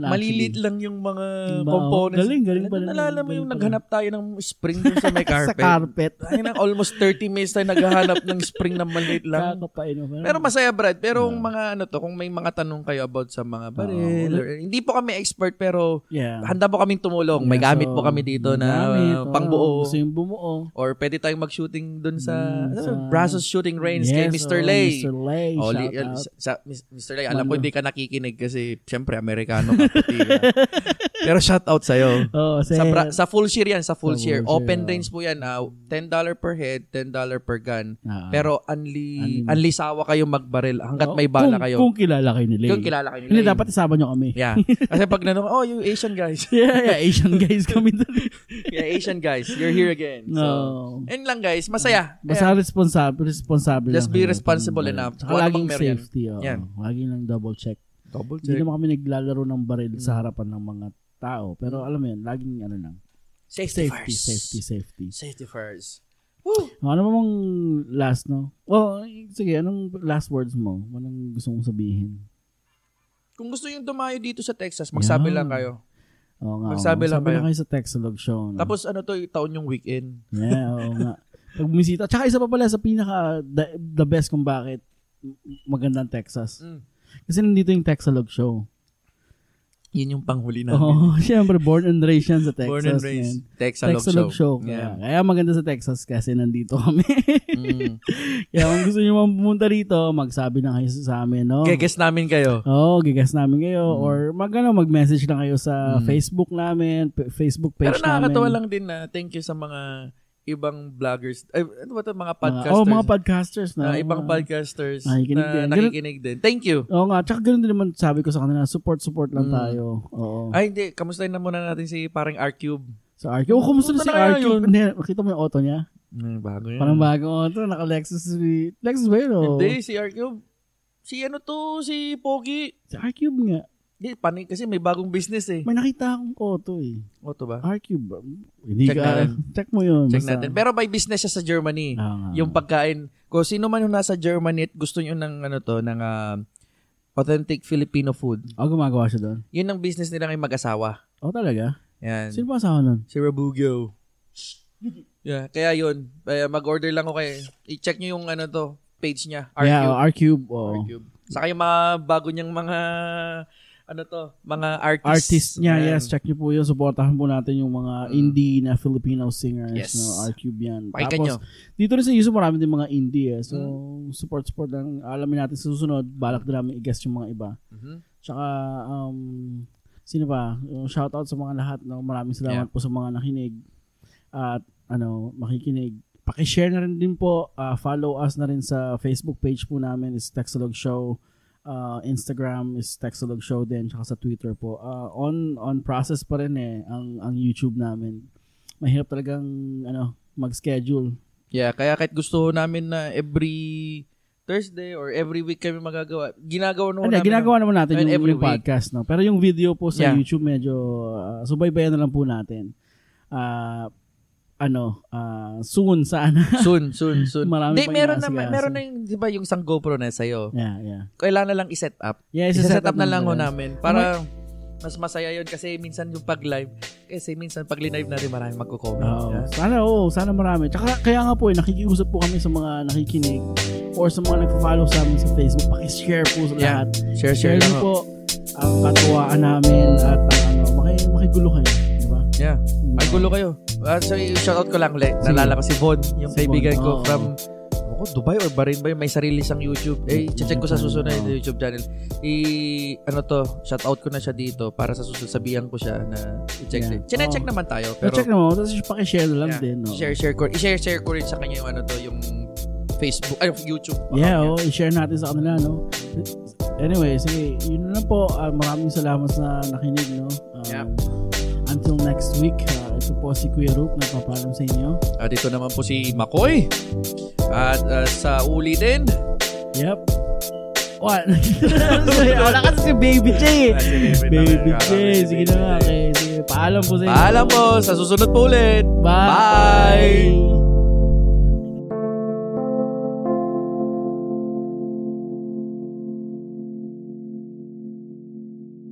Speaker 2: Malilit
Speaker 1: actually.
Speaker 2: lang yung mga
Speaker 1: Yung mga-
Speaker 2: components.
Speaker 1: galing, galing pala.
Speaker 2: Nalala mo yung
Speaker 1: Galing pala.
Speaker 2: naghanap tayo ng spring dun sa may
Speaker 1: Sa
Speaker 2: carpet.
Speaker 1: carpet.
Speaker 2: Ay, nang almost 30 minutes tayo naghahanap ng spring na maliit lang.
Speaker 1: Nakakapain. no? Parang-
Speaker 2: Pero masaya, Brad. Pero kung mga ano to, kung may mga tanong kayo about sa
Speaker 1: Ah,
Speaker 2: mga baril,
Speaker 1: Oo.
Speaker 2: or- hindi po kami expert pero
Speaker 1: yeah.
Speaker 2: handa po kaming tumulong. May
Speaker 1: Yeah,
Speaker 2: gamit
Speaker 1: so,
Speaker 2: po kami dito
Speaker 1: may
Speaker 2: na
Speaker 1: gamit,
Speaker 2: uh,
Speaker 1: oo.
Speaker 2: pangbuo.
Speaker 1: Gusto yung bumuo.
Speaker 2: Or pwede tayong mag-shooting dun sa,
Speaker 1: Mm,
Speaker 2: ano,
Speaker 1: sa-
Speaker 2: Brazos Shooting Range kay
Speaker 1: Yes,
Speaker 2: Mr.
Speaker 1: oo,
Speaker 2: Lay.
Speaker 1: Mr. Lay,
Speaker 2: Oh, li-
Speaker 1: shout out.
Speaker 2: sa, sa- Mis- Mr. Lay, alam ko
Speaker 1: Malo.
Speaker 2: hindi ka nakikinig kasi syempre Amerikano ka puti ka. Pero shout out sa'yo.
Speaker 1: Oh,
Speaker 2: Sa,
Speaker 1: sa-
Speaker 2: bra- sa full shear yan, sa full
Speaker 1: Sa
Speaker 2: shear.
Speaker 1: full shear,
Speaker 2: Open
Speaker 1: oh.
Speaker 2: range po yan. ah, $10 per head, $10 per gun.
Speaker 1: Ah,
Speaker 2: Pero unli,
Speaker 1: Unlimited.
Speaker 2: unli sawa kayo magbaril hanggat at may bala
Speaker 1: kung,
Speaker 2: kayo.
Speaker 1: Kung kilala kayo ni Lay.
Speaker 2: Kung kilala kayo nila.
Speaker 1: Hindi,
Speaker 2: yun.
Speaker 1: dapat isama nyo kami.
Speaker 2: Yeah. Kasi pag nanong, oh, you Asian guys.
Speaker 1: Yeah, yeah, Asian guys kami doon.
Speaker 2: yeah, Asian guys. You're here again. So,
Speaker 1: No.
Speaker 2: yun lang guys. Masaya.
Speaker 1: Basta responsable, responsible.
Speaker 2: Just
Speaker 1: lang
Speaker 2: be
Speaker 1: kayo.
Speaker 2: responsible
Speaker 1: Mm,
Speaker 2: enough.
Speaker 1: Tsaka
Speaker 2: Kung ano
Speaker 1: laging
Speaker 2: mang meron yan.
Speaker 1: safety. oo.
Speaker 2: Yan.
Speaker 1: Lagi lang double check.
Speaker 2: Double
Speaker 1: Hindi naman kami naglalaro ng baril
Speaker 2: Mm.
Speaker 1: sa harapan ng mga tao. Pero alam mo yun, laging ano lang.
Speaker 2: Safety,
Speaker 1: Safety,
Speaker 2: first.
Speaker 1: safety, safety.
Speaker 2: Safety first. Woo!
Speaker 1: O, ano mong last, no? Oh, sige, anong last words mo? Anong gusto mong sabihin?
Speaker 2: Kung gusto yung dumayo dito sa Texas, magsabi
Speaker 1: Yeah.
Speaker 2: lang kayo.
Speaker 1: Oo nga. oo.
Speaker 2: Magsabi lang
Speaker 1: Magsabi
Speaker 2: kayo.
Speaker 1: lang kayo sa Texalog show. No?
Speaker 2: Tapos ano to, taon yung weekend.
Speaker 1: Yeah, oo nga. Pag bumisita. Tsaka isa pa pala sa pinaka the, the best kung bakit magandang Texas.
Speaker 2: Mm.
Speaker 1: Kasi nandito yung Texalog show.
Speaker 2: Yun yung panghuli namin.
Speaker 1: Oo, oh, syempre born and raised yan sa Texas.
Speaker 2: Born and raised.
Speaker 1: man.
Speaker 2: Texalog,
Speaker 1: Texalog show.
Speaker 2: Yeah.
Speaker 1: Kaya, kaya maganda sa Texas kasi nandito kami.
Speaker 2: Mm.
Speaker 1: kaya kung gusto nyo man pumunta rito, magsabi na kayo sa amin, no?
Speaker 2: Geges namin kayo.
Speaker 1: Oo, gigas namin kayo. Or mag, ano, mag-message lang kayo sa
Speaker 2: Mm.
Speaker 1: Facebook namin, p- Facebook page
Speaker 2: Pero nakakatawa
Speaker 1: namin.
Speaker 2: lang din na thank you sa mga ibang vloggers. Ay, ano ba to? Mga
Speaker 1: Mga-
Speaker 2: podcasters.
Speaker 1: oh, mga podcasters na.
Speaker 2: na ibang
Speaker 1: Mga-
Speaker 2: podcasters
Speaker 1: nakikinig
Speaker 2: na
Speaker 1: din.
Speaker 2: nakikinig din. Thank you.
Speaker 1: Oo nga, tsaka ganun din naman sabi ko sa kanila, support-support lang
Speaker 2: Mm.
Speaker 1: tayo. Oo.
Speaker 2: Ay, hindi. Kamustahin na muna natin si parang R-Cube.
Speaker 1: Sa RQ. Oh, kumusta na
Speaker 2: Puta
Speaker 1: si
Speaker 2: na kaya
Speaker 1: RQ?
Speaker 2: yun?
Speaker 1: Hindi, Makita mo yung auto niya?
Speaker 2: Hmm, bago yun.
Speaker 1: Parang bagong auto, naka-Lexus. Lexus ba yun? Oh?
Speaker 2: Hindi, si R-Cube. Si ano to, si Pogi.
Speaker 1: Si RQ nga.
Speaker 2: Hindi, panik kasi may bagong business eh.
Speaker 1: May nakita akong auto eh.
Speaker 2: Oto ba?
Speaker 1: RQ ba? Hindi
Speaker 2: Check
Speaker 1: ka.
Speaker 2: natin.
Speaker 1: Check mo yun.
Speaker 2: Check
Speaker 1: basta. ano. Ah.
Speaker 2: natin. Pero may business siya sa Germany.
Speaker 1: Oo nga.
Speaker 2: yung pagkain. Kung sino man yung nasa Germany at gusto nyo ng ano to, ng ah, authentic Filipino food.
Speaker 1: Oh, gumagawa siya doon.
Speaker 2: Yun ang business nila ngayong mag-asawa.
Speaker 1: Oh, talaga?
Speaker 2: Yan.
Speaker 1: Sino ba asawa nun?
Speaker 2: Si Rabugyo. Yeah, kaya yun. Kaya mag-order lang ako kay I-check nyo yung ano to, page niya. RQ.
Speaker 1: Yeah, oh, RQ. Oh.
Speaker 2: R-Cube. Saka yung mga bago niyang mga ano to, mga artists.
Speaker 1: Artist niya,
Speaker 2: Ayan.
Speaker 1: yes. Check niyo po yun. Supportahan po natin yung mga indie na Filipino singers.
Speaker 2: Mm. Yes.
Speaker 1: No, RQ yan.
Speaker 2: Pakinggan nyo.
Speaker 1: dito rin sa Yuso, marami din mga indie eh. So,
Speaker 2: Mm.
Speaker 1: support-support lang. Alamin natin sa susunod. Balak din namin i-guest yung mga iba.
Speaker 2: Mhm.
Speaker 1: Tsaka, um, sino ba? Shout out sa mga lahat. No? Maraming salamat po sa mga nakinig. At, ano, makikinig. Pakishare na rin din po. Ah, follow us na rin sa Facebook page po namin. is Texalog Show. Ah, Instagram is Texalog Show din. Tsaka sa Twitter po. Ah, on on process pa rin eh. Ang, ang YouTube namin. Mahirap talagang, ano, mag-schedule.
Speaker 2: Yeah, kaya kahit gusto namin na every Thursday or every week kami magagawa, ginagawa naman
Speaker 1: Hindi,
Speaker 2: namin.
Speaker 1: Ano, ginagawa naman natin
Speaker 2: Ayun,
Speaker 1: yung,
Speaker 2: every
Speaker 1: yung
Speaker 2: week.
Speaker 1: podcast, no? Pero yung video po sa
Speaker 2: Yeah.
Speaker 1: YouTube, medyo uh, subaybayan na lang po natin. Ah, ano, ah, soon sana.
Speaker 2: soon, soon, soon.
Speaker 1: Marami
Speaker 2: Di,
Speaker 1: pang
Speaker 2: meron na,
Speaker 1: inaasikaso.
Speaker 2: meron na yung, di ba, yung isang GoPro na sa'yo.
Speaker 1: yeah, yeah.
Speaker 2: Kailangan na lang i-set up.
Speaker 1: Yeah,
Speaker 2: I-set
Speaker 1: isa-set
Speaker 2: up na lang ho
Speaker 1: po yan.
Speaker 2: namin para mas masaya yun kasi minsan yung pag-live, kasi minsan pag live natin maraming magko-comment.
Speaker 1: Oo.
Speaker 2: Yeah.
Speaker 1: Sana, oo. Sana marami. Tsaka, kaya nga po, eh, nakikiusap po kami sa mga nakikinig or sa mga nagpa-follow sa amin sa Facebook. Pakishare po sa
Speaker 2: Yeah.
Speaker 1: lahat.
Speaker 2: Share, share
Speaker 1: Share
Speaker 2: lang
Speaker 1: niyo
Speaker 2: ho.
Speaker 1: po ang katuwaan namin at ang ano, maki, makigulo kayo. Di ba?
Speaker 2: Yeah. Ay, gulo kayo. Ah, so, shoutout ko lang, Le. Nalala ko si Von,
Speaker 1: Si
Speaker 2: yung kaibigan
Speaker 1: Von,
Speaker 2: ko
Speaker 1: oo.
Speaker 2: from ako, Dubai or Bahrain ba yun? May sarili siyang YouTube. Eh,
Speaker 1: Yeah,
Speaker 2: check ko sa
Speaker 1: YouTube channel,
Speaker 2: susunod na
Speaker 1: Mm-hmm. oo.
Speaker 2: YouTube channel. I, ano to, shoutout ko na siya dito para sa susunod sabihan ko siya na i-check
Speaker 1: Yeah.
Speaker 2: din. Chine-check
Speaker 1: Oo.
Speaker 2: naman tayo.
Speaker 1: Pero,
Speaker 2: Pero,
Speaker 1: check naman. oh, Tapos, pakishare na lang
Speaker 2: yeah,
Speaker 1: din. oh. No?
Speaker 2: Share, share ko. I-share, share ko rin sa kanya yung ano to, yung Facebook, ay, yung YouTube. account
Speaker 1: Yeah,
Speaker 2: niya.
Speaker 1: oo, i-share natin sa kanila, no? Anyway, sige, yun na lang po. Ah, maraming salamat sa nakinig, no? Um,
Speaker 2: Yep.
Speaker 1: Until next week, ah, ito po si Kuya Roop, nagpapalam sa inyo.
Speaker 2: At ito naman po si Makoy. At ah, sa uli din.
Speaker 1: Yep. What? Wala kasi si Baby J. eh.
Speaker 2: Ah, si Baby
Speaker 1: Baby
Speaker 2: naman.
Speaker 1: J,
Speaker 2: Kakami si
Speaker 1: sige
Speaker 2: Baby
Speaker 1: na nga.
Speaker 2: J.
Speaker 1: Okay, sige, paalam po sa inyo.
Speaker 2: Paalam po. Sa susunod po ulit.
Speaker 1: Bye.
Speaker 2: Bye.